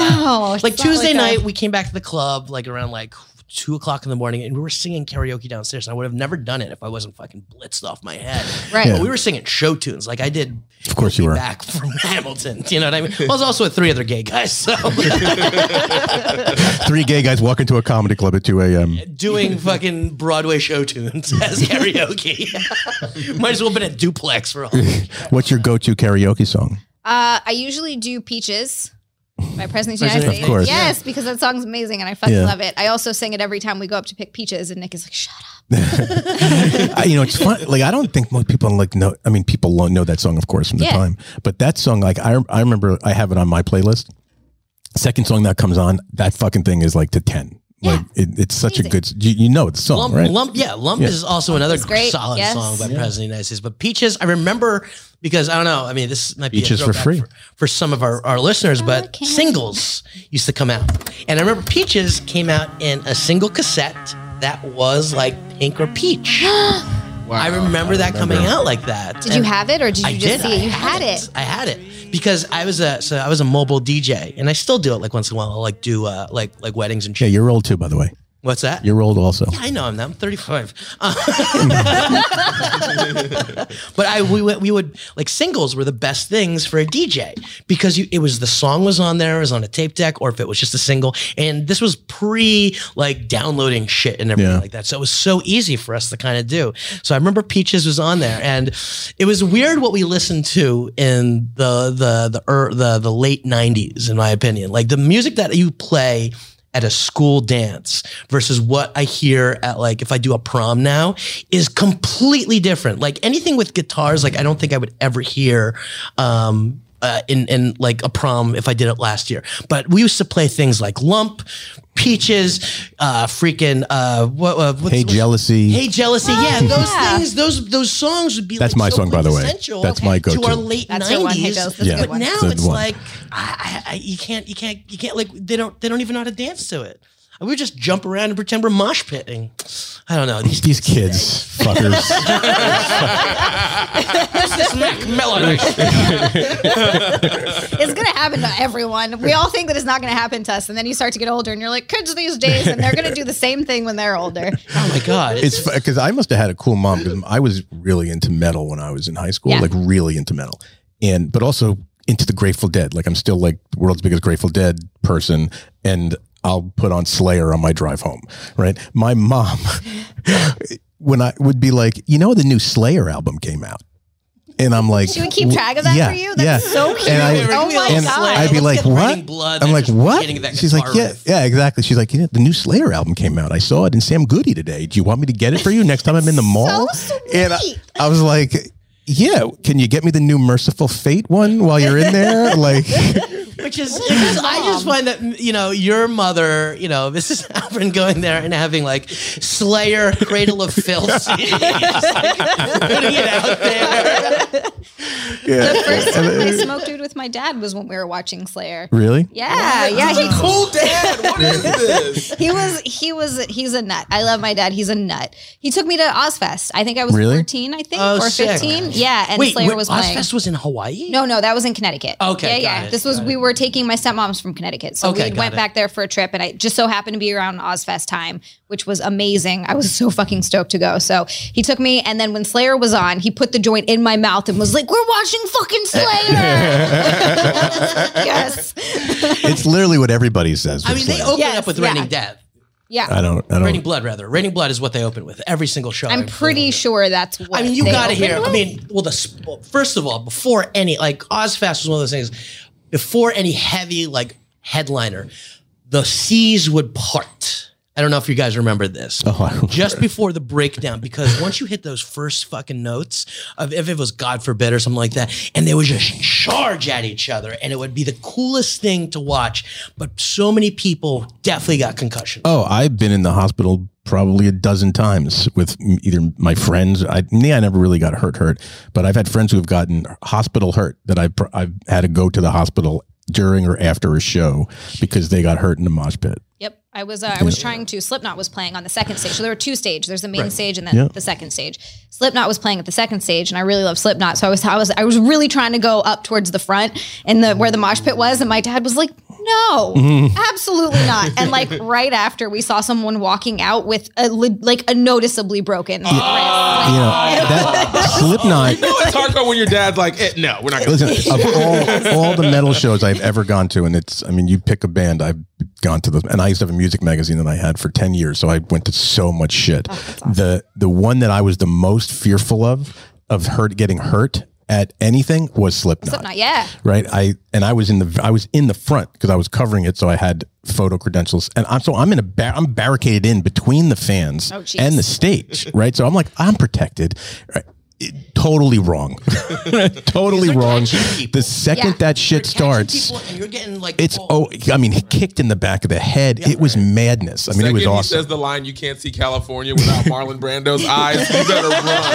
[SPEAKER 3] no, it's
[SPEAKER 1] like
[SPEAKER 3] not
[SPEAKER 1] Tuesday
[SPEAKER 3] a-
[SPEAKER 1] night, we came back to the club like around like two o'clock in the morning, and we were singing karaoke downstairs. And I would have never done it if I wasn't fucking blitzed off my head.
[SPEAKER 3] Right.
[SPEAKER 1] But we were singing show tunes, like I did
[SPEAKER 4] Of course you were.
[SPEAKER 1] back from [laughs] Hamilton. You know what I mean? Well, I was also with three other gay guys, so [laughs]
[SPEAKER 4] Three gay guys walk into a comedy club at two a.m.
[SPEAKER 1] [laughs] doing fucking Broadway show tunes
[SPEAKER 3] [laughs]
[SPEAKER 1] as karaoke. [laughs] Might as well have been at duplex for all.
[SPEAKER 4] What's your go-to karaoke song?
[SPEAKER 3] Uh, I usually do peaches. My president of the United
[SPEAKER 1] President, of
[SPEAKER 3] States.
[SPEAKER 4] course.
[SPEAKER 3] Yes, because that song's amazing and I fucking
[SPEAKER 4] Yeah.
[SPEAKER 3] love it. I also sing it every time we go up to pick peaches, and Nick is like, "Shut up."
[SPEAKER 4] I, you know, it's fun. Like I don't think most people like know. I mean, people lo- know that song, of course, from the
[SPEAKER 3] Yeah.
[SPEAKER 4] time. But that song, like I, I remember, I have it on my playlist. Second song that comes on, that fucking thing is like to ten. Like it, it's such a
[SPEAKER 3] Amazing.
[SPEAKER 4] good. You, you know the song,
[SPEAKER 1] Lump,
[SPEAKER 4] right?
[SPEAKER 1] lump, yeah, lump is also another
[SPEAKER 3] great,
[SPEAKER 1] solid
[SPEAKER 3] yes.
[SPEAKER 1] song by President of the United States. But peaches, I remember because I don't know. I mean, this might be a
[SPEAKER 4] Peaches for
[SPEAKER 1] throwback
[SPEAKER 4] free.
[SPEAKER 1] for, for some of our, our listeners, but
[SPEAKER 3] Okay.
[SPEAKER 1] singles used to come out, and I remember peaches came out in a single cassette that was like pink or
[SPEAKER 3] [gasps]
[SPEAKER 1] peach. I remember that coming out like that.
[SPEAKER 3] Did you have it or did you
[SPEAKER 1] I
[SPEAKER 3] just
[SPEAKER 1] did.
[SPEAKER 3] see it?
[SPEAKER 1] I
[SPEAKER 3] You had it.
[SPEAKER 1] I had it because I was a so I was a mobile DJ, and I still do it like once in a while. I'll like do uh, like like weddings and shit.
[SPEAKER 4] yeah, you're old too, by the way.
[SPEAKER 1] What's that?
[SPEAKER 4] You're old also.
[SPEAKER 1] I know I'm not. I'm 35. Uh, [laughs] but I we, would- we would like singles were the best things for a DJ because you, it was the song was on there, it was on a tape deck, or if it was just a single. And this was pre like downloading shit and everything
[SPEAKER 4] Yeah.
[SPEAKER 1] like that. So it was so easy for us to kind of do. So I remember Peaches was on there, and it was weird what we listened to in the the the er, the, the late 90s, in my opinion. Like the music that you play at a school dance versus what I hear at like if I do a prom now is completely different. Like anything with guitars, like I don't think I would ever hear um uh, in in like a prom if I did it last year. But we used to play things like lump, peaches, uh freaking uh what, uh, what's,
[SPEAKER 4] Hey,
[SPEAKER 1] what's-
[SPEAKER 4] jealousy.
[SPEAKER 1] Hey jealousy, yeah, those
[SPEAKER 3] yeah.
[SPEAKER 1] things, those those songs would be.
[SPEAKER 4] That's
[SPEAKER 1] like
[SPEAKER 4] my
[SPEAKER 1] so
[SPEAKER 4] song, by the way.
[SPEAKER 1] quintessential
[SPEAKER 4] That's my
[SPEAKER 1] to
[SPEAKER 4] go-to.
[SPEAKER 1] our late
[SPEAKER 3] That's your one, Hey
[SPEAKER 1] nineties.
[SPEAKER 3] Joe's. That's a
[SPEAKER 4] Yeah.
[SPEAKER 3] good
[SPEAKER 1] But
[SPEAKER 3] one.
[SPEAKER 1] now
[SPEAKER 4] Good
[SPEAKER 1] it's
[SPEAKER 4] one.
[SPEAKER 1] like I, I, I, you can't, you can't, you can't. Like they don't, they don't even know how to dance to it. We would just jump around and pretend we're mosh pitting. I don't know. These
[SPEAKER 4] [laughs] These kids, fuckers.
[SPEAKER 1] smack
[SPEAKER 3] [laughs]
[SPEAKER 1] melody.
[SPEAKER 3] It's going to happen to everyone. We all think that it's not going to happen to us. And then you start to get older and you're like, kids these days, and they're going to do the same thing when they're older. [laughs]
[SPEAKER 1] Oh my god!
[SPEAKER 4] it's because I must have had a cool mom because I was really into metal when I was in high school,
[SPEAKER 3] Yeah.
[SPEAKER 4] like really into metal, and but also into the Grateful Dead. Like I'm still like the world's biggest Grateful Dead person, and I'll put on Slayer on my drive home. Right, my mom [laughs] when I would be like, you know, the new Slayer album came out. And I'm like,
[SPEAKER 3] She would keep track of that
[SPEAKER 4] yeah,
[SPEAKER 3] for you? That's
[SPEAKER 4] yeah.
[SPEAKER 3] so cute.
[SPEAKER 4] And I-
[SPEAKER 3] oh my
[SPEAKER 4] and
[SPEAKER 3] God.
[SPEAKER 4] I'd be
[SPEAKER 1] Let's
[SPEAKER 4] like,
[SPEAKER 1] get
[SPEAKER 4] what?
[SPEAKER 1] Raining Blood and
[SPEAKER 4] I'm like,
[SPEAKER 1] just
[SPEAKER 4] what?
[SPEAKER 1] getting that
[SPEAKER 4] She's like,
[SPEAKER 1] guitar
[SPEAKER 4] yeah,
[SPEAKER 1] riff.
[SPEAKER 4] yeah, exactly. She's like, you know, the new Slayer album came out. I saw it in Sam Goody today. Do you want me to get it for you next time I'm in the mall?
[SPEAKER 3] sweet.
[SPEAKER 4] And I, I was like, yeah, can you get me the new Merciful Fate one while you're
[SPEAKER 1] [laughs]
[SPEAKER 4] in there? Like,
[SPEAKER 1] Which is, because I just find that you know your mother, you know [laughs] Mrs. Alvin going there and having like Slayer, Cradle of Filth, CDs, putting it out
[SPEAKER 3] [laughs]
[SPEAKER 1] there.
[SPEAKER 3] The
[SPEAKER 4] yeah.
[SPEAKER 3] first time I smoked weed with my dad was when we were watching Slayer.
[SPEAKER 4] really?
[SPEAKER 3] Yeah, yeah. He,
[SPEAKER 2] Cool dad, what is this?
[SPEAKER 3] [laughs] he was he was he's a nut. I love my dad. He's a nut. He took me to Ozfest. I think I was
[SPEAKER 4] Really?
[SPEAKER 3] 14, I think,
[SPEAKER 1] Oh,
[SPEAKER 3] or
[SPEAKER 1] sick.
[SPEAKER 3] 15. Yeah, and
[SPEAKER 1] Wait,
[SPEAKER 3] Slayer
[SPEAKER 1] wait,
[SPEAKER 3] was playing.
[SPEAKER 1] Ozfest was in Hawaii.
[SPEAKER 3] No, no, that was in Connecticut.
[SPEAKER 1] Okay,
[SPEAKER 3] Yeah,
[SPEAKER 1] got
[SPEAKER 3] yeah.
[SPEAKER 1] it,
[SPEAKER 3] this was
[SPEAKER 1] got
[SPEAKER 3] we
[SPEAKER 1] it.
[SPEAKER 3] were taking my stepmom's from Connecticut, so
[SPEAKER 1] Okay,
[SPEAKER 3] we
[SPEAKER 1] got
[SPEAKER 3] went
[SPEAKER 1] it.
[SPEAKER 3] back there for a trip, and I just so happened to be around Ozfest time, which was amazing. I was so fucking stoked to go. So he took me, and then when Slayer was on, he put the joint in my mouth and was like, "We're watching fucking Slayer." [laughs] yes.
[SPEAKER 4] It's literally what everybody says.
[SPEAKER 1] I
[SPEAKER 4] with
[SPEAKER 1] mean they
[SPEAKER 4] Slayer.
[SPEAKER 1] open
[SPEAKER 3] Yes,
[SPEAKER 1] up with
[SPEAKER 3] yeah.
[SPEAKER 1] Raining Death.
[SPEAKER 3] Yeah.
[SPEAKER 4] I don't, I
[SPEAKER 1] Raining
[SPEAKER 4] don't.
[SPEAKER 1] Blood, rather. Raining Blood is what they open with every single show.
[SPEAKER 3] I'm
[SPEAKER 1] I've
[SPEAKER 3] pretty
[SPEAKER 1] seen.
[SPEAKER 3] sure that's what
[SPEAKER 1] I mean, you
[SPEAKER 3] they
[SPEAKER 1] got to
[SPEAKER 3] opened
[SPEAKER 1] hear. I
[SPEAKER 3] with.
[SPEAKER 1] mean, well, the sp- well, first of all, before any like Ozfest was one of those things. Before any heavy like headliner, the seas would part. I don't know if you guys remember this.
[SPEAKER 4] Oh, I don't
[SPEAKER 1] Just before the breakdown, because once you hit those first fucking notes of if it was God forbid or something like that, and they would just charge at each other, and it would be the coolest thing to watch. But so many people definitely got concussion.
[SPEAKER 4] Oh, I've been in the hospital probably a dozen times with m- either my friends. I, me, I never really got hurt, hurt, but I've had friends who have gotten hospital hurt that I've, pr- I've had to go to the hospital during or after a show because they got hurt in a mosh pit.
[SPEAKER 3] Yep, I was. Uh, I was trying to. Slipknot was playing on the second stage. So there were two stages. There's the main stage and then
[SPEAKER 4] Yeah.
[SPEAKER 3] the second stage. Slipknot was playing at the second stage, and I really love Slipknot. So I was, I was, I was really trying to go up towards the front and the where the mosh pit was, and my dad was like, "No,
[SPEAKER 1] Mm-hmm.
[SPEAKER 3] absolutely not."
[SPEAKER 1] [laughs]
[SPEAKER 3] And like right after, we saw someone walking out with a li- like a noticeably broken
[SPEAKER 1] Ah.
[SPEAKER 3] wrist. Like,
[SPEAKER 4] You know, that Slipknot.
[SPEAKER 2] No, it's hardcore when your dad's like, eh, no, we're not gonna
[SPEAKER 4] Listen, [laughs] of all, all the metal shows I've ever gone to, and it's, I mean, you pick a band, I've gone to the, and I used to have a music magazine that I had for 10 years. So I went to so much shit.
[SPEAKER 3] Oh,
[SPEAKER 4] The, the one that I was the most fearful of, of hurt, getting hurt at anything was Slipknot.
[SPEAKER 3] Slipknot, yeah.
[SPEAKER 4] Right. I, and I was in the, I was in the front cause I was covering it. So I had photo credentials and I'm, so I'm in a, bar- I'm barricaded in between the fans
[SPEAKER 3] Oh, jeez.
[SPEAKER 4] and the stage. Right. So I'm like, I'm protected. Right. It-
[SPEAKER 1] [laughs]
[SPEAKER 4] totally wrong. totally wrong.
[SPEAKER 1] catching people.
[SPEAKER 4] The second
[SPEAKER 3] Yeah.
[SPEAKER 4] that shit
[SPEAKER 1] Catching
[SPEAKER 4] starts,
[SPEAKER 1] people and you're getting like
[SPEAKER 4] it's
[SPEAKER 1] oh,
[SPEAKER 4] oh, I mean, kicked in the back of the head. it was madness. I mean,
[SPEAKER 2] Second,
[SPEAKER 4] it was
[SPEAKER 2] He
[SPEAKER 4] awesome.
[SPEAKER 2] says the line, "You can't see California without Marlon Brando's eyes." You better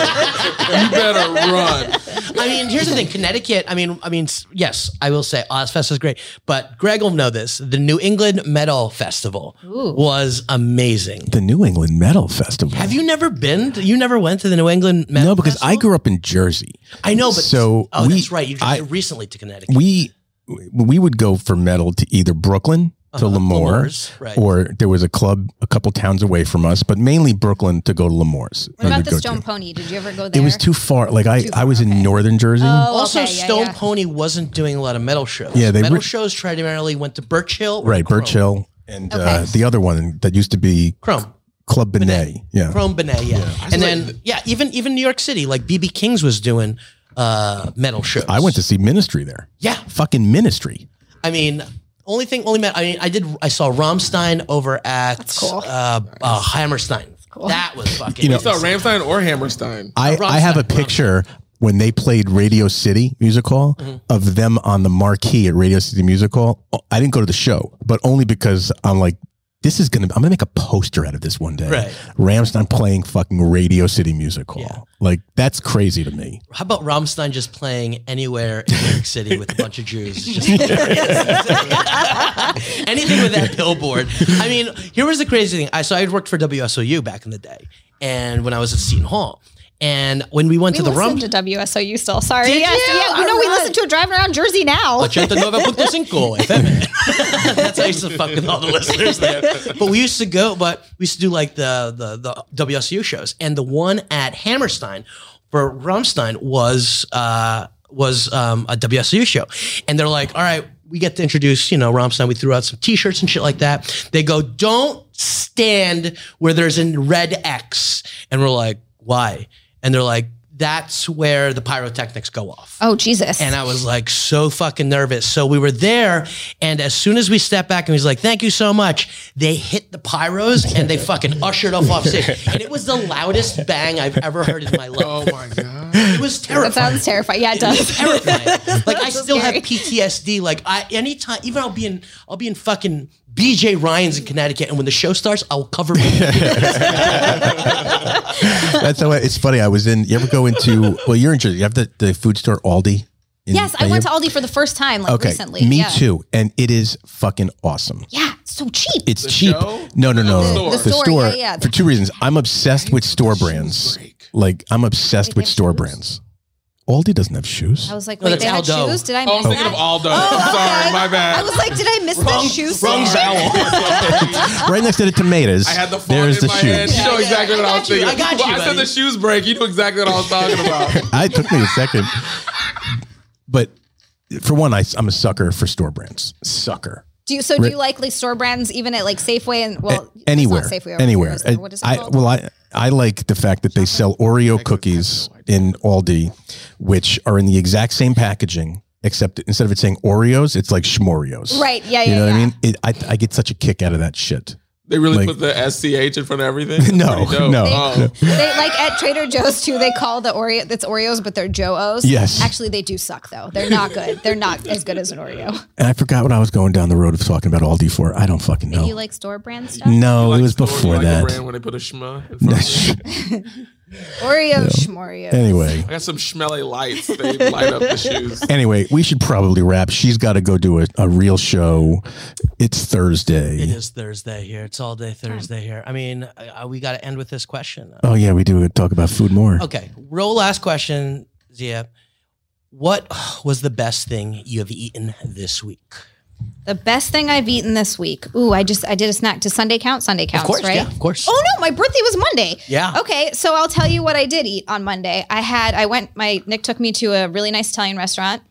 [SPEAKER 2] run. You better run.
[SPEAKER 1] I mean, here's the thing: Connecticut. I mean, I mean, s- yes, I will say Ozfest is great, but Greg will know this. The New England Metal Festival was amazing.
[SPEAKER 4] The New England Metal Festival.
[SPEAKER 1] Have you never been? To, you never went to the New England Metal?
[SPEAKER 4] No, because I
[SPEAKER 1] Festival?
[SPEAKER 4] grew up in Jersey.
[SPEAKER 1] I know, but
[SPEAKER 4] So
[SPEAKER 1] oh,
[SPEAKER 4] we-
[SPEAKER 1] that's right. You just
[SPEAKER 4] I-
[SPEAKER 1] recently to Connecticut.
[SPEAKER 4] We we would go for metal to either Brooklyn to Lemoore,
[SPEAKER 1] Lemoore's, Uh-huh, right.
[SPEAKER 4] or there was a club a couple towns away from us, but mainly Brooklyn to go to Lemoore's.
[SPEAKER 3] What about the
[SPEAKER 4] We'd go
[SPEAKER 3] Stone
[SPEAKER 4] to.
[SPEAKER 3] Pony? Did you ever go there?
[SPEAKER 4] It was too far. Like I,
[SPEAKER 3] Too
[SPEAKER 4] I
[SPEAKER 3] far,
[SPEAKER 4] was in
[SPEAKER 3] okay.
[SPEAKER 4] northern Jersey.
[SPEAKER 3] Oh,
[SPEAKER 1] also,
[SPEAKER 3] okay, yeah,
[SPEAKER 1] Stone
[SPEAKER 3] yeah.
[SPEAKER 1] Pony wasn't doing a lot of metal shows.
[SPEAKER 4] Yeah, they
[SPEAKER 1] metal
[SPEAKER 4] re-
[SPEAKER 1] shows primarily went to Birch Hill, or
[SPEAKER 4] right, Birch
[SPEAKER 1] Chrome.
[SPEAKER 4] Hill, and uh,
[SPEAKER 3] Okay.
[SPEAKER 4] the other one that used to be
[SPEAKER 1] Chrome.
[SPEAKER 4] Club Benet. Yeah,
[SPEAKER 1] Chrome Benet, yeah. And then yeah, even even New York City, like BB King's was doing uh metal shows.
[SPEAKER 4] I went to see Ministry there.
[SPEAKER 1] Yeah.
[SPEAKER 4] fucking Ministry.
[SPEAKER 1] I mean, only thing only met I mean I did I saw Rammstein over at
[SPEAKER 3] cool.
[SPEAKER 1] uh, uh Hammerstein. That
[SPEAKER 4] [laughs]
[SPEAKER 1] was fucking
[SPEAKER 4] You know-
[SPEAKER 2] You saw Ramstein or Hammerstein?
[SPEAKER 4] I,
[SPEAKER 1] Rammstein,
[SPEAKER 4] I have a picture when they played Radio City Music Hall
[SPEAKER 1] Mm-hmm.
[SPEAKER 4] of them on the marquee at Radio City Music Hall. Oh, I didn't go to the show, but only because I'm like, this is gonna. I'm gonna make a poster out of this one day.
[SPEAKER 1] Right.
[SPEAKER 4] Ramstein playing fucking Radio City Music Hall. Like that's crazy to me.
[SPEAKER 1] How about Rammstein just playing anywhere in New York City with a bunch of Jews? It's just [laughs] Anything with that billboard. I mean, here was the crazy thing. I so I had worked for WSOU back in the day, and when I was at Seton Hall, and when we went to
[SPEAKER 3] we
[SPEAKER 1] the Rum,
[SPEAKER 3] listened to WSOU still. Sorry.
[SPEAKER 1] Did
[SPEAKER 3] yes,
[SPEAKER 1] you?
[SPEAKER 3] yeah. We
[SPEAKER 1] All
[SPEAKER 3] know we
[SPEAKER 1] right.
[SPEAKER 3] listen to it driving around Jersey now.
[SPEAKER 1] 89.5 FM. That's how I used to fuck with all the listeners there. But we used to go, but we used to do like the the the WSU shows, and the one at Hammerstein for Rammstein was uh was um a WSU show, and they're like, all right. We get to introduce, you know, Rammstein. We threw out some T-shirts and shit like that. They go, "Don't stand where there's a red X," and we're like, "Why?" And they're like, "That's where the pyrotechnics go off."
[SPEAKER 3] [laughs] Oh Jesus.
[SPEAKER 1] And I was like so fucking nervous. So we were there, and as soon as we stepped back and he's like, "Thank you so much," they hit the pyros and they fucking ushered us off stage, and it was the loudest bang I've ever heard in my life.
[SPEAKER 2] Oh my god!
[SPEAKER 1] It was
[SPEAKER 3] that
[SPEAKER 1] terrifying.
[SPEAKER 3] sounds terrifying. Yeah, it does.
[SPEAKER 1] terrifying. Like I
[SPEAKER 3] so
[SPEAKER 1] still
[SPEAKER 3] scary.
[SPEAKER 1] have PTSD. Like I anytime, even I'll be in, I'll be in fucking BJ Ryan's in Connecticut, and when the show starts, I'll cover.
[SPEAKER 4] That's how I, it's funny. I was in. You ever go into? Well, you're in Jersey. You have the, the food store Aldi. in
[SPEAKER 3] yes, I
[SPEAKER 4] Bayonne?
[SPEAKER 3] went to Aldi for the first time like
[SPEAKER 4] Okay,
[SPEAKER 3] recently.
[SPEAKER 4] me
[SPEAKER 3] yeah.
[SPEAKER 4] too, and it is fucking awesome.
[SPEAKER 3] Yeah, it's so cheap.
[SPEAKER 4] It's cheap.
[SPEAKER 2] show?
[SPEAKER 4] No, no, no.
[SPEAKER 2] The- the
[SPEAKER 3] Oh, store, yeah, yeah.
[SPEAKER 4] For two reasons, I'm obsessed with store brands. Like I'm obsessed with store brands. Aldi doesn't have shoes.
[SPEAKER 3] I was like,
[SPEAKER 1] No,
[SPEAKER 3] wait,
[SPEAKER 1] that's
[SPEAKER 3] they had
[SPEAKER 1] Aldo.
[SPEAKER 3] shoes? Did I miss
[SPEAKER 2] Oh, I'm thinking
[SPEAKER 3] that?
[SPEAKER 2] of Aldo. Sorry, my
[SPEAKER 3] Oh, I
[SPEAKER 2] bad.
[SPEAKER 3] was like, did I miss the shoe?
[SPEAKER 1] wrong
[SPEAKER 2] [laughs]
[SPEAKER 3] store?
[SPEAKER 1] vowel.
[SPEAKER 4] right next to the tomatoes.
[SPEAKER 2] I had the font
[SPEAKER 4] there's
[SPEAKER 2] in
[SPEAKER 4] the
[SPEAKER 2] my
[SPEAKER 4] shoes.
[SPEAKER 2] head. You know
[SPEAKER 1] Yeah,
[SPEAKER 2] exactly
[SPEAKER 1] yeah,
[SPEAKER 2] what
[SPEAKER 1] I got
[SPEAKER 2] I was
[SPEAKER 1] you,
[SPEAKER 2] thinking.
[SPEAKER 1] I got
[SPEAKER 2] Well,
[SPEAKER 1] you,
[SPEAKER 2] I said
[SPEAKER 1] buddy.
[SPEAKER 2] the shoes break. You knew exactly what I was talking about.
[SPEAKER 4] [laughs] I it took me a second, but for one, I, am a sucker for store brands. Sucker.
[SPEAKER 3] Do you, so do you like like store brands even at like Safeway and well it's not
[SPEAKER 4] anywhere,
[SPEAKER 3] Safeway over
[SPEAKER 4] anywhere.
[SPEAKER 3] here, is it? What is it
[SPEAKER 4] I,
[SPEAKER 3] called?
[SPEAKER 4] well, I I like the fact that they sell Oreo cookies in Aldi, which are in the exact same packaging, except instead of it saying Oreos, it's like Schmorios.
[SPEAKER 3] Right, yeah,
[SPEAKER 4] You
[SPEAKER 3] yeah,
[SPEAKER 4] know what I
[SPEAKER 3] yeah.
[SPEAKER 4] mean? It, I I get such a kick out of that shit.
[SPEAKER 2] They really
[SPEAKER 4] Like-
[SPEAKER 2] put the SCH in front of everything?
[SPEAKER 4] [laughs] No,
[SPEAKER 2] Pretty dope.
[SPEAKER 4] no.
[SPEAKER 2] Oh.
[SPEAKER 3] they like at Trader Joe's too. They call the Oreo that's Oreos, but they're Joe-O's.
[SPEAKER 4] Yes.
[SPEAKER 3] actually, they do suck though. They're not good. They're not as good as an Oreo.
[SPEAKER 4] And I forgot what I was going down the road of talking about Aldi for. I don't fucking know.
[SPEAKER 3] You like store brand stuff?
[SPEAKER 4] no, Oh, it was
[SPEAKER 2] Like,
[SPEAKER 4] before
[SPEAKER 2] like the brand
[SPEAKER 4] that.
[SPEAKER 2] when they put a schma in front
[SPEAKER 4] [laughs]
[SPEAKER 2] of it.
[SPEAKER 3] Oreo schmorio.
[SPEAKER 4] Anyway,
[SPEAKER 2] I got some smelly lights. They
[SPEAKER 1] [laughs]
[SPEAKER 2] light up the shoes.
[SPEAKER 4] anyway, we should probably wrap. She's got to go do a, a real show. It's
[SPEAKER 1] It
[SPEAKER 4] Thursday.
[SPEAKER 1] is Thursday here. It's all day Thursday here. I mean, uh, we got to end with this question.
[SPEAKER 4] Oh yeah, we do talk about food more.
[SPEAKER 1] Okay, real last question, Zia. What was the best thing you have eaten this week?
[SPEAKER 3] The best thing I've eaten this week. Ooh, I just I did a snack. Does Sunday count? Sunday counts, right?
[SPEAKER 1] yeah, of course.
[SPEAKER 3] Oh no, my birthday was Monday.
[SPEAKER 1] Yeah.
[SPEAKER 3] Okay, so I'll tell you what I did eat on Monday. I had I went my Nick took me to a really nice Italian restaurant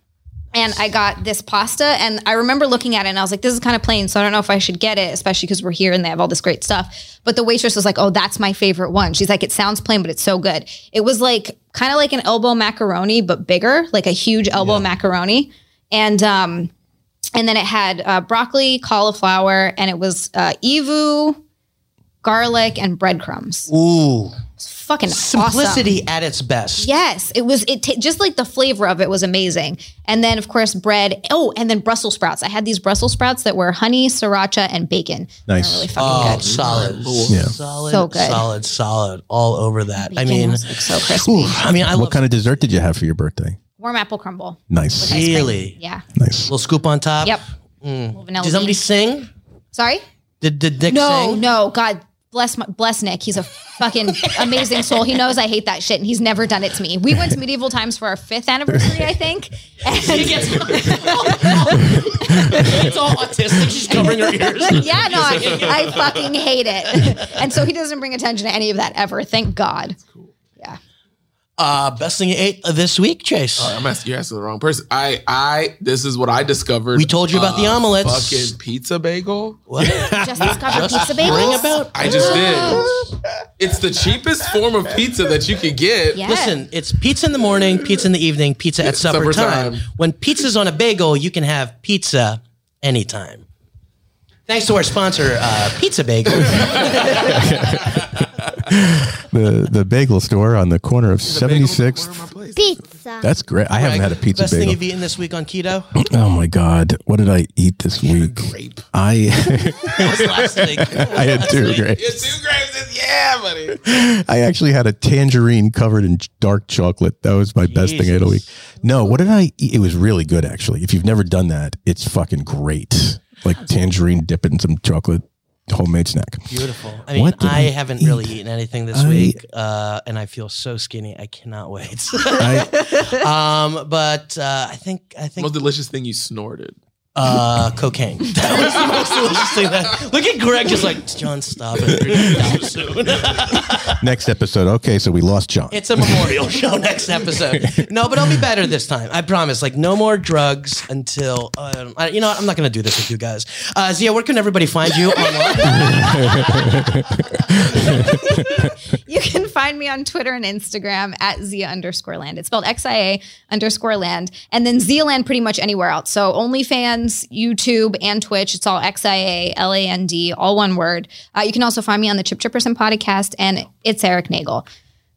[SPEAKER 3] and I got this pasta and I remember looking at it and I was like this is kind of plain so I don't know if I should get it especially cuz we're here and they have all this great stuff. But the waitress was like, "Oh, that's my favorite one." She's like, "It sounds plain, but it's so good." It was like kind of like an elbow macaroni but bigger, like a huge elbow macaroni. And um and then it had uh, broccoli, cauliflower, and it was uh, evu, garlic, and breadcrumbs.
[SPEAKER 1] Ooh,
[SPEAKER 3] Fucking awesome.
[SPEAKER 1] simplicity at its best.
[SPEAKER 3] Yes, it was. It ta just like the flavor of it was amazing, and then of course bread. Oh, and then Brussels sprouts. I had these Brussels sprouts that were honey, sriracha, and bacon. They were
[SPEAKER 4] Nice.
[SPEAKER 3] really fucking
[SPEAKER 1] Oh,
[SPEAKER 3] good.
[SPEAKER 1] solid,
[SPEAKER 4] Yeah.
[SPEAKER 1] solid,
[SPEAKER 3] So good.
[SPEAKER 1] solid, solid, all over that. I
[SPEAKER 3] Bacon
[SPEAKER 1] mean,
[SPEAKER 3] was, like, so crispy.
[SPEAKER 1] I mean, I
[SPEAKER 4] What
[SPEAKER 1] love
[SPEAKER 4] kind of dessert did you have for your birthday?
[SPEAKER 3] Warm apple crumble.
[SPEAKER 4] Nice,
[SPEAKER 3] ice cream.
[SPEAKER 1] really
[SPEAKER 3] Yeah.
[SPEAKER 4] nice.
[SPEAKER 1] little scoop on top.
[SPEAKER 3] Yep.
[SPEAKER 1] Mm.
[SPEAKER 3] Vanilla
[SPEAKER 1] Did somebody
[SPEAKER 3] bean.
[SPEAKER 1] sing?
[SPEAKER 3] Sorry.
[SPEAKER 1] Did did Nick
[SPEAKER 3] No,
[SPEAKER 1] sing?
[SPEAKER 3] no, God. bless my, bless Nick. He's a
[SPEAKER 1] [laughs]
[SPEAKER 3] fucking amazing soul. He knows I hate that shit, and he's never done it to me. We went to medieval times for our fifth anniversary, I
[SPEAKER 1] [laughs]
[SPEAKER 3] think. And-
[SPEAKER 1] it's all autistic. She's covering her ears.
[SPEAKER 3] [laughs] yeah, no, I, I fucking hate it. [laughs] And so he doesn't bring attention to any of that ever. Thank God.
[SPEAKER 1] [laughs]
[SPEAKER 3] Yeah.
[SPEAKER 1] Uh, best thing you ate this week, Chase.
[SPEAKER 2] I'm asking, you're asking the wrong person. I, I, this is what I discovered.
[SPEAKER 1] We told you about the omelets.
[SPEAKER 2] Fucking pizza bagel.
[SPEAKER 1] What?
[SPEAKER 3] Just discovered pizza
[SPEAKER 1] Bring
[SPEAKER 3] bagels.
[SPEAKER 1] about.
[SPEAKER 2] I just
[SPEAKER 1] [laughs]
[SPEAKER 2] did. It's the cheapest form of pizza that you can get.
[SPEAKER 3] Yeah.
[SPEAKER 1] Listen, it's pizza in the morning, pizza in the evening, pizza at supper,
[SPEAKER 2] supper
[SPEAKER 1] time.
[SPEAKER 2] time.
[SPEAKER 1] When pizza's on a bagel, you can have pizza anytime. Thanks to our sponsor, uh, Pizza Bagel.
[SPEAKER 4] the the bagel store on the corner of
[SPEAKER 2] Bagel
[SPEAKER 4] seventy sixth.
[SPEAKER 2] corner of my place.
[SPEAKER 5] Pizza.
[SPEAKER 4] That's great. [laughs] I haven't had a pizza
[SPEAKER 1] Best thing
[SPEAKER 4] bagel.
[SPEAKER 1] you've eaten this week on keto?
[SPEAKER 4] Oh my god, what did I eat this week?
[SPEAKER 2] grape.
[SPEAKER 4] I [laughs]
[SPEAKER 1] That was last week.
[SPEAKER 4] I had two grapes.
[SPEAKER 2] You're two grapes. is- Yeah, buddy.
[SPEAKER 4] I actually had a tangerine covered in ch- dark chocolate. That was my best thing I ate a week. No, what did I eat? It was really good, actually. If you've never done that, it's fucking great. Like tangerine dip it in some chocolate, homemade snack.
[SPEAKER 1] Beautiful. I mean,
[SPEAKER 4] What did
[SPEAKER 1] I
[SPEAKER 4] I
[SPEAKER 1] haven't really
[SPEAKER 4] eat?
[SPEAKER 1] eaten anything this
[SPEAKER 4] I-
[SPEAKER 1] week, uh, and I feel so skinny. I cannot wait. [laughs]
[SPEAKER 4] I,
[SPEAKER 1] um, but uh, I think I
[SPEAKER 2] The
[SPEAKER 1] think
[SPEAKER 2] most delicious thing you snorted.
[SPEAKER 1] Uh, cocaine. [laughs] That was the most delicious thing. That, look at Greg, just like John, stop it. You're gonna die soon." [laughs]
[SPEAKER 4] next episode. Okay, so we lost John.
[SPEAKER 1] it's a memorial show next episode. No, but I'll be better this time. I promise. Like no more drugs until um, I, you know. what? I'm not gonna do this with you guys. Uh, Zia, where can everybody find you online?
[SPEAKER 3] [laughs] You can find me on Twitter and Instagram at Zia underscore land. It's spelled X I A underscore land. And then Zia land pretty much anywhere else. So OnlyFans, YouTube, and Twitch. It's all X I A L A N D, all one word. Uh, you can also find me on the Chip Chipperson podcast, and it's Eric Nagel.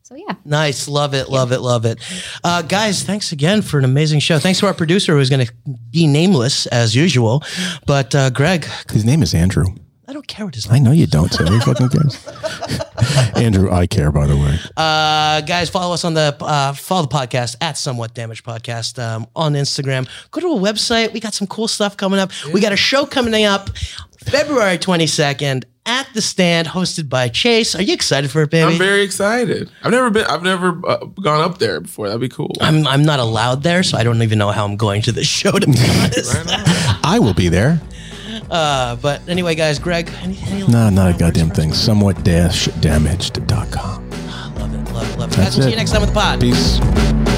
[SPEAKER 3] So yeah.
[SPEAKER 1] nice, love it, love it, love it. Uh, guys, thanks again for an amazing show. Thanks to our producer who's gonna be nameless as usual. But uh, Greg,
[SPEAKER 4] His name is Andrew.
[SPEAKER 1] I don't care what his
[SPEAKER 4] I know you don't, so who fucking cares? [laughs] Andrew, I care, by the way.
[SPEAKER 1] Uh, guys, follow us on the uh, follow the podcast at Somewhat Damaged Podcast um, on Instagram. Go to a website. We got some cool stuff coming up. We got a show coming up February twenty second at the stand, hosted by Chase. Are you excited for it, baby?
[SPEAKER 2] I'm very excited. I've never been. I've never uh, gone up there before. That'd be cool.
[SPEAKER 1] I'm, I'm not allowed there, so I don't even know how I'm going to this show to be
[SPEAKER 2] [laughs]
[SPEAKER 1] honest.
[SPEAKER 4] I will be there.
[SPEAKER 1] Uh, but anyway, guys, Greg, any, any
[SPEAKER 4] No, not a goddamn thing. Somewhat-damaged.com.
[SPEAKER 1] love it, love it, love it. Guys, we'll see
[SPEAKER 4] it.
[SPEAKER 1] you next time with the pod.
[SPEAKER 4] Peace.